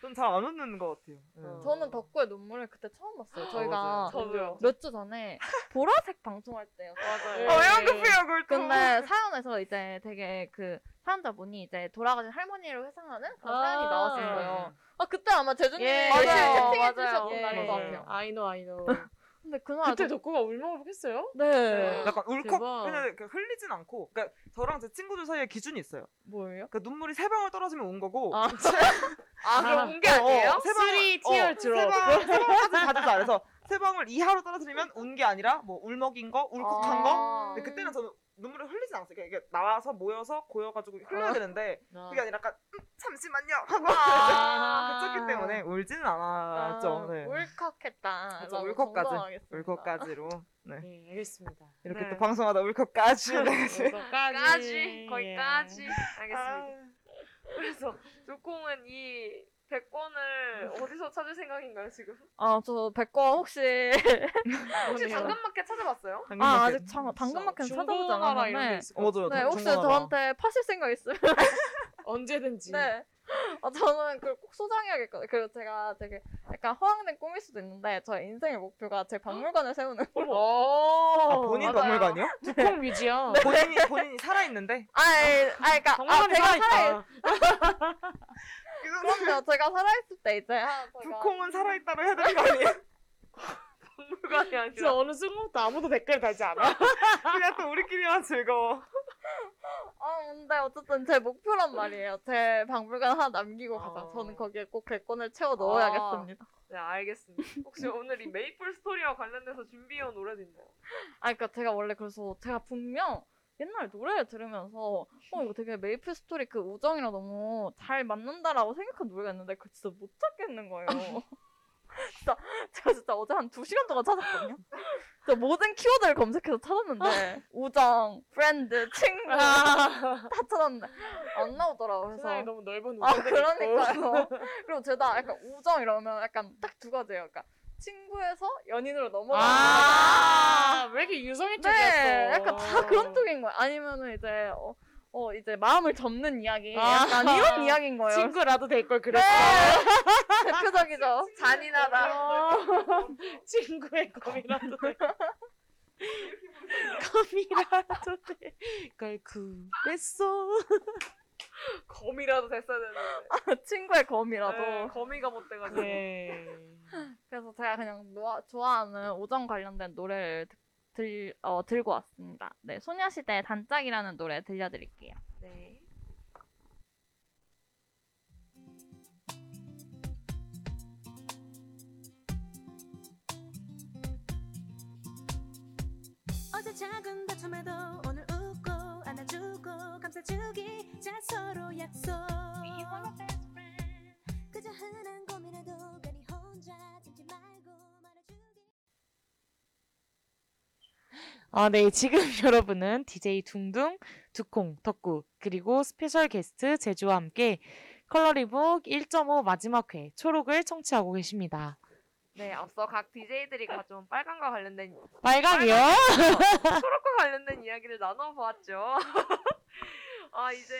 전잘안 웃는 것 같아요. 네.
저는 덕구의 눈물을 그때 처음 봤어요. 저희가
맞아요.
저도요.
몇 주 전에 [laughs] 보라색 방송할 때요.
맞아요.
어,
예.
연극해요, 그걸 또.
근데 사연에서 이제 되게 그 사연자분이 이제 돌아가신 할머니를 회상하는 그런 사연이
네.
나왔었어요. 아 그때 아마 재준님
예,
같이
맞아요,
채팅해
맞아요.
주셨던
예.
날인 것
맞아요.
같아요.
아이노 아이노.
근데 그날
그때
저-
덕고가 울먹울먹했어요?
네
약간 울컥
대박.
그냥 이렇게 흘리진 않고 그러니까 저랑 제 친구들 사이에 기준이 있어요.
뭐예요?
그러니까 눈물이 세 방울 떨어지면 운 거고
아.
아 그럼 온게 아니에요?
어, 세 방울 어,
쓰리 티얼 드롭.
세 방울 세 방울까지 받지 않아서 세 방울 이하로 떨어뜨리면 운 게 아니라 뭐 울먹인 거 울컥한
아.
거. 근데 그때는 저는 눈물을 흘리진 않았어요. 그러니까 이게 나와서 모여서 고여가지고 흘러야 되는데 그게 아니라 약간 음, 잠시만요 하고
아.
그쳤기 때문에 울지는 않았죠.
아,
네.
울컥했다.
그쵸,
라고
울컥까지.
정정하겠습니다.
울컥까지로 네.
네, 알겠습니다.
이렇게
네.
또 방송하다 울컥까지 네.
여기까지.
까지 예,
예.
거기까지 알겠습니다. [laughs] 그래서 두콩은 이 100권을 어디서 찾을 생각인가요 지금?
아저 백과 혹시
음,
혹시 당근마켓 찾아봤어요?
당근
아
마켓.
아직 참 당근마켓 찾아보지
뭐 중고나라 이런 데
않았는데
있을 것
어, 맞아요.
네 혹시
중고나라.
저한테 파실 생각 있으면
음.
같아요. 언제든지.
네. 아, 저는 그걸 꼭 소장해야겠거든요. 그리고 제가 되게 약간 허황된 꿈일 수도 있는데, 저의 인생의 목표가 제 박물관을 세우는.
오,
아,
어,
본인 박물관이요?
두콩 뮤지엄.
본인이 본인이 살아 있는데
아이, 아이, [laughs] 그니까, 아,
박물관에
제가 살아있,
살아있다.
그럼요. 제가 살아있을 때 이제, 아,
네.
제가.
북콩은 살아있다로 해야 되는 거 아니에요?
박물관이 아니라
저 어느 순간부터 아무도 댓글 달지 않아.
그냥 또 우리끼리만 즐거워.
아, 근데 어쨌든 제 목표란 말이에요. 제 박물관 하나 남기고 가자.
어.
저는 거기에 꼭 100권을 채워 넣어야겠습니다.
네 알겠습니다. 혹시 오늘 이 메이플 스토리와 관련돼서 준비해온 노래도 있나요?
아, 그니까 제가 원래 그래서 제가 분명 옛날 노래를 들으면서 어 이거 되게 메이플 스토리 그 우정이랑 너무 잘 맞는다라고 생각한 노래가 있는데 그거 진짜 못
[laughs]
찾겠는 거예요. 진짜 제가 진짜 어제 한 두 시간 동안 찾았거든요. 진짜 모든 키워드를 검색해서 찾았는데 우정, 프렌드, 친구 다 찾았는데 안 나오더라고 요
아. 세상에
그래서
너무 넓은
아
우산들이
그러니까요. [laughs] 그리고 제가 약간 우정 이러면 약간 딱 두 가지예요. 약간 친구에서 연인으로
있고.
넘어가는
아, 왜 이렇게 유성이 쪽이었어?
네, 약간
어.
다 그런 쪽인 거예요. 아니면은 이제 어, 어, 이제 마음을 접는 이야기,
아.
약간
[laughs]
이런 이야기인 거예요.
어, 친구라도 될 걸
네.
[laughs] 그랬어.
[laughs] 대표적이죠.
잔인하다.
친구의 고민라도 될. 걸. [laughs] 검이라도 될걸 그랬어.
거미라도 됐어야 되는데.
[laughs] 친구의 검이라도.
네, 거미가 못 돼가지고.
네.
그래서 제가 그냥 노아- 좋아하는 오정 관련된 노래를 듣- 들, 어, 들고 왔습니다. 네, 소녀시대 단짝이라는 노래 들려드릴게요.
네.
어제 작은 다툼에도 오늘
아,
웃고 안아주고 감싸주기 자 서로 약속
아,
그저 흔한 고민에도 괜히 혼자 참지 말고 말해주기
아, 네. 지금 [laughs] 여러분은 DJ 둥둥, 두콩, 덕구, 그리고 스페셜 게스트 제주와 함께 컬러리북 1.5 마지막 회 초록을 청취하고 계십니다.
네, 앞서 각 DJ들이 가져온 빨강과 관련된
빨강이요?
초록과 관련된 이야기를 나눠보았죠. [laughs] 아 이제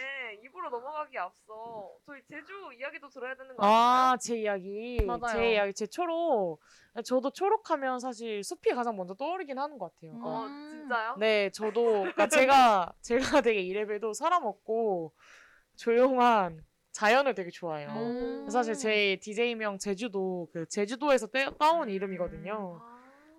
입으로 넘어가기 앞서 저희 제주 이야기도 들어야 되는 거 아닌가요?
아, 제 이야기.
맞아요.
제 이야기, 제 초록. 저도 초록하면 사실 숲이 가장 먼저 떠오르긴 하는 것 같아요.
어 진짜요?
네, 저도 그러니까 제가 제가 되게 이래봬도 사람 없고 조용한 자연을 되게 좋아해요. 네.
음.
사실 제 DJ명 제주도 그 제주도에서 떼, 따온
음.
이름이거든요.
아.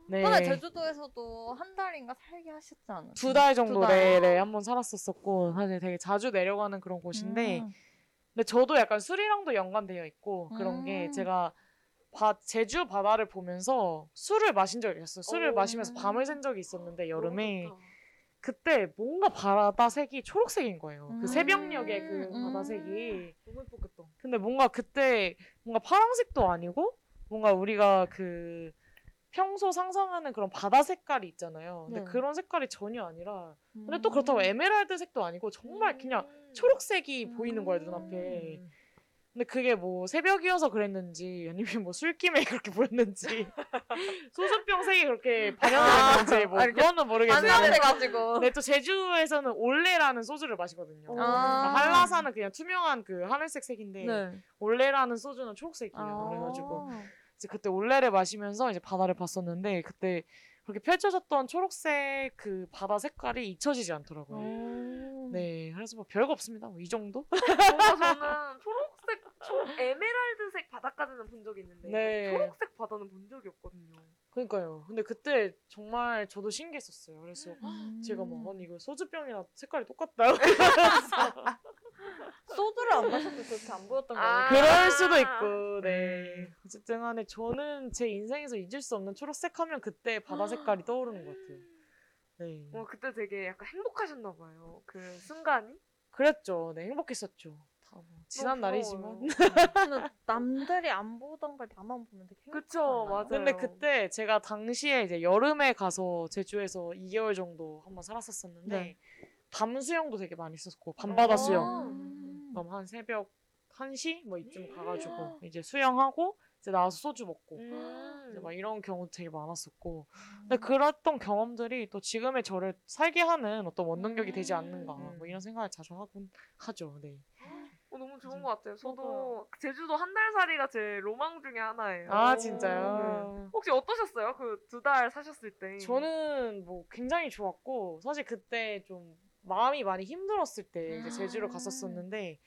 네.
이번에 제주도에서도 한 달인가 살게 하셨지 않았나요?
두 달 정도
두 달.
내내 한번 살았었었고 사실 되게 자주 내려가는 그런 곳인데
음.
근데 저도 약간 술이랑도 연관되어 있고 그런 게
음.
제가 바, 제주 바다를 보면서 술을 마신 적이 있었어요. 술을
오.
마시면서 밤을 샌 적이 있었는데 여름에
너무 좋다.
그때 뭔가 바다색이 초록색인 거예요.
음.
그 새벽녘의 그
음.
바다색이.
너무 예뻤겠다.
근데 뭔가 그때 뭔가 파란색도 아니고 뭔가 우리가 그 평소 상상하는 그런 바다 색깔이 있잖아요. 근데
네. 음.
그런 색깔이 전혀 아니라 근데 또 그렇다고 에메랄드 색도 아니고 정말 그냥
음.
초록색이 보이는 거예요 눈앞에.
음.
근데 그게 뭐 새벽이어서 그랬는지 아니면 뭐 술김에 [laughs] 그렇게
[laughs]
보였는지 소주병 색이 그렇게 반영됐는지 뭐 그거는 모르겠는데
아. 반납돼가지고.
근데 또 제주에서는 올레라는 소주를 마시거든요. 그러니까
아.
한라산은 그냥 투명한 그 하늘색 색인데
네.
올레라는 소주는 초록색이에요.
아.
그래가지고 이제 그때 올레를 마시면서 이제 바다를 봤었는데 그때 그렇게 펼쳐졌던 초록색 그 바다 색깔이 잊혀지지 않더라고요.
어.
네, 그래서 뭐 별거 없습니다. 뭐 이 정도?
네, 뭔가 저는 초록색, 초 에메랄드색 바닷가는 본 적이 있는데
네.
초록색 바다는 본 적이 없거든요.
그러니까요. 근데 그때 정말 저도 신기했었어요. 그래서
음.
제가 막 아니 이거 소주병이랑 색깔이 똑같다. [laughs]
소주를 안 마셔도 그렇게 안 보였던 거
아.
아요
그럴 수도 있고, 네. 어쨌든 간에 저는 제 인생에서 잊을 수 없는 초록색 하면 그때 바다 색깔이 떠오르는 것 같아요. 네.
어, 그때 되게 약간 행복하셨나 봐요. 그 순간이.
그랬죠. 네, 행복했었죠. 다뭐 지난
너무
날이지만.
부러워요.
남들이 안 보던 걸 나만 보면 되게 행복하잖아요.
[laughs] 그쵸, 맞아요.
근데 그때 제가 당시에 이제 여름에 가서 제주에서 2개월 정도 한번 살았었었는데
네.
밤 수영도 되게 많이 했었고 밤바다 수영.
어.
음.
그럼 한 새벽 1시 뭐 이쯤 가가지고 이제 수영하고 이제 나와서 소주 먹고
음.
이제 막 이런 경우도 되게 많았었고 근데 그랬던 경험들이 또 지금의 저를 살게 하는 어떤 원동력이 되지 않는가 뭐 이런 생각을 자주 하곤 하죠. 네.
어, 너무 좋은 것 같아요. 저도 제주도 한 달 살이가 제 로망 중에 하나예요.
아 진짜요?
혹시 어떠셨어요? 그 두 달 사셨을 때.
저는 뭐 굉장히 좋았고 사실 그때 좀 마음이 많이 힘들었을 때 이제 제주를 갔었었는데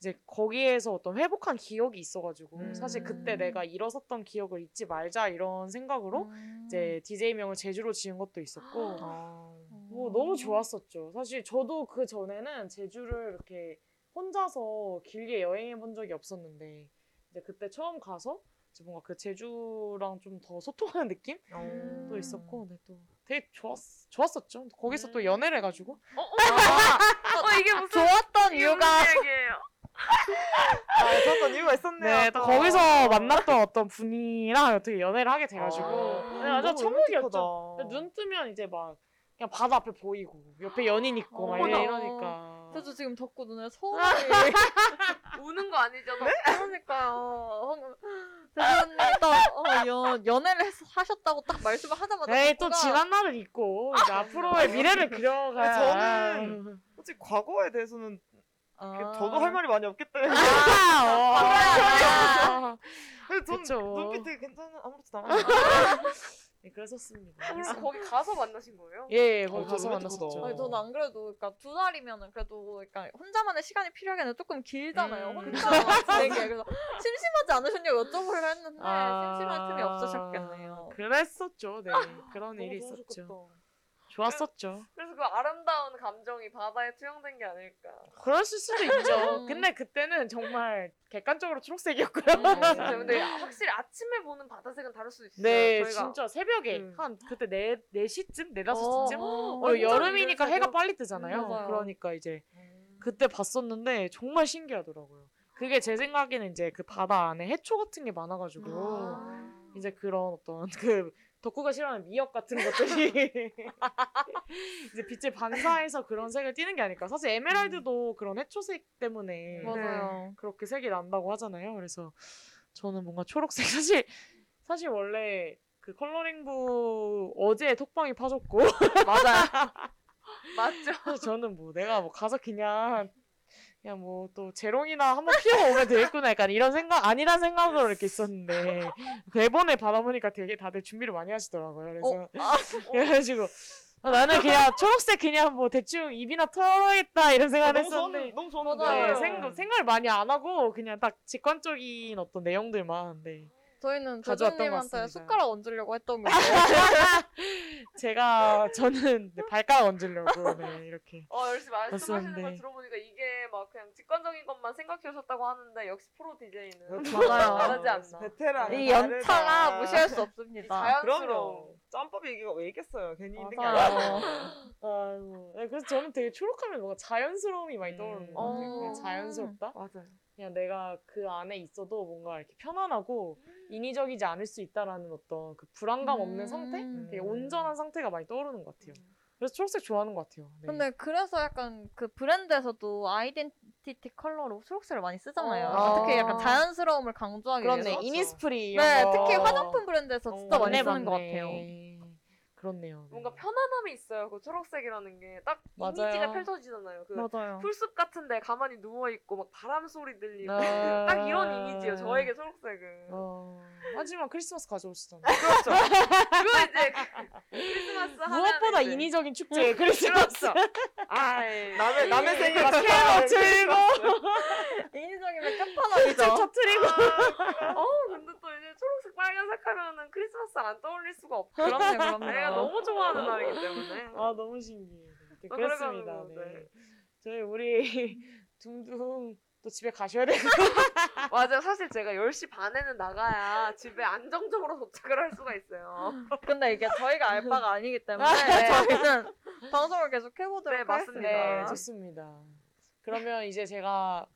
이제 거기에서 어떤 회복한 기억이 있어가지고 사실 그때 내가 일어섰던 기억을 잊지 말자 이런 생각으로
음.
이제 DJ 명을 제주로 지은 것도 있었고 뭐 너무 좋았었죠. 사실 저도 그 전에는 제주를 이렇게 혼자서 길게 여행해 본 적이 없었는데 이제 그때 처음 가서 이제 뭔가 그 제주랑 좀 더 소통하는 느낌? 또
음.
있었고 근데 또 되게 좋았 좋았었죠. 거기서 또 연애를 해가지고
어, 어, 아, 어, 이게 무슨
좋았던
이게 무슨
이유가
얘기예요?
아, 있었던 이유가 있었네요. 아.
네, 또
또.
거기서 만났던 어떤 분이랑 어떻게 연애를 하게 돼가지고
아,
네, 완전
너무
천국이었죠.
로맨틱하다.
근데 눈 뜨면 이제 막 그냥 바다 앞에 보이고 옆에 연인 있고 막
어머나.
이러니까
저도 지금 덥고
아.
눈에 소원이
우는 거 아니죠?
네?
너?
그러니까요. 죄송합니다. 어, 연, 연애를 했- 하셨다고 딱 말씀을 하자마자.
에이 네, 또
덕후가
지난 날을 잊고 이제 앞으로의 미래를 음. 그려가
저는 솔직히 과거에 대해서는
아.
그 저도 할 말이 많이 없기 때문에.
아, 어.
근데 전
그쵸. 아,
눈빛이 괜찮은 아무렇지도 않아요.
네, 그랬었습니다.
그럼 거기 가서 만나신 거예요?
예, 거기
아,
가서
로맨틱하다.
만났었죠.
아니, 전 안 그래도 그러니까 두 달이면은 그래도 그러니까 혼자만의 시간이 필요하기에는 조금 길잖아요. 혼자 되게 그래서 심심하지 않으셨냐고 여쭤보려 했는데
네,
아.
심심할 틈이 없으셨겠네요.
그랬었죠.
아,
네. 그런 일이 있었죠. 좋았었죠.
그래서 그 아름다운 감정이 바다에 투영된 게 아닐까.
그럴 수도 있죠.
음.
근데 그때는 정말 객관적으로 초록색이었고요.
진짜 네, 근데 확실히 아침에 보는 바다색은 다를 수 있어요.
[laughs] 네,
저희가. 음.
진짜 새벽에 한 그때 네, 4시쯤? 4, 5시쯤?
어,
어,
완전
여름이니까
이래서
해가
그-
빨리 뜨잖아요.
음, 맞아요. 음.
그러니까 이제 그때 봤었는데 정말 신기하더라고요. 그게 제 생각에는 이제 그 바다 안에 해초 같은 게 많아가지고 이제 그런 어떤 [laughs] 그 덕후가 싫어하는 미역 같은 것들이 [laughs] 이제 빛을 반사해서 그런 색을 띠는 게 아닐까. 사실 에메랄드도 그런 해초색 때문에
음. 맞아요.
그렇게 색이 난다고 하잖아요. 그래서 저는 뭔가 초록색 사실 사실 원래 그 컬러링북 어제 톡방이 파졌고 맞아요. 맞죠. 저는 뭐 내가 뭐 가서 그냥 그냥 뭐 또 재롱이나 한번 피워 오면 되겠구나 약간 이런 생각 아니란 생각으로 이렇게 있었는데 대본을 받아보니까 되게 다들 준비를 많이 하시더라고요. 그래서
어.
[laughs]
아,
그래가지고 아, 나는 그냥 초록색 그냥 뭐 대충 입이나 털어야겠다 이런 생각을 했었는데
아, 너무 음.
네, 생각, 생각을 많이 안 하고 그냥 딱 직관적인 어떤 내용들만 네.
저희는
가져왔던 것
교수님한테
같습니다.
숟가락 얹으려고 했던 거.
제가 저는 네, 발가락 얹으려고 네, 이렇게
어, 역시 말씀하시는 걸
맞습니다.
들어보니까 이게 막 그냥 직관적인 것만 생각해 오셨다고 하는데 역시 프로 DJ는
맞아요.
다르지 않나.
베테랑
이
네.
연차가 무시할 수
자연-
없습니다.
그럼요. 짬밥 얘기가 왜 있겠어요? 괜히 있는 게
맞아요.
아니라.
아이고 네, 그래서 저는 되게 초록하면 뭔가 자연스러움이 많이 떠오르는 것 같아요.
어.
그냥 자연스럽다.
맞아요.
그냥 내가 그 안에 있어도 뭔가 이렇게 편안하고 인위적이지 않을 수 있다라는 어떤 그 불안감 없는 상태, 되게 온전한 상태가 많이 떠오르는 것 같아요. 그래서 초록색 좋아하는 것 같아요. 네.
근데 그래서 약간 그 브랜드에서도 아이덴티티 컬러로 초록색을 많이 쓰잖아요. 그러니까
어.
특히 약간 자연스러움을 강조하기
그렇네
위해서.
이니스프리 이런
그렇죠. 네,
거.
특히 화장품 브랜드에서 진짜
어,
많이
맞네,
쓰는 것
맞네.
같아요.
그렇네요.
뭔가 편안함이 있어요. 그 초록색이라는 게 딱
맞아요.
이미지가 펼쳐지잖아요. 그
맞아요.
풀숲 같은데 가만히 누워 있고 막 바람 소리 들리고
아.
[laughs] 딱 이런 이미지예요. 저에게 초록색은.
어, 하지만 크리스마스 가져오시잖아요.
그렇죠.
그거 이제 [laughs] 크리스마스 하면
무엇보다 인위적인 축제 [laughs] 크리스마스.
아,
남의 남의 생일
아,
같은
캐럿 들고
인위적이면 [laughs]
축제
끝판왕이죠.
터트리고
[laughs] 어 근데 또 이제 초록색 빨간색 하면은 크리스마스 안 떠올릴 수가 없고
그럼요,
내가
그럼요.
너무 좋아하는 날이기 때문에
아 너무 신기해. 네,
아,
그렇습니다.
그래가지고,
네.
네.
저희 우리 [laughs] 둥둥 또 집에 가셔야 되고
맞아요. 사실 제가 10시 반에는 나가야 집에 안정적으로 도착을 할 수가 있어요.
[laughs] 근데 이게 저희가 알바가 아니기 때문에 저희는 방송을 계속 해보도록
네, 맞습니다.
네,
네.
좋습니다. 그러면 이제 제가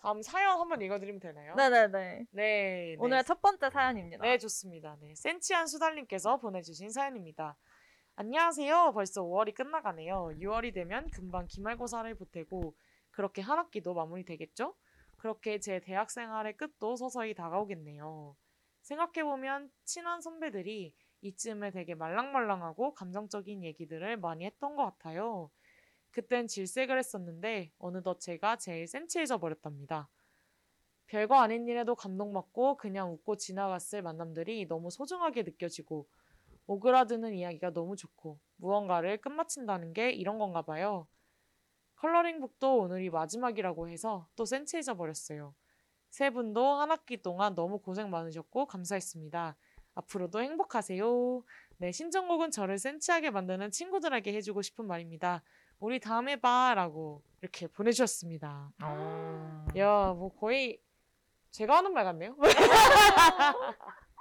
다음 사연 한번 읽어드리면 되나요?
하겠습니다. 네네네.
네, 네.
오늘 첫 번째 사연입니다.
네, 좋습니다. 네, 센치한 수달님께서 보내주신 사연입니다. 안녕하세요. 벌써 5월이 끝나가네요. 6월이 되면 금방 기말고사를 보태고 그렇게 한 학기도 마무리되겠죠? 그렇게 제 대학 생활의 끝도 서서히 다가오겠네요. 생각해보면 친한 선배들이 이쯤에 되게 말랑말랑하고 감정적인 얘기들을 많이 했던 것 같아요. 그땐 질색을 했었는데 어느덧 제가 제일 센치해져 버렸답니다. 별거 아닌 일에도 감동받고 그냥 웃고 지나갔을 만남들이 너무 소중하게 느껴지고 오그라드는 이야기가 너무 좋고 무언가를 끝마친다는 게 이런 건가 봐요. 컬러링북도 오늘이 마지막이라고 해서 또 센치해져 버렸어요. 세 분도 한 학기 동안 너무 고생 많으셨고 감사했습니다. 앞으로도 행복하세요. 네, 신청곡은 저를 센치하게 만드는 친구들에게 해주고 싶은 말입니다. 우리 다음에 봐라고 이렇게 보내주셨습니다. 야, 뭐 거의 제가 하는 말 같네요. [laughs]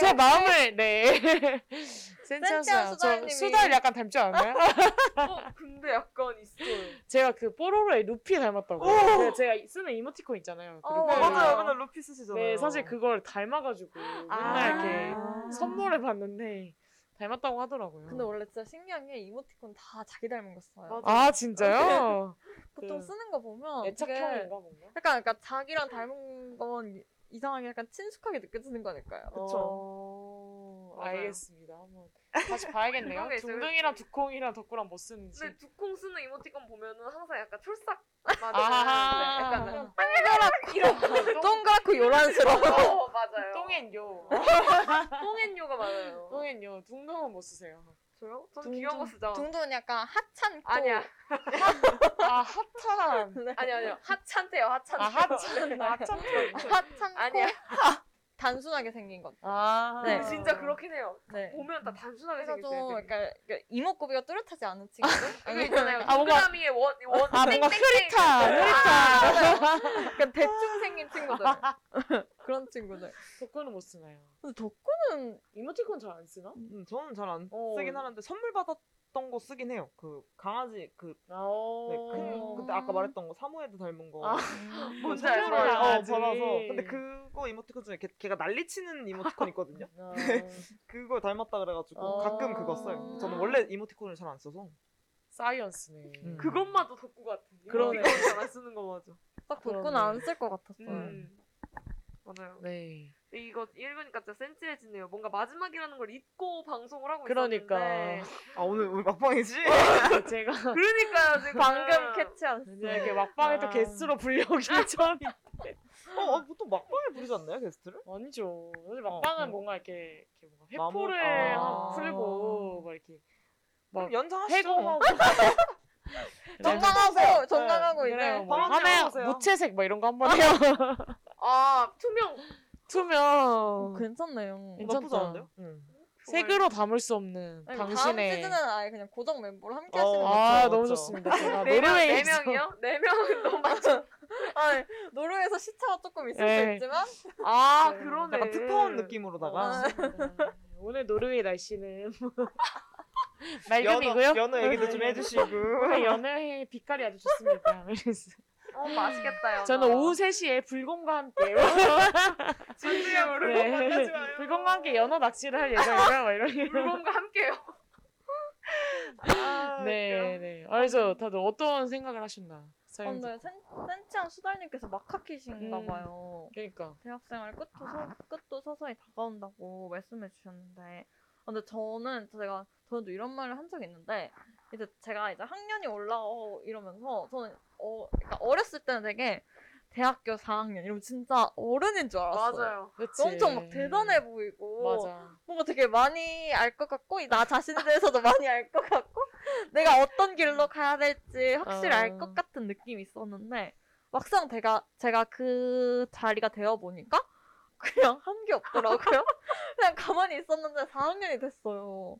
제 마음을 네. [laughs] 센치한 수달. 저
수달님이-
수달 약간 닮지 않나요? [laughs]
어, 근데 약간 있어요.
제가 그 뽀로로의 루피 닮았다고. 그 제가 쓰는 이모티콘 있잖아요. 그
어,
루피.
네. 맞아요. 맨날 루피 쓰시잖아요.
네, 사실 그걸 닮아가지고 맨날 이렇게 선물을 받는데 닮았다고 하더라고요.
근데 원래 진짜 신기한 게 이모티콘 다 자기 닮은 거 써요.
아 진짜요?
보통
네.
그
쓰는 거 보면
[laughs]
되게
애착형인가 뭔가?
약간 약간 자기랑 닮은 건 이상하게 약간 친숙하게 느껴지는 거니까요.
어,
맞아요.
알겠습니다. 한번 다시 봐야겠네요.
그러게, 저기- 네,
둥둥이랑 두콩이랑 덕구랑 뭐 쓰는지.
근데 두콩 쓰는 이모티콘 보면은 항상 약간 촐싹 맞는
아하.
네, 약간
동그랗고 요란스러워.
어, 맞아요.
똥앤요.
똥앤요가 많아요.
둥둥은요. 둥둥은 뭐 쓰세요?
저요? 전 [laughs] 귀여운 거 쓰죠.
둥둥은 약간 하찮고
아니야.
아 핫한.
아니 아니요. 하찮대요. 네. 하찮.
아 핫한. 아 참.
하찮고
아니야.
[laughs] 단순하게 생긴 것.
아.
네.
진짜 그렇긴 해요.
네.
보면 다 단순하게
그래서
생겼어요.
좀
되게.
약간 약간 이목구비가 뚜렷하지 않은 친구들.
그거 [laughs] 있잖아요.
아, 뭔가-
동그라미의 원, 원,
아 뭔가
땡땡땡.
흐릿한.
그
흐릿한.
약간 대충 생긴
[laughs]
친구들. 그런 친구들.
덕후는 못 쓰나요?
근데 덕후는
이모티콘 잘 안 쓰나?
음, 저는 잘 안
어.
쓰긴 하는데 선물 받았던 거 쓰긴 해요. 그 강아지 그 네, 큰, 그때 아까 말했던 거 사모예드 닮은 거.
어. 아,
음.
뭔지
알죠?
어,
강아지.
받아서. 근데 그거 이모티콘 중에 걔, 걔가 난리치는 이모티콘
[laughs]
있거든요.
아,
그걸 닮았다 그래가지고
어.
가끔 그거 써요. 저는 원래 이모티콘을 잘 안 써서.
사이언스네.
음.
그것마저 덕후 같아.
그러네.
이거안 쓰는 거 맞아.
딱
그러네.
덕후는 안 쓸 것 같았어요.
음. 맞아요.
네.
근데 이거 읽으니까 진짜 센치해지네요. 뭔가 마지막이라는 걸 잊고 방송을 하고
그러니까.
있었는데.
아 오늘 우리 막방이지?
어. 제가
그러니까요. 지금
방금 캐치한.
음.
이제 이렇게 막방에 또
아.
게스트로 불려오기 처음이
어, 어, 보통 막방에 부르지 않나요 게스트를?
아니죠. 사실 막방은
어.
뭔가 이렇게, 이렇게 뭔가
마무-
회포를
아.
한- 풀고 막 이렇게
그럼 연장하시죠. [laughs]
해공하고
정강하고 정강하고
네. 그래요.
이제
뭐
방언
하나
해보세요.
무채색 막 이런 거 한번 해요.
아 투명.
투명
어, 괜찮네요.
괜찮-
나쁘지
괜찮다.
않은데요? 음.
색으로 담을 수 없는
아니, 뭐 다음
당신의
시즌은 아예 그냥 고정 멤버로 함께
어,
하시는 거.
아
맞죠,
너무
맞죠.
좋습니다. 제가
네 명, 네
노르웨이에서
명이요? 네 명은 너무 많죠.
아, 노르웨이에서 시차가 조금 있을 수
네.
있지만
아
네.
그러네.
약간 특파원 느낌으로다가
아, 오늘 노르웨이 날씨는 뭐 맑음이고요. 네.
연어, 연어 얘기도 좀 해주시고.
[laughs] 오늘 연어의 빛깔이 아주 좋습니다. 그래서
[laughs] 어 맛있겠다.
저는 오후 3시에 불공과 함께 [laughs]
진지함으로
네. 불공과 함께 연어 낚시를 할 예정이라 막 이런
물건과 함께요. [laughs] 아,
네, 네. 그래서 다들 어떤 생각을 하셨나? 사연
오늘 어, 센, 센치한 수달님께서 막학키신가
음.
봐요.
그러니까
대학생활 끝도, 서, 끝도 서서히 다가온다고 말씀해 주셨는데 아, 근데 저는 제가 저도 이런 말을 한 적이 있는데 이제 제가 이제 학년이 올라오 이러면서 저는 어 그러니까 어렸을 때는 되게 대학교 4학년 이러면 진짜 어른인 줄 알았어요.
맞아요.
그치.
엄청 막 대단해 보이고
맞아.
뭔가 되게 많이 알 것 같고 나 자신에 대해서도 [laughs] 많이 알 것 같고 내가 어떤 길로 가야 될지 확실히
음. 어.
알 것 같은 느낌이 있었는데 막상 제가 제가 그 자리가 되어 보니까 그냥 한 게 없더라고요. [laughs] 그냥 가만히 있었는데 4학년이 됐어요.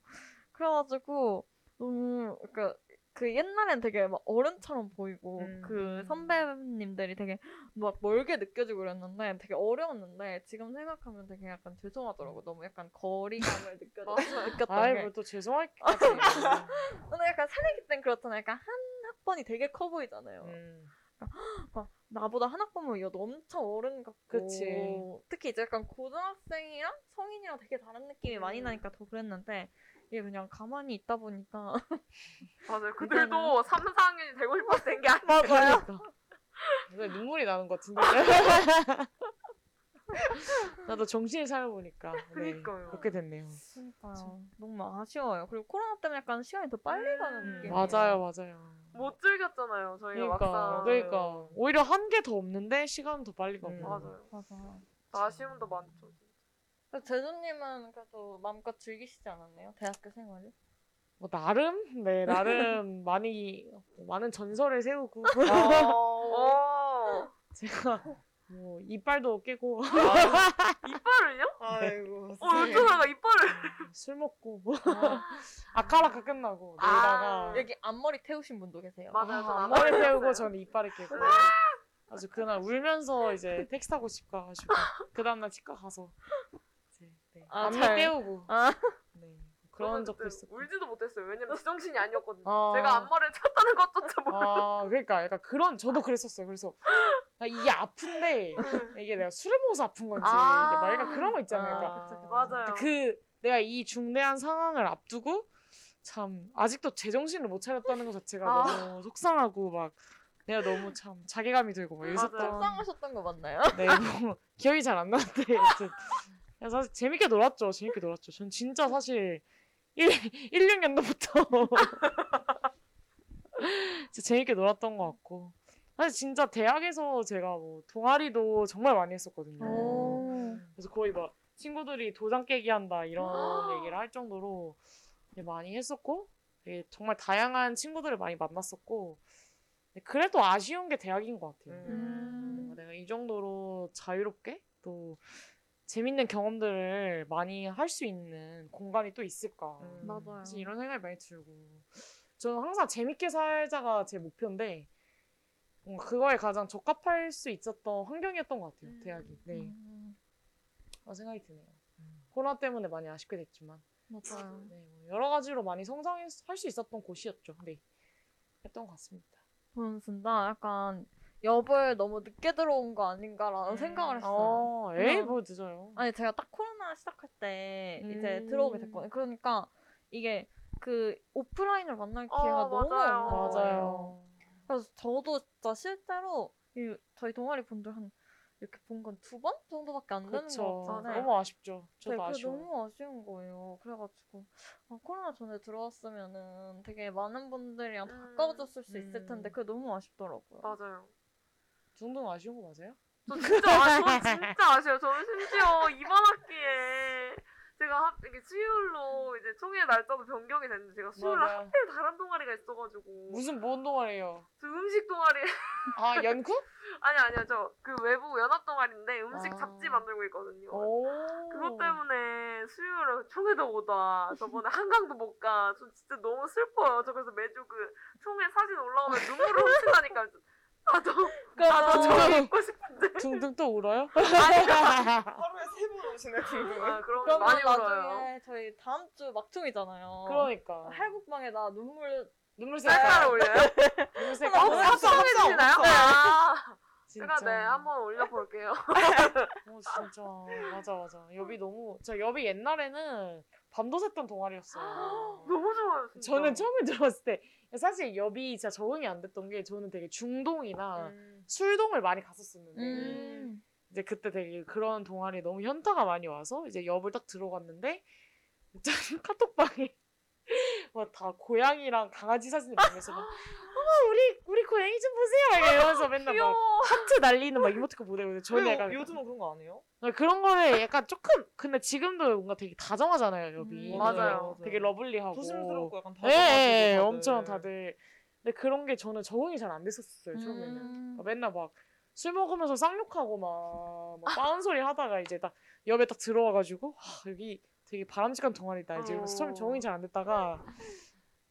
그래가지고 너무 그러니까 그 옛날엔 되게 막 어른처럼 보이고
음.
그 선배님들이 되게 막 멀게 느껴지고 그랬는데 되게 어려웠는데 지금 생각하면 되게 약간 죄송하더라고 너무 약간 거리감을
[laughs]
느껴 느꼈던
아이
게
뭐또 죄송할 것 같아.
근데 약간 새내기 땐 그렇잖아요 약간 한 학번이 되게 커 보이잖아요
음.
나보다 한 학번만 이어도 엄청 어른 같고
그치.
특히 이제 약간 고등학생이랑 성인이랑 되게 다른 느낌이
음.
많이 나니까 더 그랬는데 이게 그냥 가만히 있다 보니까 [laughs]
맞아요. 그들도 3, 4학년이 되고 싶어서 된 게 아니에요.
그러니까. 그래서 눈물이 나는 것
[laughs]
같은데. 나도 정신이 살아보니까 [laughs] 네,
그러니까요.
그렇게 됐네요.
진짜요. 너무 아쉬워요. 그리고 코로나 때문에 약간 시간이 더 빨리 가는
음,
느낌.
맞아요, 맞아요.
못 즐겼잖아요. 저희가
그러니까,
막상.
그러니까 오히려 한 게 더 없는데 시간 더 빨리 가고.
음.
맞아요.
맞아.
아쉬움도 많죠.
제주님은 그래도 마음껏 즐기시지 않았네요? 대학교 생활을?
뭐 나름, 네 나름 [laughs] 많이 뭐 많은 전설을 세우고
어.
오.
제가 뭐 이빨도 깨고
음. 이빨을요?
아이고.
어, 어쩌다가 이빨을.
[laughs] 술 먹고 뭐
아.
[laughs] 아카라카 끝나고 놀다가
여기 앞머리 태우신 분도 계세요.
맞아요. 아. 전
머리
안
세우고
먹었어요.
저는 이빨을 깨고 아주 그날 울면서 이제 택시 타고 집
[laughs]
가가지고 그 다음날 치과 가서 이제 네.
아,
안미
잘-
떼우고
아.
네. 그런 적도
그때
있었고
울지도 못했어요. 왜냐면 지정신이 아니었거든요.
아.
제가 앞머리를 쳤다는 것조차 모르.
아 그러니까 약간 그런 저도 그랬었어요 그래서 아, 이게
[laughs]
아픈데 이게 내가 술을 먹어서 아픈 건지
아.
막 약간 그런 거 있잖아요 그러니까
맞아요.
그 내가 이 중대한 상황을 앞두고 참 아직도 제정신을 못 차렸다는 것 자체가
아.
너무 속상하고 막 내가 너무 참 자괴감이 들고 막
맞아요.
이랬었던
속상하셨던 거 맞나요?
네, 뭐 기억이 잘 안 나는데 여튼 그냥 사실 재밌게 놀았죠. 재밌게 놀았죠. 전 진짜 사실 1, 16년도부터 [laughs] 진짜 재밌게 놀았던 것 같고 사실 진짜 대학에서 제가 뭐 동아리도 정말 많이 했었거든요. 그래서 거의 막 친구들이 도장 깨기 한다 이런 얘기를 할 정도로 되게 많이 했었고 되게 정말 다양한 친구들을 많이 만났었고 근데 그래도 아쉬운 게 대학인 것 같아요.
음.
뭔가 내가 이 정도로 자유롭게 또 재밌는 경험들을 많이 할 수 있는 공간이 또 있을까.
맞아요.
사실 이런 생각이 많이 들고 저는 항상 재밌게 살자가 제 목표인데 뭔가 그거에 가장 적합할 수 있었던 환경이었던 것 같아요 대학이 네 그런 어, 생각이 드네요 코로나 때문에 많이 아쉽게 됐지만
음.
맞아요.
네, 뭐 여러 가지로 많이 성장할 수 있었던 곳이었죠 네 했던 것 같습니다
저는 진짜 약간 여벌 너무 늦게 들어온 거 아닌가라는 생각을 했어요.
어, 에이
그냥-
뭐 늦어요
아니 제가 딱 코로나 시작할 때 이제
음.
들어오게 됐거든요. 그러니까 이게 그 오프라인을 만날
어,
기회가 너무
맞아요.
없는 거예요.
맞아요
그래서 저도 진짜 실제로 이 저희 동아리 분들 한 이렇게 본 건 두 번 정도밖에 안 되는
그렇죠
것 같은데
너무 아쉽죠
네,
저도
그게
아쉬워
너무 아쉬운 거예요. 그래가지고 아, 코로나 전에 들어왔으면은 되게 많은
아,
분들이랑
음,
더 가까워졌을 수 있을
음.
텐데 그게 너무 아쉽더라고요.
맞아요.
중등 아쉬운 거 맞아요?
저 [laughs] 진짜 아, 저 진짜 아쉬워요. 저는 심지어 이번 학기에 제가 하, 이게 수요일로 이제 총회 날짜도 변경이 됐는데 제가 수요일
맞아요.
하필 다른 동아리가 있어가지고
무슨 뭔 동아리예요?
저 음식 동아리 [laughs]
아 연구?
아니 아니요 저 그 외부 연합 동아리인데 어. 음식
아.
잡지 만들고 있거든요.
오 어.
그것 때문에 수요일에 총회도 오다. 저번에 한강도 못 가. 저 진짜 너무 슬퍼요. 저 그래서 매주 그 총회 사진 올라오면 눈물을 훔친다니까. 나도 나도 저기 있고 싶은데.
중등 또 울어요?
하루에 세 번 오시네 중국.
아 그럼
그러면
많이 울어요.
나중에 저희 다음 주 막중이잖아요.
그러니까
어. 할국방에 나 눈물
눈물
셀카를
셀카
올려요?
눈물
어,
셀카
합성이 되시나요? 아, 제가
진짜.
네 한번 올려볼게요.
어 진짜 맞아 맞아 여비 너무 저 여비 옛날에는 밤도샜던 동아리였어요.
[gasps]
그
너무 좋아요. 진짜.
저는 처음에 [laughs] 들어왔을 때 사실 여비 진짜 적응이 안 됐던 게 저는 되게 중동이나
음.
술동을 많이 갔었었는데
음.
이제 그때 되게 그런 동아리에 너무 현타가 많이 와서 이제 엽을 딱 들어갔는데 진짜 [laughs] 카톡방에 [laughs] 막 다 고양이랑 강아지 사진을 보면서
[gasps]
막 어머 우리 우리 고양이 좀 보세요 막 이러면서 맨날 막
귀여워. 어,
하트 날리는 막 이모티콘 보내고 저는 약간
요즘은 그런 거 안 해요?
네, 그런 거를 약간 조금 근데 지금도 뭔가 되게 다정하잖아요 여기 네,
음,
맞아요.
되게 러블리하고
조심스럽고 약간
예,
다들
예, 예, 엄청 다들 근데 그런 게 저는 적응이 잘 안 됐었어요 처음에는
음.
막 맨날 막 술 먹으면서 쌍욕하고 막, 막 빠른 소리 하다가 이제 딱 옆에 딱 들어와가지고 아, 여기 되게 바람직한 동아리다 이제 이러면서 처음에 적응이 잘 안 됐다가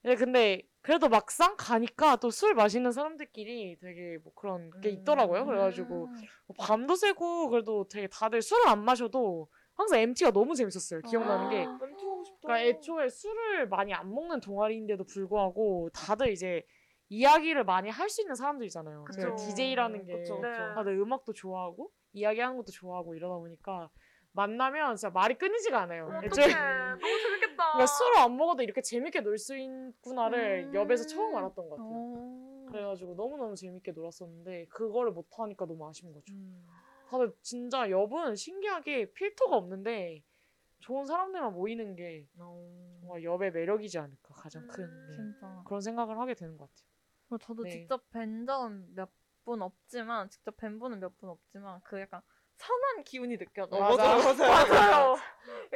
예, 근데 그래도 막상 가니까 또 술 마시는 사람들끼리 되게 뭐 그런 게 있더라고요 그래가지고
음.
뭐 밤도 새고 그래도 되게 다들 술을 안 마셔도 항상 MT가 너무 재밌었어요 기억나는
아,
게 그러니까 애초에 술을 많이 안 먹는 동아리인데도 불구하고 다들 이제 이야기를 많이 할 수 있는 사람들이잖아요.
그쵸.
DJ라는 게
그쵸,
네.
그쵸.
다들 음악도 좋아하고 이야기하는 것도 좋아하고 이러다 보니까 만나면 진짜 말이 끊이지가 않아요. 애초에
어떡해. 너무 재밌겠다.
그러니까 술을 안 먹어도 이렇게 재밌게 놀 수 있구나를
음.
엽에서 처음 알았던 것 같아요.
어.
그래가지고 너무너무 재밌게 놀았었는데 그거를 못하니까 너무 아쉬운 거죠. 다들 진짜 엽은 신기하게 필터가 없는데 좋은 사람들만 모이는 게 정말 엽의 매력이지 않을까 가장 큰 네.
진짜.
그런 생각을 하게 되는 것 같아요.
그리고 저도
네.
직접 뵌 적은 몇 분 없지만 직접 뵌 분은 몇 분 없지만 그 약간 선한 기운이 느껴져요.
맞아요.
[laughs] 맞아요.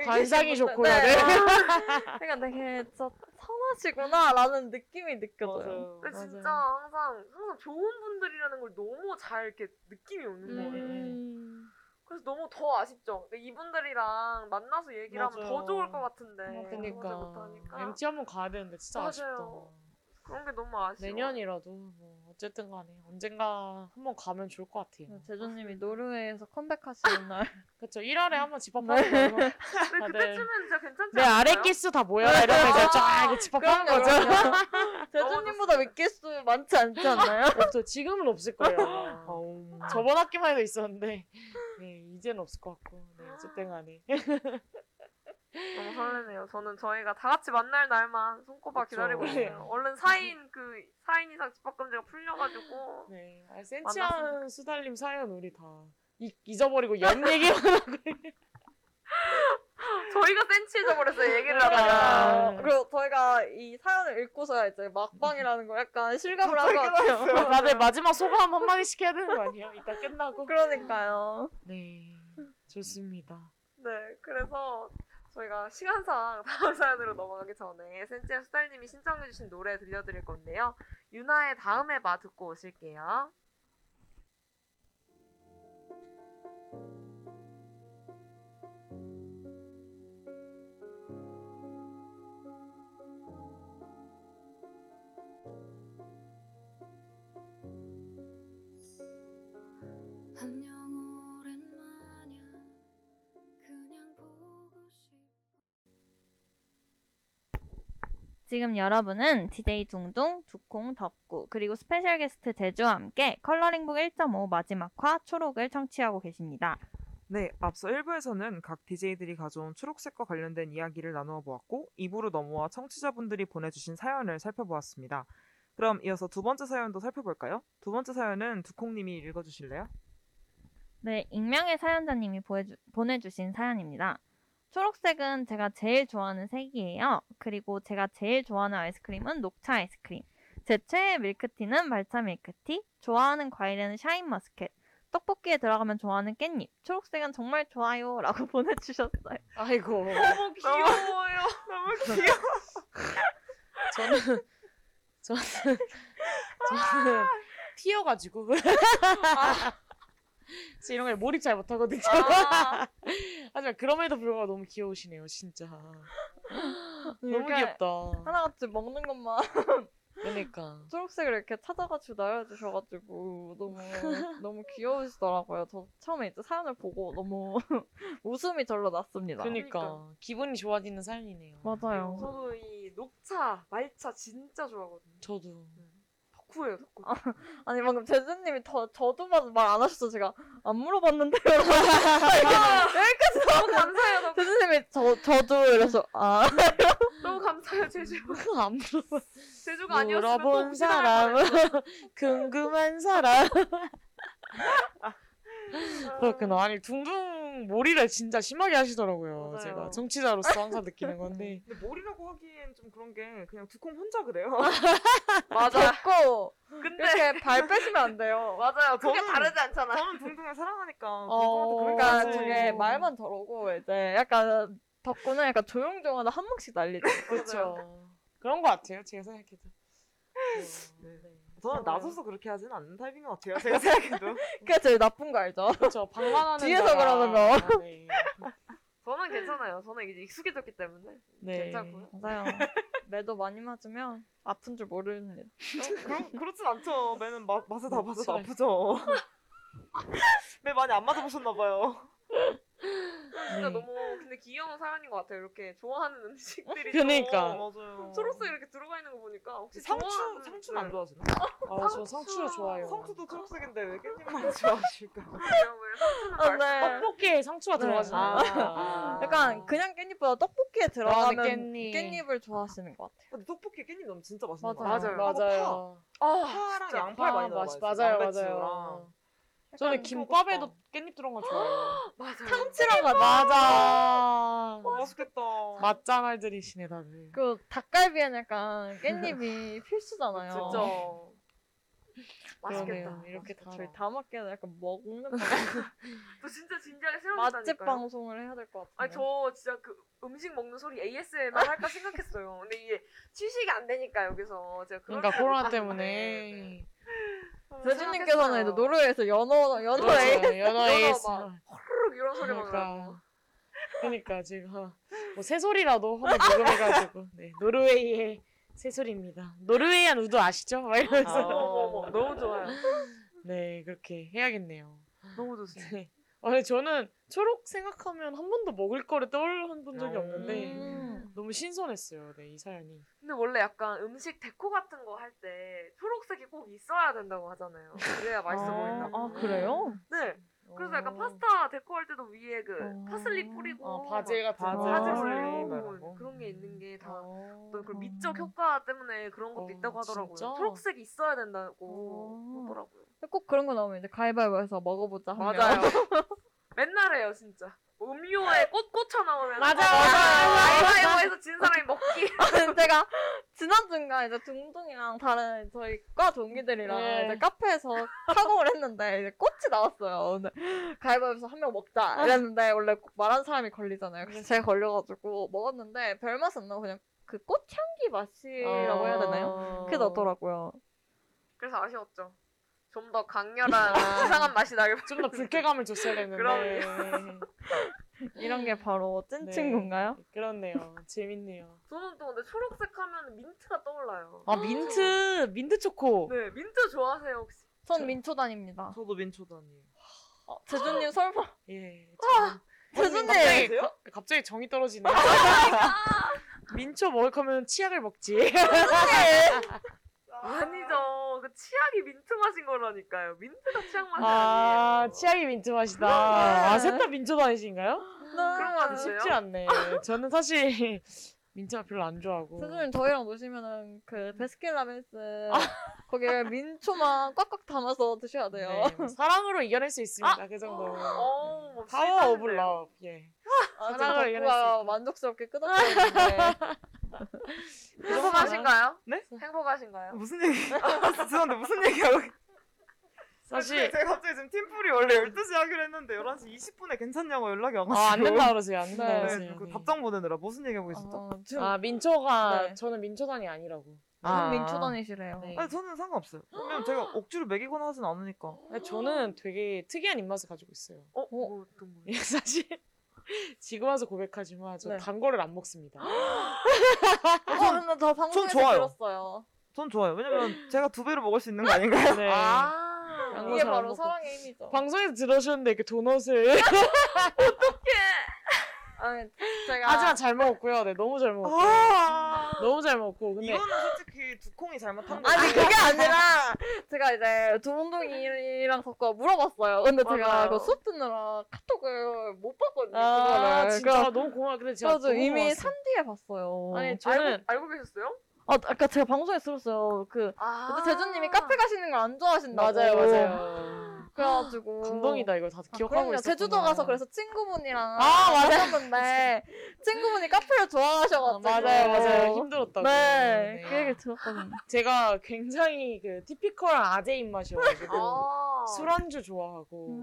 관상이 좋고요.
네.
네. [laughs]
그러니까 되게 진짜 선하시구나라는 느낌이 느껴져요.
근데 진짜 항상 항상 좋은 분들이라는 걸 너무 잘 이렇게 느낌이 오는
네. 음.
거예요. 그래서 너무 더 아쉽죠. 근데 이분들이랑 만나서 얘기를 하면 더
맞아요.
좋을 것 같은데 그러지
그러니까
못하니까
MT 한번 가야 되는데 진짜
맞아요.
아쉽다.
그런 게 너무 아쉬워.
내년이라도 뭐 어쨌든 간에 언젠가 한번 가면 좋을 것
네,
같아요.
제주님이 노르웨이에서 컴백하시는 날.
그쵸 1월에 한번 집합하는 걸로 [laughs]
근데
다들-
그때쯤엔 진짜 괜찮지
내
않을까요?
음. 네. 아래 키스 다 모여라 이러면서 쫙 이렇게 집합하는
[laughs] 그럼요, [laughs]
거죠.
그럼요. 제주님보다 윗개수 많지 않지
[laughs]
않나요?
없죠. 지금은 없을 거예요. 아마.
어.
저번 학기만 해도 있었는데 네, 이제는 없을 것 같고 네, 어쨌든 간에
너무 설레네요. 저는 저희가 다 같이 만날 날만 손꼽아 기다리고
네.
있어요.
[laughs]
얼른 4인 그 4인 이상 집합 금지가 풀려가지고
네, 아, 센치한 수달님 사연 우리 다 잊- 잊어버리고 연 얘기만
[laughs]
저희가 센치해져 버렸어요. 얘기를 하다가
아.
아, 그리고 저희가 이 사연을 읽고서야 이제 막방이라는 걸 약간 실감을 한 것 같아요. [laughs]
다들 마지막 소감
어,
한마디씩 해야 되는 거 아니에요? 이따 끝나고
그러니까요.
네 좋습니다.
네, 그래서 저희가 시간상 [laughs] 다음 사연으로 넘어가기 전에 센치의 수달님이 신청해주신 노래 들려드릴 건데요. 유나의 다음에 봐 듣고 오실게요.
안녕 오랜만이야 그냥 보고 싶
지금 여러분은 DJ 둥둥, 두콩, 덥구 그리고 스페셜 게스트 제주와 함께 컬러링북 1.5 마지막화 초록을 청취하고 계십니다.
네, 앞서 1부에서는 각 DJ들이 가져온 초록색과 관련된 이야기를 나누어 보았고 2부로 넘어와 청취자분들이 보내주신 사연을 살펴보았습니다. 그럼 이어서 두 번째 사연도 살펴볼까요? 두 번째 사연은 두콩님이 읽어주실래요?
네, 익명의 사연자님이 보여주- 보내주신 사연입니다. 초록색은 제가 제일 좋아하는 색이에요. 그리고 제가 제일 좋아하는 아이스크림은 녹차 아이스크림. 제 최애 밀크티는 말차 밀크티. 좋아하는 과일에는 샤인머스켓. 떡볶이에 들어가면 좋아하는 깻잎. 초록색은 정말 좋아요. 라고 [laughs] 보내주셨어요.
아이고.
너무 귀여워요. 너무 귀여워.
저는 저는
아.
저는 튀어가지고
아.
진짜 이런 거에 몰입 잘 못하거든요.
아.
하지만 그럼에도 불구하고 너무 귀여우시네요, 진짜. 너무
이렇게
귀엽다.
하나같이 먹는 것만
[laughs]
그러니까.
초록색을 이렇게 찾아가지고 나열해주셔가지고 너무 너무 귀여우시더라고요. 저 처음에 이제 사연을 보고
[laughs]
너무 웃음이 절로 났습니다.
그러니까 기분이 좋아지는 삶이네요.
맞아요.
저도 이 녹차, 말차 진짜 좋아하거든요.
저도.
덕후예요, 덕후.
아니 방금 제주님이 더 저도 말안 하셨어 제가 안 물어봤는데요. [laughs] 아, 이렇게 여기까지
아, 너무 감사해요, 너무,
제주님이 저 저도 이래서 아
너무 감사해요, 제주.
안 물어봐.
제주가 아니었으면 또
물어본
무시당할
사람,
뻔했어요.
[laughs] 궁금한 사람. 그렇구나. 아니 둥둥 몰이를 진짜 심하게 하시더라고요.
맞아요.
제가 정치자로서 항상
[laughs]
느끼는 건데.
근데 머리라고 하기엔 좀 그런 게 그냥 두콩 혼자 [laughs] 그래요.
맞아.
덥고
근데
이렇게 발 빼시면 안 돼요.
맞아요. 그게
저는-
다르지 않잖아.
저는 둥둥을 사랑하니까
어,
둥둥한테 그런 게
그러니까
아니지.
되게 말만 저러고 이제 약간 덕구는 약간 조용조용하다 한 몫씩 [laughs] 날리죠.
그렇죠. 그런 것 같아요. 제가 생각해도.
네. 저는 나서서 그렇게 하진 않는 타입인 것 같아요. 제가 생각해도. [laughs]
그게 제일 나쁜 거 알죠?
그렇죠. 방만하는
뒤에서
자가-
그러는 거.
아, 네.
저는 괜찮아요. 저는 이제 익숙해졌기 때문에
네.
괜찮고요.
맞아요. 매도 많이 맞으면 아픈 줄 모르는
그러, 그렇진 않죠. 매는 맛, 맛에 다 봐서
그렇죠.
아프죠. [laughs] 매 많이 안 맞아보셨나봐요.
네.
네.
진짜 너무 근데 귀여운 사연인 것 같아요. 이렇게 좋아하는 음식들이
그러니까.
맞아요.
초록색 이렇게 들어가 있는 거 보니까 혹시
상추,
좋아하는-
상추는 안
네.
좋아하시나?
아, 저 상추를 좋아해요.
상추도 초록색인데 왜 깻잎만 좋아하실까?
그냥 왜 상추는
아,
말-
네.
떡볶이에 상추가
네.
들어가지 않아요.
약간 그냥 깻잎보다 떡볶이에 들어가면
깻잎.
아. 깻잎. 을 좋아하시는 것 같아요.
근데 떡볶이 깻잎 넣으면 진짜 맛있는 거
맞아요.
같아요.
맞아요.
하고 파.
아,
파랑
진짜.
양파 많이
아,
넣어요.
맛- 맞아요, 맞아요. 저는 김밥에도 깻잎 들어간 거
[gasps]
좋아해요.
맞아요.
참치랑 같이
맞아.
어, 맛있겠다.
맛잘알들이시네 다들.
그 닭갈비에는 약간
[laughs]
깻잎이 필수잖아요.
어, 진짜 맛있겠다.
그러네요. 이렇게 다.
저희 다먹기는 약간
[laughs]
먹는 방송,
또 진짜 진지하게
맛집
생각한다니까요.
방송을 해야 될 것
아니
같아요.
저 진짜 그 음식 먹는 소리 ASMR
[laughs]
할까 생각했어요. 근데 이게 취식이 안 되니까 여기서 제가 그런
그러니까
생각을
코로나
못
때문에. 네.
했는데.
대준님께서는 이제 노르웨이에서 연어 연어 에이
그렇죠. 연어 AS.
연어 푸르륵 이런 소리만 나고.
그러니까. 그러니까 제가 뭐 새소리라도 한번 녹음해가지고 네, 노르웨이의 새소리입니다. 노르웨이한 우드 아시죠? 막 이러면서
어머, 뭐, 너무
[laughs]
좋아요.
네 그렇게 해야겠네요.
너무 좋습니다.
네. 아니 저는 초록 생각하면 한 번도 먹을 거를 떠올려 본 적이
음.
네.
없는데 너무 신선했어요. 네, 이 사연이.
근데 원래 약간 음식 데코 같은 거 할 때 초록색이 꼭 있어야 된다고 하잖아요. 그래야 맛있어
아,
보인다고.
그래요?
네. 그래서 약간 파스타 데코할 때도 위에 그 파슬리 뿌리고
어, 바질 어. 같은
바질
거.
바질
아,
올리고
음.
그런 게 있는 게다
어.
어떤 그 미적 효과 때문에 그런 것도
어,
있다고 하더라고요.
진짜?
초록색이 있어야 된다고
어.
하더라고요.
꼭 그런 거 나오면 이제 가위바위보해서 먹어보자 하면
[laughs]
맞아요. 맨날 해요, 진짜. 음료에 꽃 꽂혀 나오면
맞아, 맞아, 맞아.
가위바위보에서 진 사람이 먹기.
[laughs] 제가 지난주인가 이제 둥둥이랑 다른 저희 과 동기들이랑
네.
이제 카페에서 카공을 했는데 이제 꽃이 나왔어요. 근데 가위바위보에서 한 명 먹자 이랬는데 원래 말한 사람이 걸리잖아요. 그래서 제가 걸려가지고 먹었는데 별 맛은 안 나고 그냥 그 꽃향기 맛이라고 해야 되나요? 그게 나더라고요.
[laughs] 그래서 아쉬웠죠. 좀 더 강렬한
아.
이상한 맛이 나길
좀 더 불쾌감을 줬어야 네.
그럼요.
했는데
이런 게 바로 찐
네.
친구인가요?
그렇네요. 재밌네요.
저는 또 근데 초록색 하면 민트가 떠올라요.
아 민트 민트 초코.
네, 민트 좋아하세요 혹시?
전 민초단입니다.
저도 민초단이에요.
어, 제주님 설마
예.
제주님 네.
갑자기, 가- 갑자기 정이 떨어지네. 민초 먹을 거면 치약을 먹지. 아.
아니죠. 그 치약이 민트 맛인 거라니까요. 민트가 치약 맛이 아...
아 치약이 민트 맛이다. 아 셋 다 민초단이신가요?
그런 거 같은데요?
쉽지 않네. 저는 사실 [laughs] 민초맛 별로 안 좋아하고.
선생님 저희랑 노시면은
음.
그 베스킨라빈스
아.
거기에 민초만 [laughs] 꽉꽉 담아서 드셔야 돼요.
네, 뭐 사랑으로 이겨낼 수 있습니다. 그 정도.
어, 뭐
파워 오브
비슷한데요.
러브. 예.
아, 지금
사랑으로 이겨낼 수
덕구가
있다. [laughs]
만족스럽게 끄덕거리는데
행복하신가요?
네?
행복하신가요?
무슨 얘기? [laughs] 아, 죄송한데 무슨 얘기하고? [laughs]
사실
제가 갑자기 지금 팀플이 원래 12시 하기로 했는데 11시 20분에 괜찮냐고 연락이 와가지고
아, 안 된다 그러세요. 안 된다
네.
그러세요.
그
네.
답장 보내느라 무슨 얘기하고 있었죠?
어, 지금
아 민초가
네.
저는 민초단이 아니라고.
아.
민초단이시래요.
네.
아니 저는 상관없어요. 왜냐면 제가 억지로 먹이거나 하진 않으니까.
아니, 저는 되게 특이한 입맛을 가지고 있어요. [laughs]
어? 뭐 어떤 거예요?
사실 지금 와서 고백하지만 저
네.
단 거를 안 먹습니다.
어, 근데 저 방송에서
좋아요.
들었어요.
전 좋아요. 왜냐면 제가 두 배로 먹을 수 있는 거
[laughs]
아닌가요?
네.
아,
안
이게
먹어서 안
바로
먹고.
사랑의 힘이죠.
방송에서 들으셨는데 이렇게 도넛을
아니, 제가
하지만 잘 먹었고요. 네, 너무 잘 먹었고.
아~
너무 잘 먹고. 근데
이거는 솔직히 두콩이 잘못한 거
아니 그게 아니라 제가 이제 두운동이랑 덕구가 물어봤어요. 근데 제가
맞아요.
그 수업 듣느라
그
카톡을 못 봤거든요.
아,
그거를.
진짜 너무 고마워. 근데 제가
그래서
너무
이미
고마웠어요.
산 뒤에 봤어요.
아니, 저는
알고, 알고 계셨어요?
아, 아까 제가 방송에 서 들었어요. 그
아,
그때 제주님이 카페 가시는 걸 안 좋아하신다고.
맞아요, 맞아요.
그래가지고
감동이다 이거 다
아,
기억하고
그럼요.
있었구나.
제주도 가서 그래서 친구분이랑
아, 맞아요. [laughs]
만났는데 친구분이 카페를
아,
좋아하셔가지고
맞아요, 맞아요. 힘들었다고.
네,
네.
그 얘기를 들었거든요.
제가 굉장히 그 티피컬한 아재 입맛이어가지고
아,
술안주
음.
좋아하고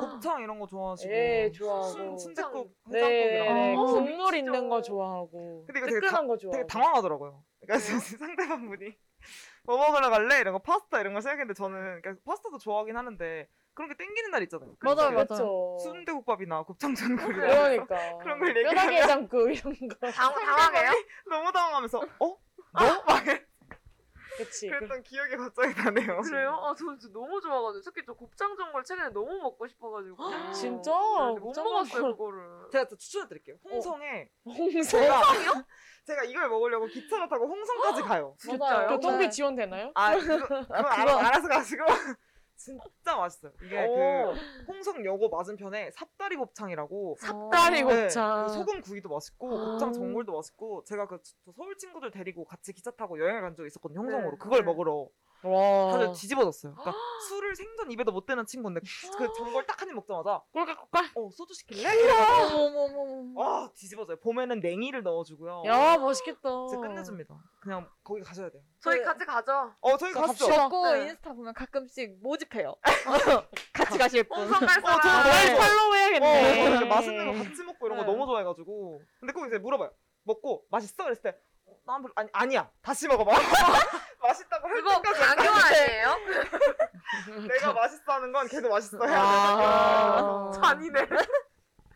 그
곱창 이런 거 좋아하시고
네,
예 좋아하고
순대국
네, 네,
아,
해장국이랑
네.
어,
국물
진짜.
있는 거 좋아하고
근데 이거 되게
뜨끈한 거 좋아하고
되게 당황하더라고요. 그러니까 [laughs] 상대방 분이 뭐 먹으러 갈래? 이런 거 파스타 이런 걸 생각했는데 저는 그러니까 파스타도 좋아하긴 하는데 그런 게 땡기는 날 있잖아요. 그래서
맞아요, 맞아요.
그렇죠.
순대국밥이나 곱창전골이나
그러니까
[laughs] 그런 걸 얘기하면-
뼈다귀 해장국 이런 거
당, 당황해요?
너무 당황하면서 어? 너? 막
그치
그랬던 기억이 갑자기 나네요.
[laughs] 그래요? 아, 저는 진짜 너무 좋아가지고 특히 저 곱창 전골 최근에 너무 먹고
[gasps]
싶어가지고
진짜?
아,
네, 못
곱창
먹었어요
[laughs]
전골.
그거를.
제가 또 추천해드릴게요. 홍성에
홍성
제가 [laughs] 제가 이걸 먹으려고 기차를 타고 홍성까지 가요.
맞아요.
그 통비
네.
지원 되나요?
아 그거, 그건 알아, 알아서 가시고 [laughs] 진짜 맛있어요. 이게
오.
그 홍성여고 맞은편에 삽다리 곱창이라고 네,
딸이 곱창
그 소금 구이도 맛있고 곱창 전골도 맛있고 제가 그 저- 서울 친구들 데리고 같이 기차 타고 여행을 간 적이 있었거든요 형성으로
네,
그걸
네.
먹으러
와
다들 뒤집어졌어요 그러니까 술을 생전 입에도 못 대는 친구인데 그 전골 딱 한 입 먹자마자
꼴깍꼴깍
어 소주 시킬래?
아, 어머머머.
아 뒤집어져요 봄에는 냉이를 넣어주고요
야 멋있겠다
진짜 끝내줍니다 그냥 거기 가셔야 돼요
저희 같이 가죠.
어 저희 갔죠
덕구
네.
인스타 보면 가끔씩 모집해요.
아.
같이 가실 분.
홍성 갈
어,
사람.
저도
날
네.
팔로우
어,
해야겠네
그래서 이렇게 맛있는 거 같이 먹고 이런 거
네.
너무 좋아해가지고. 근데 꼭 이제 물어봐요. 먹고 맛있어? 그랬을 때, 어, 난 별로, 아니, 아니야. 다시 먹어봐. [laughs] 맛있다고 할
그거
때까지
양교
[laughs]
아니에요?
내가 맛있어 하는 건 계속 맛있어 해야 돼.
아.
잔인해.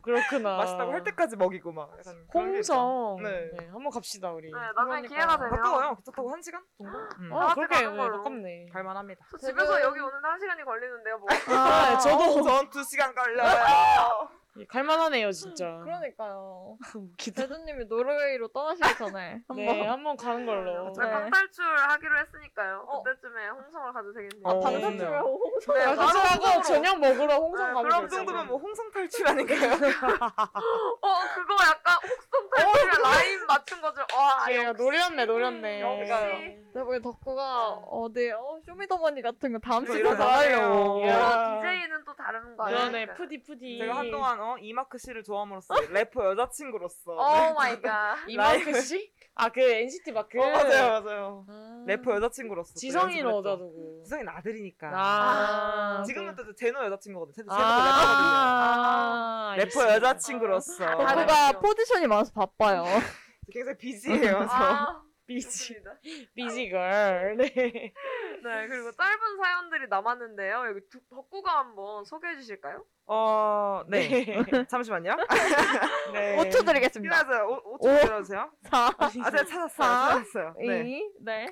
그렇구나
맛있다고 할 때까지 먹이고 막. 약간 그런 게 있죠.
홍성
네.
네. 한번 갑시다 우리
네, 나중에 기회가 되면.
가까워요. 기차 타고 한 시간 정도? 음.
어,
아,
그렇게
가는
네,
걸로.
가깝네.
갈만합니다.
저 집에서 여기 오는데 한 시간이 걸리는데요, 뭐.
아, 저도
전두 시간 걸려요.
갈만하네요, 진짜.
음,
그러니까요.
[laughs] 웃기다.
제주님이 노르웨이로 떠나시기 전에 한번
네,
뭐.
한번 가는 걸로.
저희
네.
방탈출 하기로 했으니까요.
어.
그때쯤에 홍성을 가도 되겠네요.
아,
방-
방금
[laughs] 네.
요
네,
아,
바로
하고
홍성으로.
저녁 먹으러
네,
홍성 가는
그럼
그
거죠.
정도면 뭐 홍성 탈출 아닌가요?
어, 그거 약간 혹성 탈출이랑 라인 맞춘 거죠.
아,
와,
예, 노렸네, 노렸네.
음,
역시.
여러분 덕구가
네.
어디 어 쇼미더머니 같은 거 다음
이거
시즌
이러다
나와요.
해요.
이야.
DJ는 어, 또 다른 거 아, 아니에요?
네. 그러네, 푸디푸디.
제가
아.
한동안 어, 이마크 씨를 좋아함으로써 래퍼 여자친구로서
[laughs]
오 마이 갓.
이마크 씨? 아 그 NCT 막 그.
어, 맞아요, 맞아요.
아.
래퍼 여자친구로서. 또
지성이는
연습을 했죠.
어자 누구?
지성이는 아들이니까.
아,
지금은
그-
또 제노 여자친구거든. 제노 제노
아,
아. 래퍼거든요. 래퍼
알겠습니다. 아,
여자친구로서. 네.
누가 포지션이 많아서 바빠요.
굉장히 비지해요.
아.
저.
아,
비지 비지 걸. 네.
네, 그리고 짧은 사연들이 남았는데요. 여기 두- 덕구가 한번 소개해 주실까요?
어, 네.
[laughs]
잠시만요. 네.
5초 드리겠습니다.
기다려주세요. 5,
오.
5초 들어주세요.
네.
자,
아, 제가 찾았어요. 찾았어요. 네.
이, 네.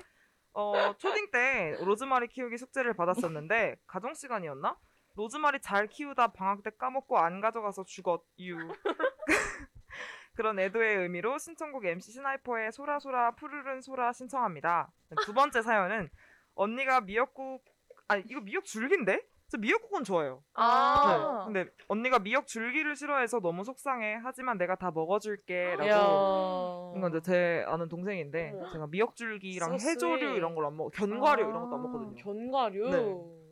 어, 초딩 때 로즈마리 키우기 숙제를 받았었는데 가정 시간이었나? 로즈마리 잘 키우다 방학 때 까먹고 안 가져가서 죽었 유. [laughs] 그런 애도의 의미로 신청곡 MC 스나이퍼의 소라소라 푸르른 소라 신청합니다. 두 번째 사연은 언니가 미역국 아니 이거 미역 줄기인데? 저 미역국은 좋아요.
아.
네. 근데 언니가 미역 줄기를 싫어해서 너무 속상해. 하지만 내가 다 먹어줄게라고. 이건 이제 제 아는 동생인데 제가 미역줄기랑
소스에.
해조류 이런 걸 안 먹어 견과류 이런 것도 안 먹거든요.
견과류
네.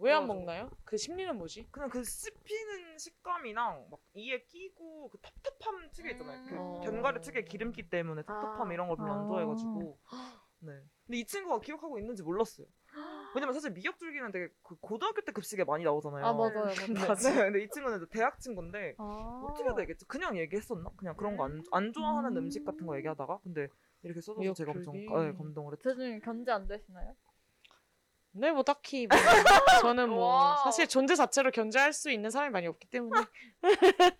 왜 안
그래가지고.
먹나요? 그 심리는 뭐지?
그냥 그 씹히는 식감이랑 막 이에 끼고 그 텁텁함 특유 있잖아요. 그
음.
견과류 특유의 기름기 때문에 텁텁함 이런 걸 별로 안 좋아해가지고. 네. 근데 이 친구가 기억하고 있는지 몰랐어요. 왜냐면 사실 미역줄기는 되게 그 고등학교 때 급식에 많이 나오잖아요.
아, 맞아요. 아.
네, 근데 이 친구는 이제 대학 친구인데 어떻게 해야 되겠지? 그냥 얘기했었나? 그냥 그런 거 안 안 좋아하는 음. 식 같은 거 얘기하다가 근데 이렇게 써줘서 제가 엄청
미역줄기.
네, 감동을 했죠.
제주님 견제 안 되시나요?
네, 뭐 딱히
[laughs]
뭐, 저는 뭐
와우.
사실 존재 자체로 견제할 수 있는 사람이 많이 없기 때문에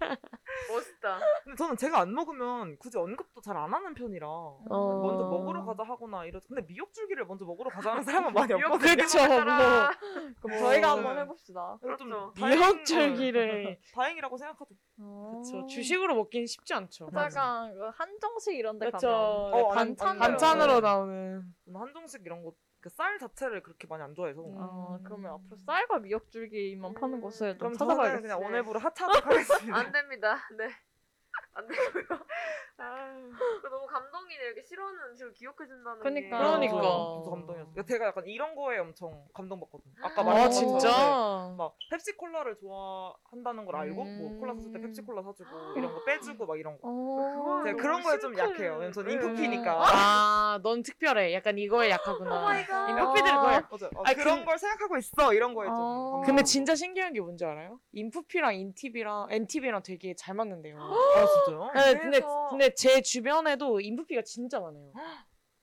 멋있다.
근데 저는 제가 안 먹으면 굳이 언급도 잘 안 하는 편이라 먼저 뭐 먹으러 가자 하거나 이러. 근데 미역줄기를 먼저 먹으러 가자는 사람은 많이 없거든요.
그렇죠. 뭐
그럼 저희가
네.
한번 해봅시다.
그래서 좀
그렇죠.
다행-
미역줄기를
다행이라고 생각하죠. 어.
그쵸. 주식으로 먹긴 쉽지 않죠.
어. 약간 그 한정식 이런 데
그렇죠.
가면
어, 안-
반찬으로.
반찬으로 나오는
저는 한정식 이런 거그쌀 자체를 그렇게 많이 안 좋아해서.
아, 그러면 앞으로 쌀과 미역줄기만 파는 곳을 좀
음. 그럼
찾아봐야겠어요.
저는 그냥 오늘부로 하차하도록 하겠습니다.
안 됩니다. 네. 안 되고요. 아유, 그거 너무 감동이네요. 이렇게 싫어하는 음식을 기억해 준다는 게. Oh
그러니까.
그러니까.
그래서 감동이었어요. 그러니까 제가 약간 이런 거에 엄청 감동받거든요. 아까
아,
말했던 것처럼,
진짜.
네. 막 펩시 콜라를 좋아한다는 걸 알고 뭐 콜라 샀을 때 펩시 콜라 사주고 이런 거 빼주고 막
어.
이런 거.
오.
제가 그 그런 거에 좀 약해요. 왜냐면 저는 인프피니까.
아, 넌 특별해. 약간 이거에 약하구나. 인프피들은 거의 약-
맞아. 어,
아니,
그런
그-
걸 생각하고 있어 이런 거에 좀.
아.
감동.
근데 진짜 신기한 게 뭔지 알아요? 인프피랑 인티비랑 엔티비랑 되게 잘 맞는데요.
아 진짜요?
네, 근데
그래서-
근데 제 주변에도 인프피가 진짜 많아요.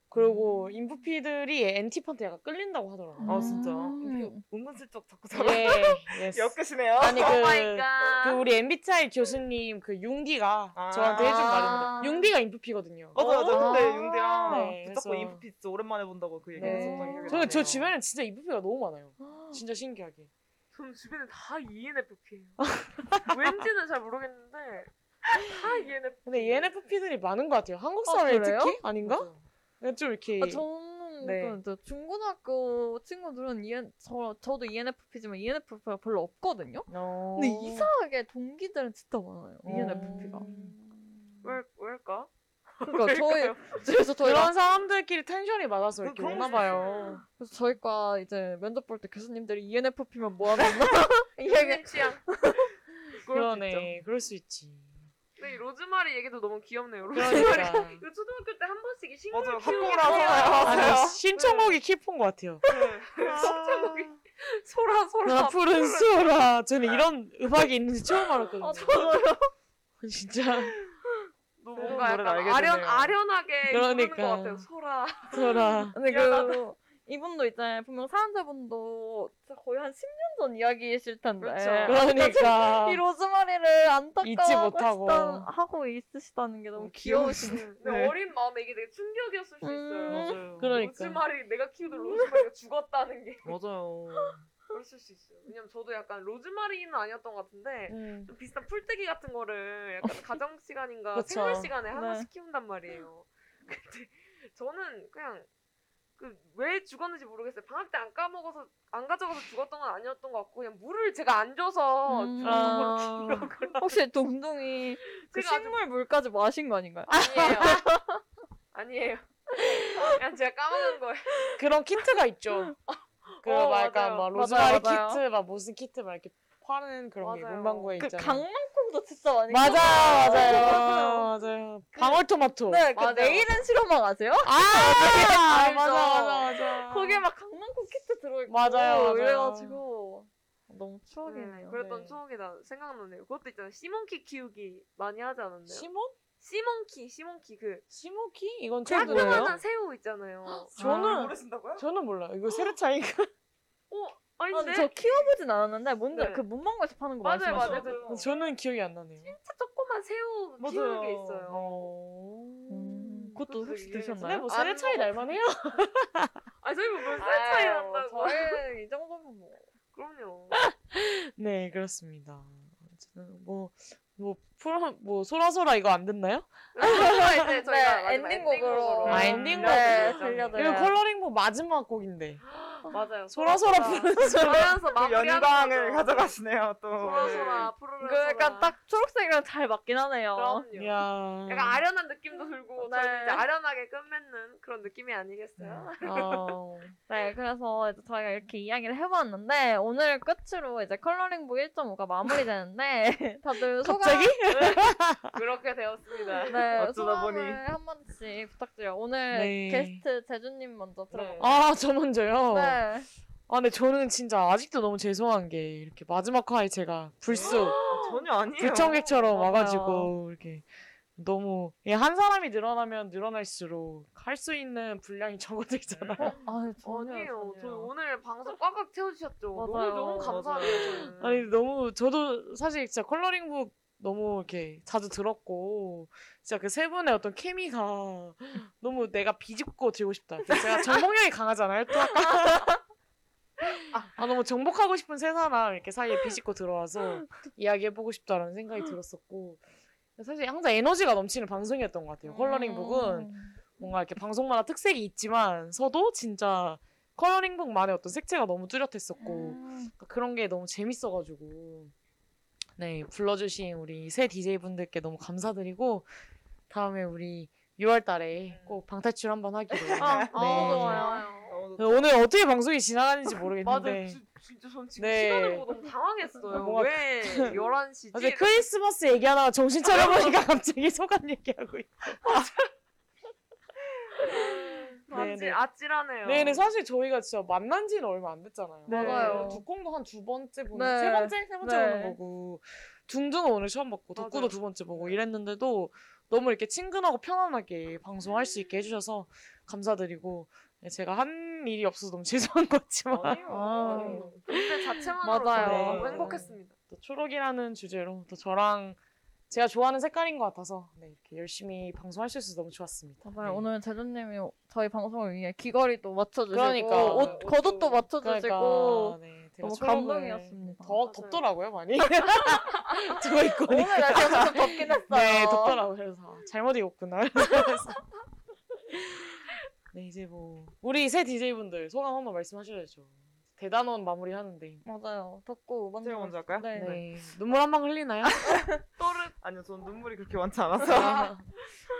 그리고 인프피들이 엔티한테 약간 끌린다고 하더라고요.
아 진짜.
음.
은근슬쩍 자꾸
예,
예.
예스.
[laughs] 엮으시네요.
아니
오
그,
마이 갓.
그 우리 MBTI 교수님 그 융디가
아.
저한테 해준 말입니다. 융디가 인프피거든요.
맞아 맞아.
어.
근데 융대랑
네,
붙잡고
그래서-
인프피 진짜 오랜만에 본다고 그
네.
얘기했었던
저, 저 주변에 진짜 인프피가 너무 많아요. 진짜 신기하게.
저는 주변에 다 E ENFP예요. 왠지는 잘 모르겠는데 다 E ENFP.
근데 E ENFP들이 많은 것 같아요. 한국
아,
사람이
그래요?
특히 아닌가? 좀 이렇게
아, 저는
네.
그 이제 중고등학교 친구들은 EN, 저, 저도 E ENFP지만 ENFP가 별로 없거든요.
네.
어.
근데 이상하게 동기들은 진짜 많아요.
음.
E
어.
ENFP가.
왜 왜일까?
그러니까 저희 그래서 저희
그런 사람들끼리 텐션이 맞아서
그-
이렇게
그런
오나
거
봐요.
그래서 저희 과 이제 면접 볼 때 교수님들이 E ENFP면 [laughs] 뭐하나
이게 음, 취향.
[laughs]
그럴 수 있죠.
그러네. 그럴 수 있지.
근데 이 로즈마리 얘기도 너무 귀엽네요. 로즈마리.
그러니까.
[laughs] 이거 초등학교 때 한 번씩 이 식물
맞아
키우는
합공을 하잖아요. 네.
아니, 신청곡이 키폰 것 같아요.
[laughs]
신청곡이 [laughs] 소라 소라.
나 푸른 수라. 저는 이런 음악이 있는지 처음 알았거든요. [laughs] 진짜
너무
새로운
뭔가
노래를
약간
알게
아련
되네요.
아련하게
그러니까.
부르는 것 같아요. 소라.
수라.
근데
미안하다.
그 이분도 이제 분명 사연자분도 진짜 거의 한 10년 전 이야기이실 텐데
그렇죠.
그러니까
이 로즈마리를
잊지
안타까워하고
못하고.
있던- 하고 있으시다는 게 너무 귀여우신
근데
네.
어린 마음에 이게 되게 충격이었을 수 있어요.
맞아요.
그러니까.
로즈마리 내가 키우던 로즈마리가 죽었다는 게
맞아요.
그랬을 수 있어요. 왜냐면 저도 약간 로즈마리는 아니었던 것 같은데
음.
좀 비슷한 풀떼기 같은
[laughs]
거를 약간 가정 시간인가
그쵸.
생활 시간에 하나씩
네.
키운단 말이에요. [laughs] 근데 저는 그냥 그 왜 죽었는지 모르겠어요. 방학 때 안 까먹어서 안 가져가서 죽었던 건 아니었던 것 같고 그냥 물을 제가 안 줘서
음.
죽은 걸로
아,
혹시 동동이 그
제가 아주-
식물 물까지 마신 거 아닌가요?
아니에요. [laughs] 아니에요. 그냥 제가 까먹은 거예요.
그런 키트가 있죠.
어,
그막 약간
맞아요.
막 로즈마리
맞아요, 맞아요.
키트, 막 무슨 키트 막 이렇게 파는 그런 게
맞아요.
문방구에
그
있잖아요.
강낭콩 실험도 진짜 많이
맞아
했어요.
맞아요 맞아요 방울토마토
네, 그
맞아요.
내일은 실험왕 아세요?
아, 아,
알죠.
맞아 맞아 맞아
거기에 막 강낭콩 키트 들어있고
맞아요, 맞아요.
이래가지고 너무 [laughs] 추억이네요.
그랬던
네.
추억이 나 생각나네요. 그것도 있잖아요. 시몬키 키우기 많이 하지 않았나요?
시몬
시몬키, 시몬키 그
시모키 이건 처음 들어요. 아,
쬐끄만한 새우 있잖아요.
저는
모르신다고요?
저는 몰라요. 이거 세르차인가? [laughs]
아,
아닌데?
저 키워보진 않았는데 뭔지
네.
그 문방구에서 파는 거
맞아요,
말씀하시죠?
맞아요. 그
저는 기억이 안 나네요.
진짜 조그만 새우 키우는 게 있어요.
음,
그것도
그것도 혹시
유행했어요.
근데
드셨나요?
뭐
안
세르차이 날만해요.
아 저희 뭐별 차이
아유,
난다고.
저는 이 정도면 뭐
그럼요.
네 그렇습니다. 저는 뭐뭐 프로 뭐 소라소라 이거 안 듣나요?
그래서 이제
[laughs] 네,
저희가 마지막
엔딩곡으로.
엔딩곡으로.
아, 엔딩곡.
네,
들려드려요.
이거
네.
컬러링북 뭐 마지막 곡인데
맞아요.
소라소라 부르는 소리.
소라서 마무리하는
그 연방을
거죠.
가져가시네요 또.
아. 소라소라 푸르른
그러니까
소라.
딱 초록색이랑 잘 맞긴 하네요.
그럼요.
야.
약간 아련한 느낌도 들고
네.
저는 이제 아련하게 끝맺는 그런 느낌이 아니겠어요?
어.
네, 그래서 이제 저희가 이렇게 이야기를 해봤는데 오늘 끝으로 이제 컬러링북 1.5가 마무리되는데 [laughs] 다들 소감
갑자기?
[laughs] 그렇게 되었습니다.
네,
어쩌다
소감을
보니.
한 번씩 부탁드려요. 오늘
네.
게스트 재준님 먼저 들어볼까요?
아저 먼저요.
네.
아 근데 저는 진짜 아직도 너무 죄송한 게 이렇게 마지막 화에 제가 불쑥
아, 전혀 아니에요.
불청객처럼
맞아요.
와가지고 이렇게 너무 이게 한 사람이 늘어나면 늘어날수록 할 수 있는 분량이 [laughs] 적어들잖아. 요
아유, 전혀요, 음,
아니에요. 저희
전혀요.
오늘 방송 꽉꽉 채워주셨죠.
맞아요.
너무 너무 감사해요.
음.
저는.
아니 너무 저도 사실 진짜 컬러링북 너무 이렇게 자주 들었고 진짜 그 세 분의 어떤
[laughs]
케미가 너무 내가 비집고 들고 싶다. 그래서 제가 정복력이 강하잖아요.
[laughs]
또 아까 아 너무 정복하고 싶은 세 사람 이렇게 사이에
[laughs]
비집고 들어와서 이야기해보고 싶다라는 생각이 들었었고 사실 항상 에너지가 넘치는 방송이었던 것 같아요. 컬러링북은
음.
뭔가 이렇게 방송마다 특색이 있지만 서도 진짜 컬러링북만의 어떤 색채가 너무
음.
뚜렷했었고 그러니까 그런 게 너무 재밌어가지고 네 불러주신 우리 새 DJ 분들께 너무 감사드리고 다음에 우리
음.
6월달에 꼭 방탈출 한번 하기로 [laughs] 네.
아, 좋아요.
어,
네, 오늘 어떻게 방송이 지나가는지
맞아.
모르겠는데
지- 진짜 전 지금
네.
시간을 뭐 보고 너무 당황했어요.
뭔가 그
왜 11시지?
어제 크리스마스 얘기하다가 정신 차려보니까 [laughs] 갑자기 소감 얘기하고 있- 네, 네.
아찔, 아찔하네요.
네, 근데 사실 저희가 진짜 만난 지는 얼마 안 됐잖아요.
네. 맞아요.
두콩도 한 두 번째 보는,
네.
세 번째? 세 번째
네.
보는 거고, 둥둥은 오늘 처음 봤고, 덕구도
맞아요.
두 번째 보고 이랬는데도 너무 이렇게 친근하고 편안하게 방송할 수 있게 해주셔서 감사드리고, 네, 제가 한 일이 없어서 너무 [laughs] 죄송한 거지만,
아니에요.
아.
그때 자체만으로
맞아요.
저는 너무
네.
행복했습니다.
또 초록이라는 주제로 또 저랑 제가 좋아하는 색깔인 것 같아서 네, 이렇게 열심히 방송할 수 있어서 너무 좋았습니다.
맞아요.
네.
오늘 재준님이 저희 방송을 위해 귀걸이도 맞춰주시고
그러니까.
옷 겉옷도 맞춰주시고
네, 되게
너무
초록을
감동이었습니다.
더 덥더라고요 많이 [laughs] 저거 입고
오늘
오니까
날씨가 좀 덥긴 했어요.
네 덥더라고요 그래서 아, 잘못 [laughs] 입었구나 그래서 네 이제 뭐 우리 새 DJ 분들 소감 한번 말씀하셔야죠 대단원 마무리하는데
맞아요. 덥고 먼저
제가 먼저 할까요?
네.
네 눈물 한 방 흘리나요?
또르
아니요, 전 눈물이 그렇게 많지 않아서.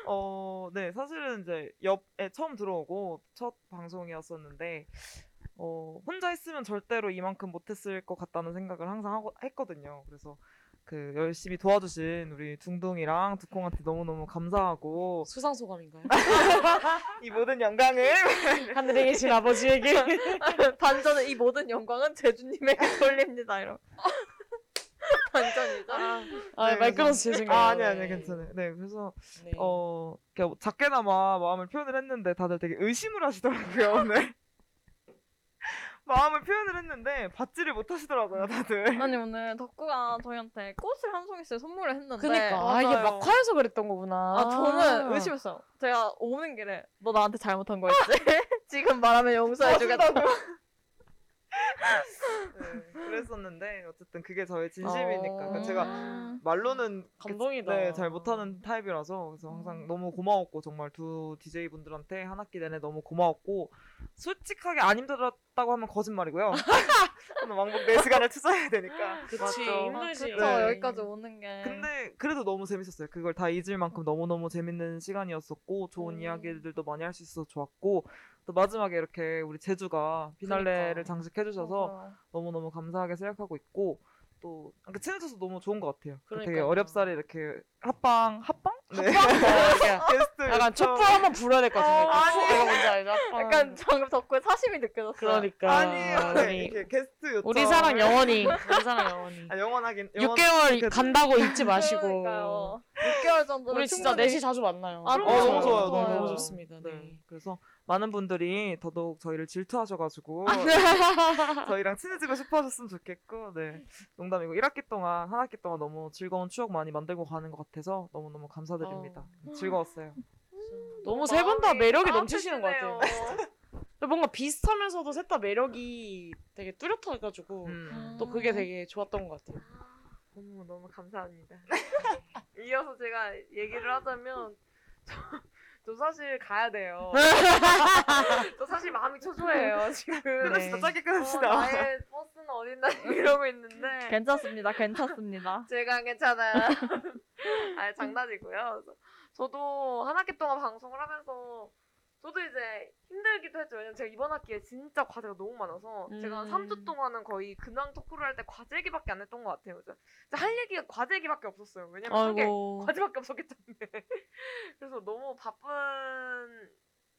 어, 네, 사실은 이제 옆에 처음 들어오고 첫 방송이었었는데, 어, 혼자 했으면 절대로 이만큼 못했을 것 같다는 생각을 항상 하고, 했거든요. 그래서 그 열심히 도와주신 우리 둥둥이랑 두콩한테 너무너무 감사하고, [laughs]
수상 소감인가요?
이 모든 영광을
하늘에 계신 아버지에게
[laughs] 반전은 이 모든 영광은 재준님에게 돌립니다. 이런 [laughs] 반전이죠.
아,
네,
말 끊어서
그래서-
죄송해요
아, 아니, 아니, 괜찮아요. 네, 그래서
네.
어, 그러니까 뭐 작게나마 마음을 표현을 했는데 다들 되게 의심을 하시더라고요, 오늘. [laughs] 마음을 표현을 했는데 받지를 못하시더라고요, 다들.
아니 오늘 덕구가 저희한테 꽃을 한 송이씩 선물을 했는데
그니까 아 이게
맞아요.
막화여서 그랬던 거구나
아, 저는 의심했어요. 제가 오는 길에 너 나한테 잘못한 거 있지? [laughs] 지금 말하면 용서해주겠다.
네, 그랬었는데 어쨌든 그게 저의 진심이니까 그러니까
어.
제가 말로는 그-
감동이다.
네, 잘 못하는 타입이라서 그래서
음.
항상 너무 고마웠고 정말 두 DJ 분들한테 한 학기 내내 너무 고마웠고 솔직하게 안 힘들었다고 하면 거짓말이고요. [laughs] 저는 왕복 4 시간을 투자해야 되니까.
그치
맞죠.
힘들지
아, 그쵸
네.
여기까지 오는 게.
근데 그래도 너무 재밌었어요. 그걸 다 잊을 만큼 너무너무 재밌는 시간이었었고
음.
좋은 이야기들도 많이 할 수 있어서 좋았고 또 마지막에 이렇게 우리 제주가 피날레를
그러니까.
장식해 주셔서
맞아요.
너무너무 감사하게 생각하고 있고 또 그러니까 친해져서 너무 좋은 것 같아요. 되게
그러니까요.
어렵사리 이렇게 합방 합방? 네. [laughs] 게스트
약간
요청.
촛불 한번 그러니까. 그렇죠. 불어야 될 것 같은데. 촛불 내가 뭔지 알죠?
약간 방금 덕분에 사심이 느껴졌어요.
그러니까.
아니에요. 네,
우리,
이렇게 게스트 요청.
우리 사랑 영원히. 우리 사랑 영원히.
아, 영원하긴. 영원-
6개월 간다고 잊지 마시고.
그러니까요. 6개월 정도는
우리 진짜
충분히-
넷이 자주 만나요.
아,
어, 너무 좋아요.
너무,
너무,
너무
좋아요.
좋습니다. 네.
그래서 많은 분들이 더더욱 저희를 질투하셔가지고
아, 네.
[laughs] 저희랑 친해지고 싶어하셨으면 좋겠고 네 농담이고 1학기 동안 한 학기 동안 너무 즐거운 추억 많이 만들고 가는 것 같아서 너무너무 감사드립니다. 즐거웠어요.
너무 세 분 다 매력이
마음이
넘치시는 것 같아요. 뭔가 비슷하면서도 셋 다 매력이 되게 뚜렷해가지고
음.
또 아. 그게 되게 좋았던 것 같아요.
너무 너무 감사합니다. [laughs] 이어서 제가 얘기를 하자면 저, 저 사실 가야 돼요.
[laughs]
저 사실 마음이 초조해요 지금.
네.
끝냅시다. 짧게
어,
끝냅시다.
나의 버스는 어딨나 [laughs] 이러고 있는데
괜찮습니다. 괜찮습니다.
제가 괜찮아요. [laughs] 아 장난이고요. 그래서 저도 한 학기 동안 방송을 하면서 저도 이제 힘들기도 했죠. 왜냐면 제가 이번 학기에 진짜 과제가 너무 많아서 제가 한
음.
3주 동안은 거의 근황 토크를 할 때 과제 얘기밖에 안 했던 것 같아요. 그래서 진짜 할 얘기가 과제 얘기밖에 없었어요. 왜냐면 한게
아이고.
과제밖에 없었기 때문에 [laughs] 그래서 너무 바쁜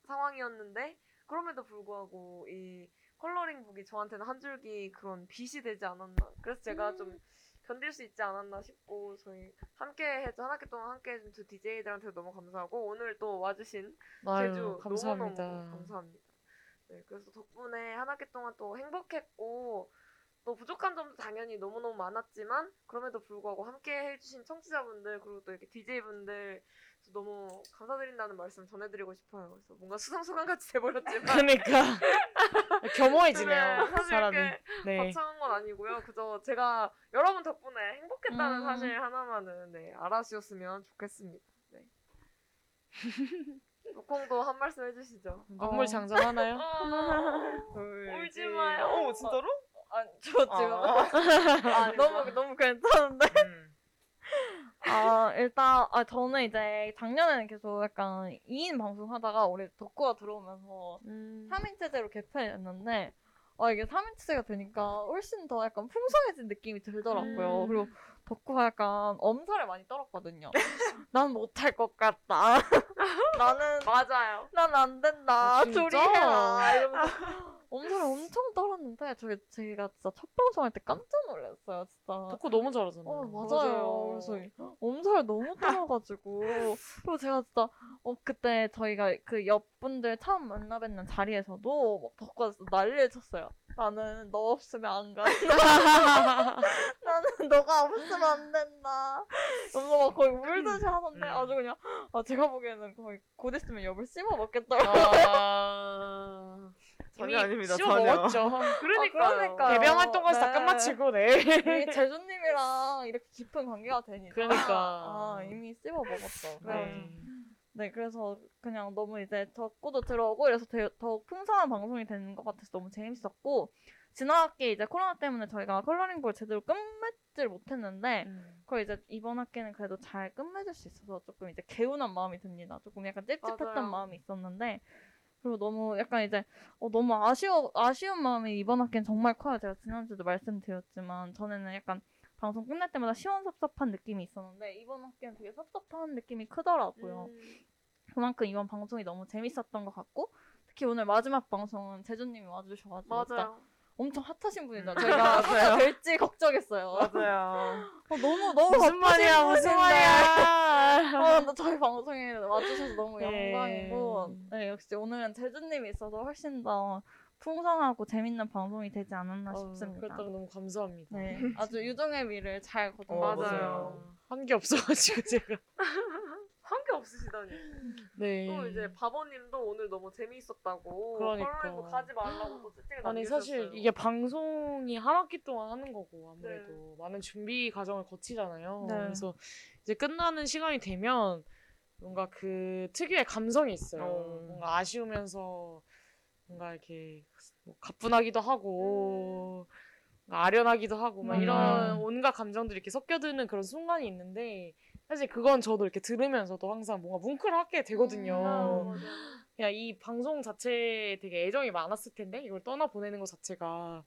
상황이었는데 그럼에도 불구하고 이 컬러링북이 저한테는 한 줄기 그런 빛이 되지 않았나 그래서 제가 좀 견딜 수 있지 않았나 싶고 저희 함께 해서 한 학기 동안 함께 해준 두 DJ들한테 너무 감사하고 오늘 또 와주신 제주
아유, 감사합니다.
너무너무 감사합니다 네 그래서 덕분에 한 학기 동안 또 행복했고 또 부족한 점도 당연히 너무너무 많았지만 그럼에도 불구하고 함께 해주신 청취자분들 그리고 또 이렇게 DJ분들 너무 감사드린다는 말씀 전해드리고 싶어요. 그래서 뭔가 수상수강 같이 돼버렸지만
[laughs] [laughs] 그러니까 겸허해지네요.
네, 사실
사람이.
이렇게
네.
거창한 건 아니고요. 그저 제가 여러분 덕분에 행복했다는
음.
사실 하나만은 네, 알아주셨으면 좋겠습니다. 네.
[laughs]
루콩도 한 말씀 해주시죠. 어.
눈물 장전하나요?
아, 울지 마요.
오 진짜로?
아니, 저 지금 [laughs]
아.
아, 너무 너무 괜찮은데.
음.
아 일단 아 저는 이제 작년에는 계속 약간 2인 방송하다가 우리 덕구가 들어오면서 3인 체제로 개편했는데 아 이게 3인 체제가 되니까 훨씬 더 약간 풍성해진 느낌이 들더라고요. 그리고 덕구가 약간 엄살을 많이 떨었거든요. [laughs] 난 못할 것 같다. 나는
맞아요.
난 안 된다.
아, 진짜? 아.
조리해라. 이러면서 엄살을 엄청 떨었는데 저게 제가 진짜 첫 방송할 때 깜짝 놀랐어요. 진짜.
덕후 너무 잘하잖아요.
어 맞아요. 그래서 이- 엄살 너무 떨어가지고 그리고 제가 진짜 어 그때 저희가 그 옆분들 처음 만나뵙는 자리에서도 막 덕후가 진짜 난리를 쳤어요. 나는 너 없으면 안 간다. [laughs] 나는 너가 없으면 안 된다. 그래서 막 거의 울듯이 하던데
음.
아주 그냥 아 제가 보기에는 거의 곧 있으면 옆을 씹어 먹겠더라고.
[laughs] 아...
전혀
이미
아닙니다.
씹어
전혀.
먹었죠.
그러니까요.
아, 그러니까요.
개병 활동까지 다
네.
끝마치고 네.
이미 제주님이랑 이렇게 깊은 관계가 되니까
그러니까.
아 이미 씹어 먹었어. 그래가지고
네.
네, 그래서 그냥 너무 이제 덥고도 들어오고 그래서 되- 더 풍성한 방송이 되는 것 같아서 너무 재밌었고 지난 학기 이제 코로나 때문에 저희가 컬러링볼 제대로 끝맺질 못했는데
음.
그걸 이제 이번 학기는 그래도 잘 끝맺을 수 있어서 조금 이제 개운한 마음이 듭니다. 조금 약간 찝찝했던
맞아요.
마음이 있었는데 그리고 너무 약간 이제 어, 너무 아쉬워 아쉬운 마음이 이번 학기는 정말 커요. 제가 지난주도 말씀드렸지만 전에는 약간 방송 끝날 때마다 시원섭섭한 느낌이 있었는데 이번 학기는 되게 섭섭한 느낌이 크더라고요.
음.
그만큼 이번 방송이 너무 재밌었던 것 같고 특히 오늘 마지막 방송은 재준님이
뭐
와주셔가지고 진짜
맞아요. 음.
엄청 핫하신 분이죠.
[laughs]
저희가 핫 될지 걱정했어요.
[laughs] 맞아요.
어, 너무 너무
무슨 말이야 무슨 [laughs] 말이야. 어,
아, 나 저희 방송에 와주셔서 너무
네.
영광이고 네, 역시 오늘은 재준님이 있어서 훨씬 더 풍성하고 재밌는 방송이 되지 않았나
어,
싶습니다.
그랬다면 너무 감사합니다.
네, 아주 유종의 미를 잘
어,
거둔
맞아요.
한 게 없어가지고 제가.
한 게 없으시다니.
네.
또 이제 바보님도 오늘 너무 재미있었다고
그러니까.
컬러링북 가지 말라고 또 채팅을
아니
남겨주셨어요.
사실 이게 방송이 한 학기 동안 하는 거고 아무래도 많은 준비 과정을 거치잖아요.
네.
그래서 이제 끝나는 시간이 되면 뭔가 그 특유의 감성이 있어요.
어.
뭔가 아쉬우면서 뭔가 이렇게 뭐 가뿐하기도 하고 뭔가 아련하기도 하고 막
음.
이런 온갖 감정들이 이렇게 섞여드는 그런 순간이 있는데 사실 그건 저도 이렇게 들으면서도 항상 뭔가 뭉클하게 되거든요.
어, 맞아요.
그냥 이 방송 자체에 되게 애정이 많았을 텐데 이걸 떠나 보내는 것 자체가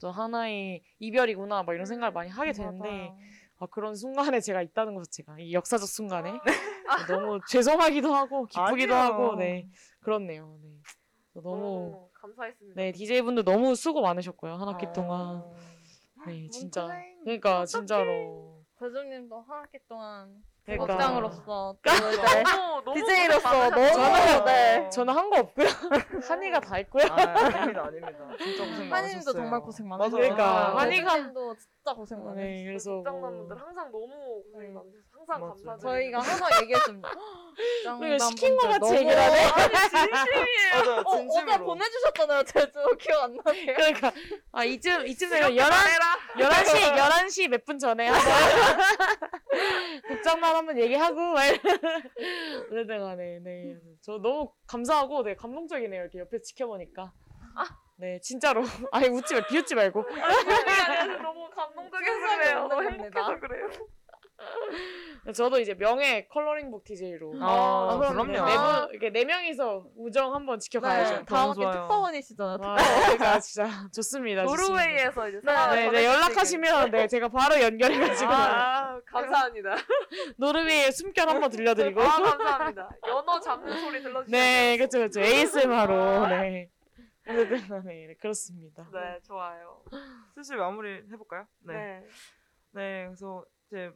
또 하나의 이별이구나 막 이런 생각을 많이
음,
하게 되는데 아, 그런 순간에 [laughs] 제가 있다는 것 자체가 이 역사적 순간에 [laughs] 너무 죄송하기도 하고 기쁘기도
아니에요.
하고 네 그렇네요. 네. 너무
어, 감사했습니다.
네 DJ 분들 너무 수고 많으셨고요 한
아.
어.
학기 동안 네 진짜 그러니까 진짜로
배종님도 한 학기 동안
그러니까.
부장으로서 또
[laughs]
이제
너무 너무
DJ로서
고생
아, 너무
많으셨어요.
네.
저는 한 거 없고요 한이가 다 했고요
아닙니다, 아닙니다. 진짜 고생
한이님도
많으셨어요.
정말 고생
맞아요.
많으셨어요.
그러니까 한이가
한이님도 아, 진짜 고생 많으셨어요.
네 그래서 네. 뭐
국장남분들 항상 너무 고생 많으셔서 항상
맞아요.
감사드립니다.
저희가 항상
[laughs]
얘기해줍니다.
그리고 시킨 거 같이
해
얘기를 하네
맞아요,
어, 오늘
진심으로.
보내주셨잖아요. 제주 [laughs] 기억 안 나네요.
그러니까 아 이쯤 이쯤 되면 열한 열한 시 열한 시 몇 분 전에 [laughs] 국장만 한번 얘기하고 막 이래. [laughs] 어쨌든 간에 네저 너무 감사하고 네 감동적이네요 이렇게 옆에서 지켜보니까 네 진짜로 [laughs] 아니 웃지 말 비웃지 말고
그러니까 너무 감동적이어서 그래요. 너무 행복해서 그래요.
네, 저도 이제 명예 컬러링북 DJ로
아,
네
그럼요.
분, 이렇게 네 명이서 우정 한번 지켜봐야죠
네,
너무
다음 학기
좋아요.
특파원이시잖아요.
아, 그러니까 진짜 좋습니다 좋습니다.
노르웨이에서 이제
네,
사랑을
네, 연락하시면 네 제가 바로 연결해가지고
아, 감사합니다.
노르웨이의 숨결 한번 들려드리고
아, 감사합니다. 연어 잡는 소리 들려주셔서
네 그렇죠 그렇죠 ASMR로 네 어쨌든 간에 네, 그렇습니다
네, 좋아요.
슬슬 마무리 해볼까요? 네. 네.
네.
그래서 이제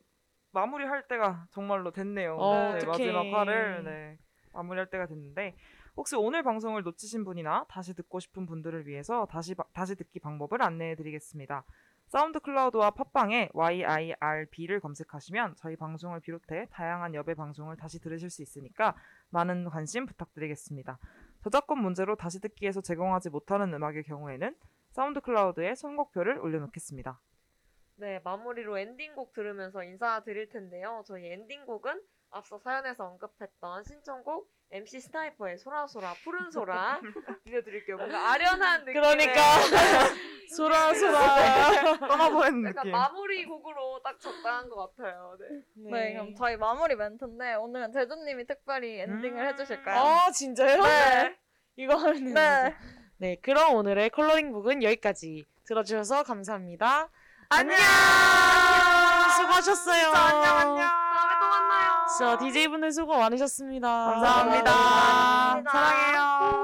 마무리할 때가 정말로 됐네요.
어,
네,
어떡해.
마지막 화를 네, 마무리할 때가 됐는데 혹시 오늘 방송을 놓치신 분이나 다시 듣고 싶은 분들을 위해서 다시 바- 다시 듣기 방법을 안내해드리겠습니다. 사운드 클라우드와 팟빵에 YIRB를 검색하시면 저희 방송을 비롯해 다양한 여배 방송을 다시 들으실 수 있으니까 많은 관심 부탁드리겠습니다. 저작권 문제로 다시 듣기에서 제공하지 못하는 음악의 경우에는 사운드 클라우드에 선곡표를 올려놓겠습니다.
네, 마무리로 엔딩곡 들으면서 인사드릴 텐데요. 저희 엔딩곡은 앞서 사연에서 언급했던 신청곡 MC 스나이퍼의 소라소라
[laughs]
푸른소라 들려드릴게요. 뭔가 아련한 느낌.
그러니까 소라소라
떠나보낸
약간
느낌.
마무리 곡으로 딱 적당한 것 같아요. 네.
네, 그럼 저희 마무리 멘트인데 오늘은 제주님이 특별히 엔딩을
음.
해주실까요?
아 진짜요?
네.
이거 하면
네.
네. 네 그럼 오늘의 컬러링북은 여기까지 들어주셔서 감사합니다 안녕 수고하셨어요 안녕 안녕
다음에 또 만나요.
진짜 DJ분들 수고 많으셨습니다
감사합니다.
사랑해요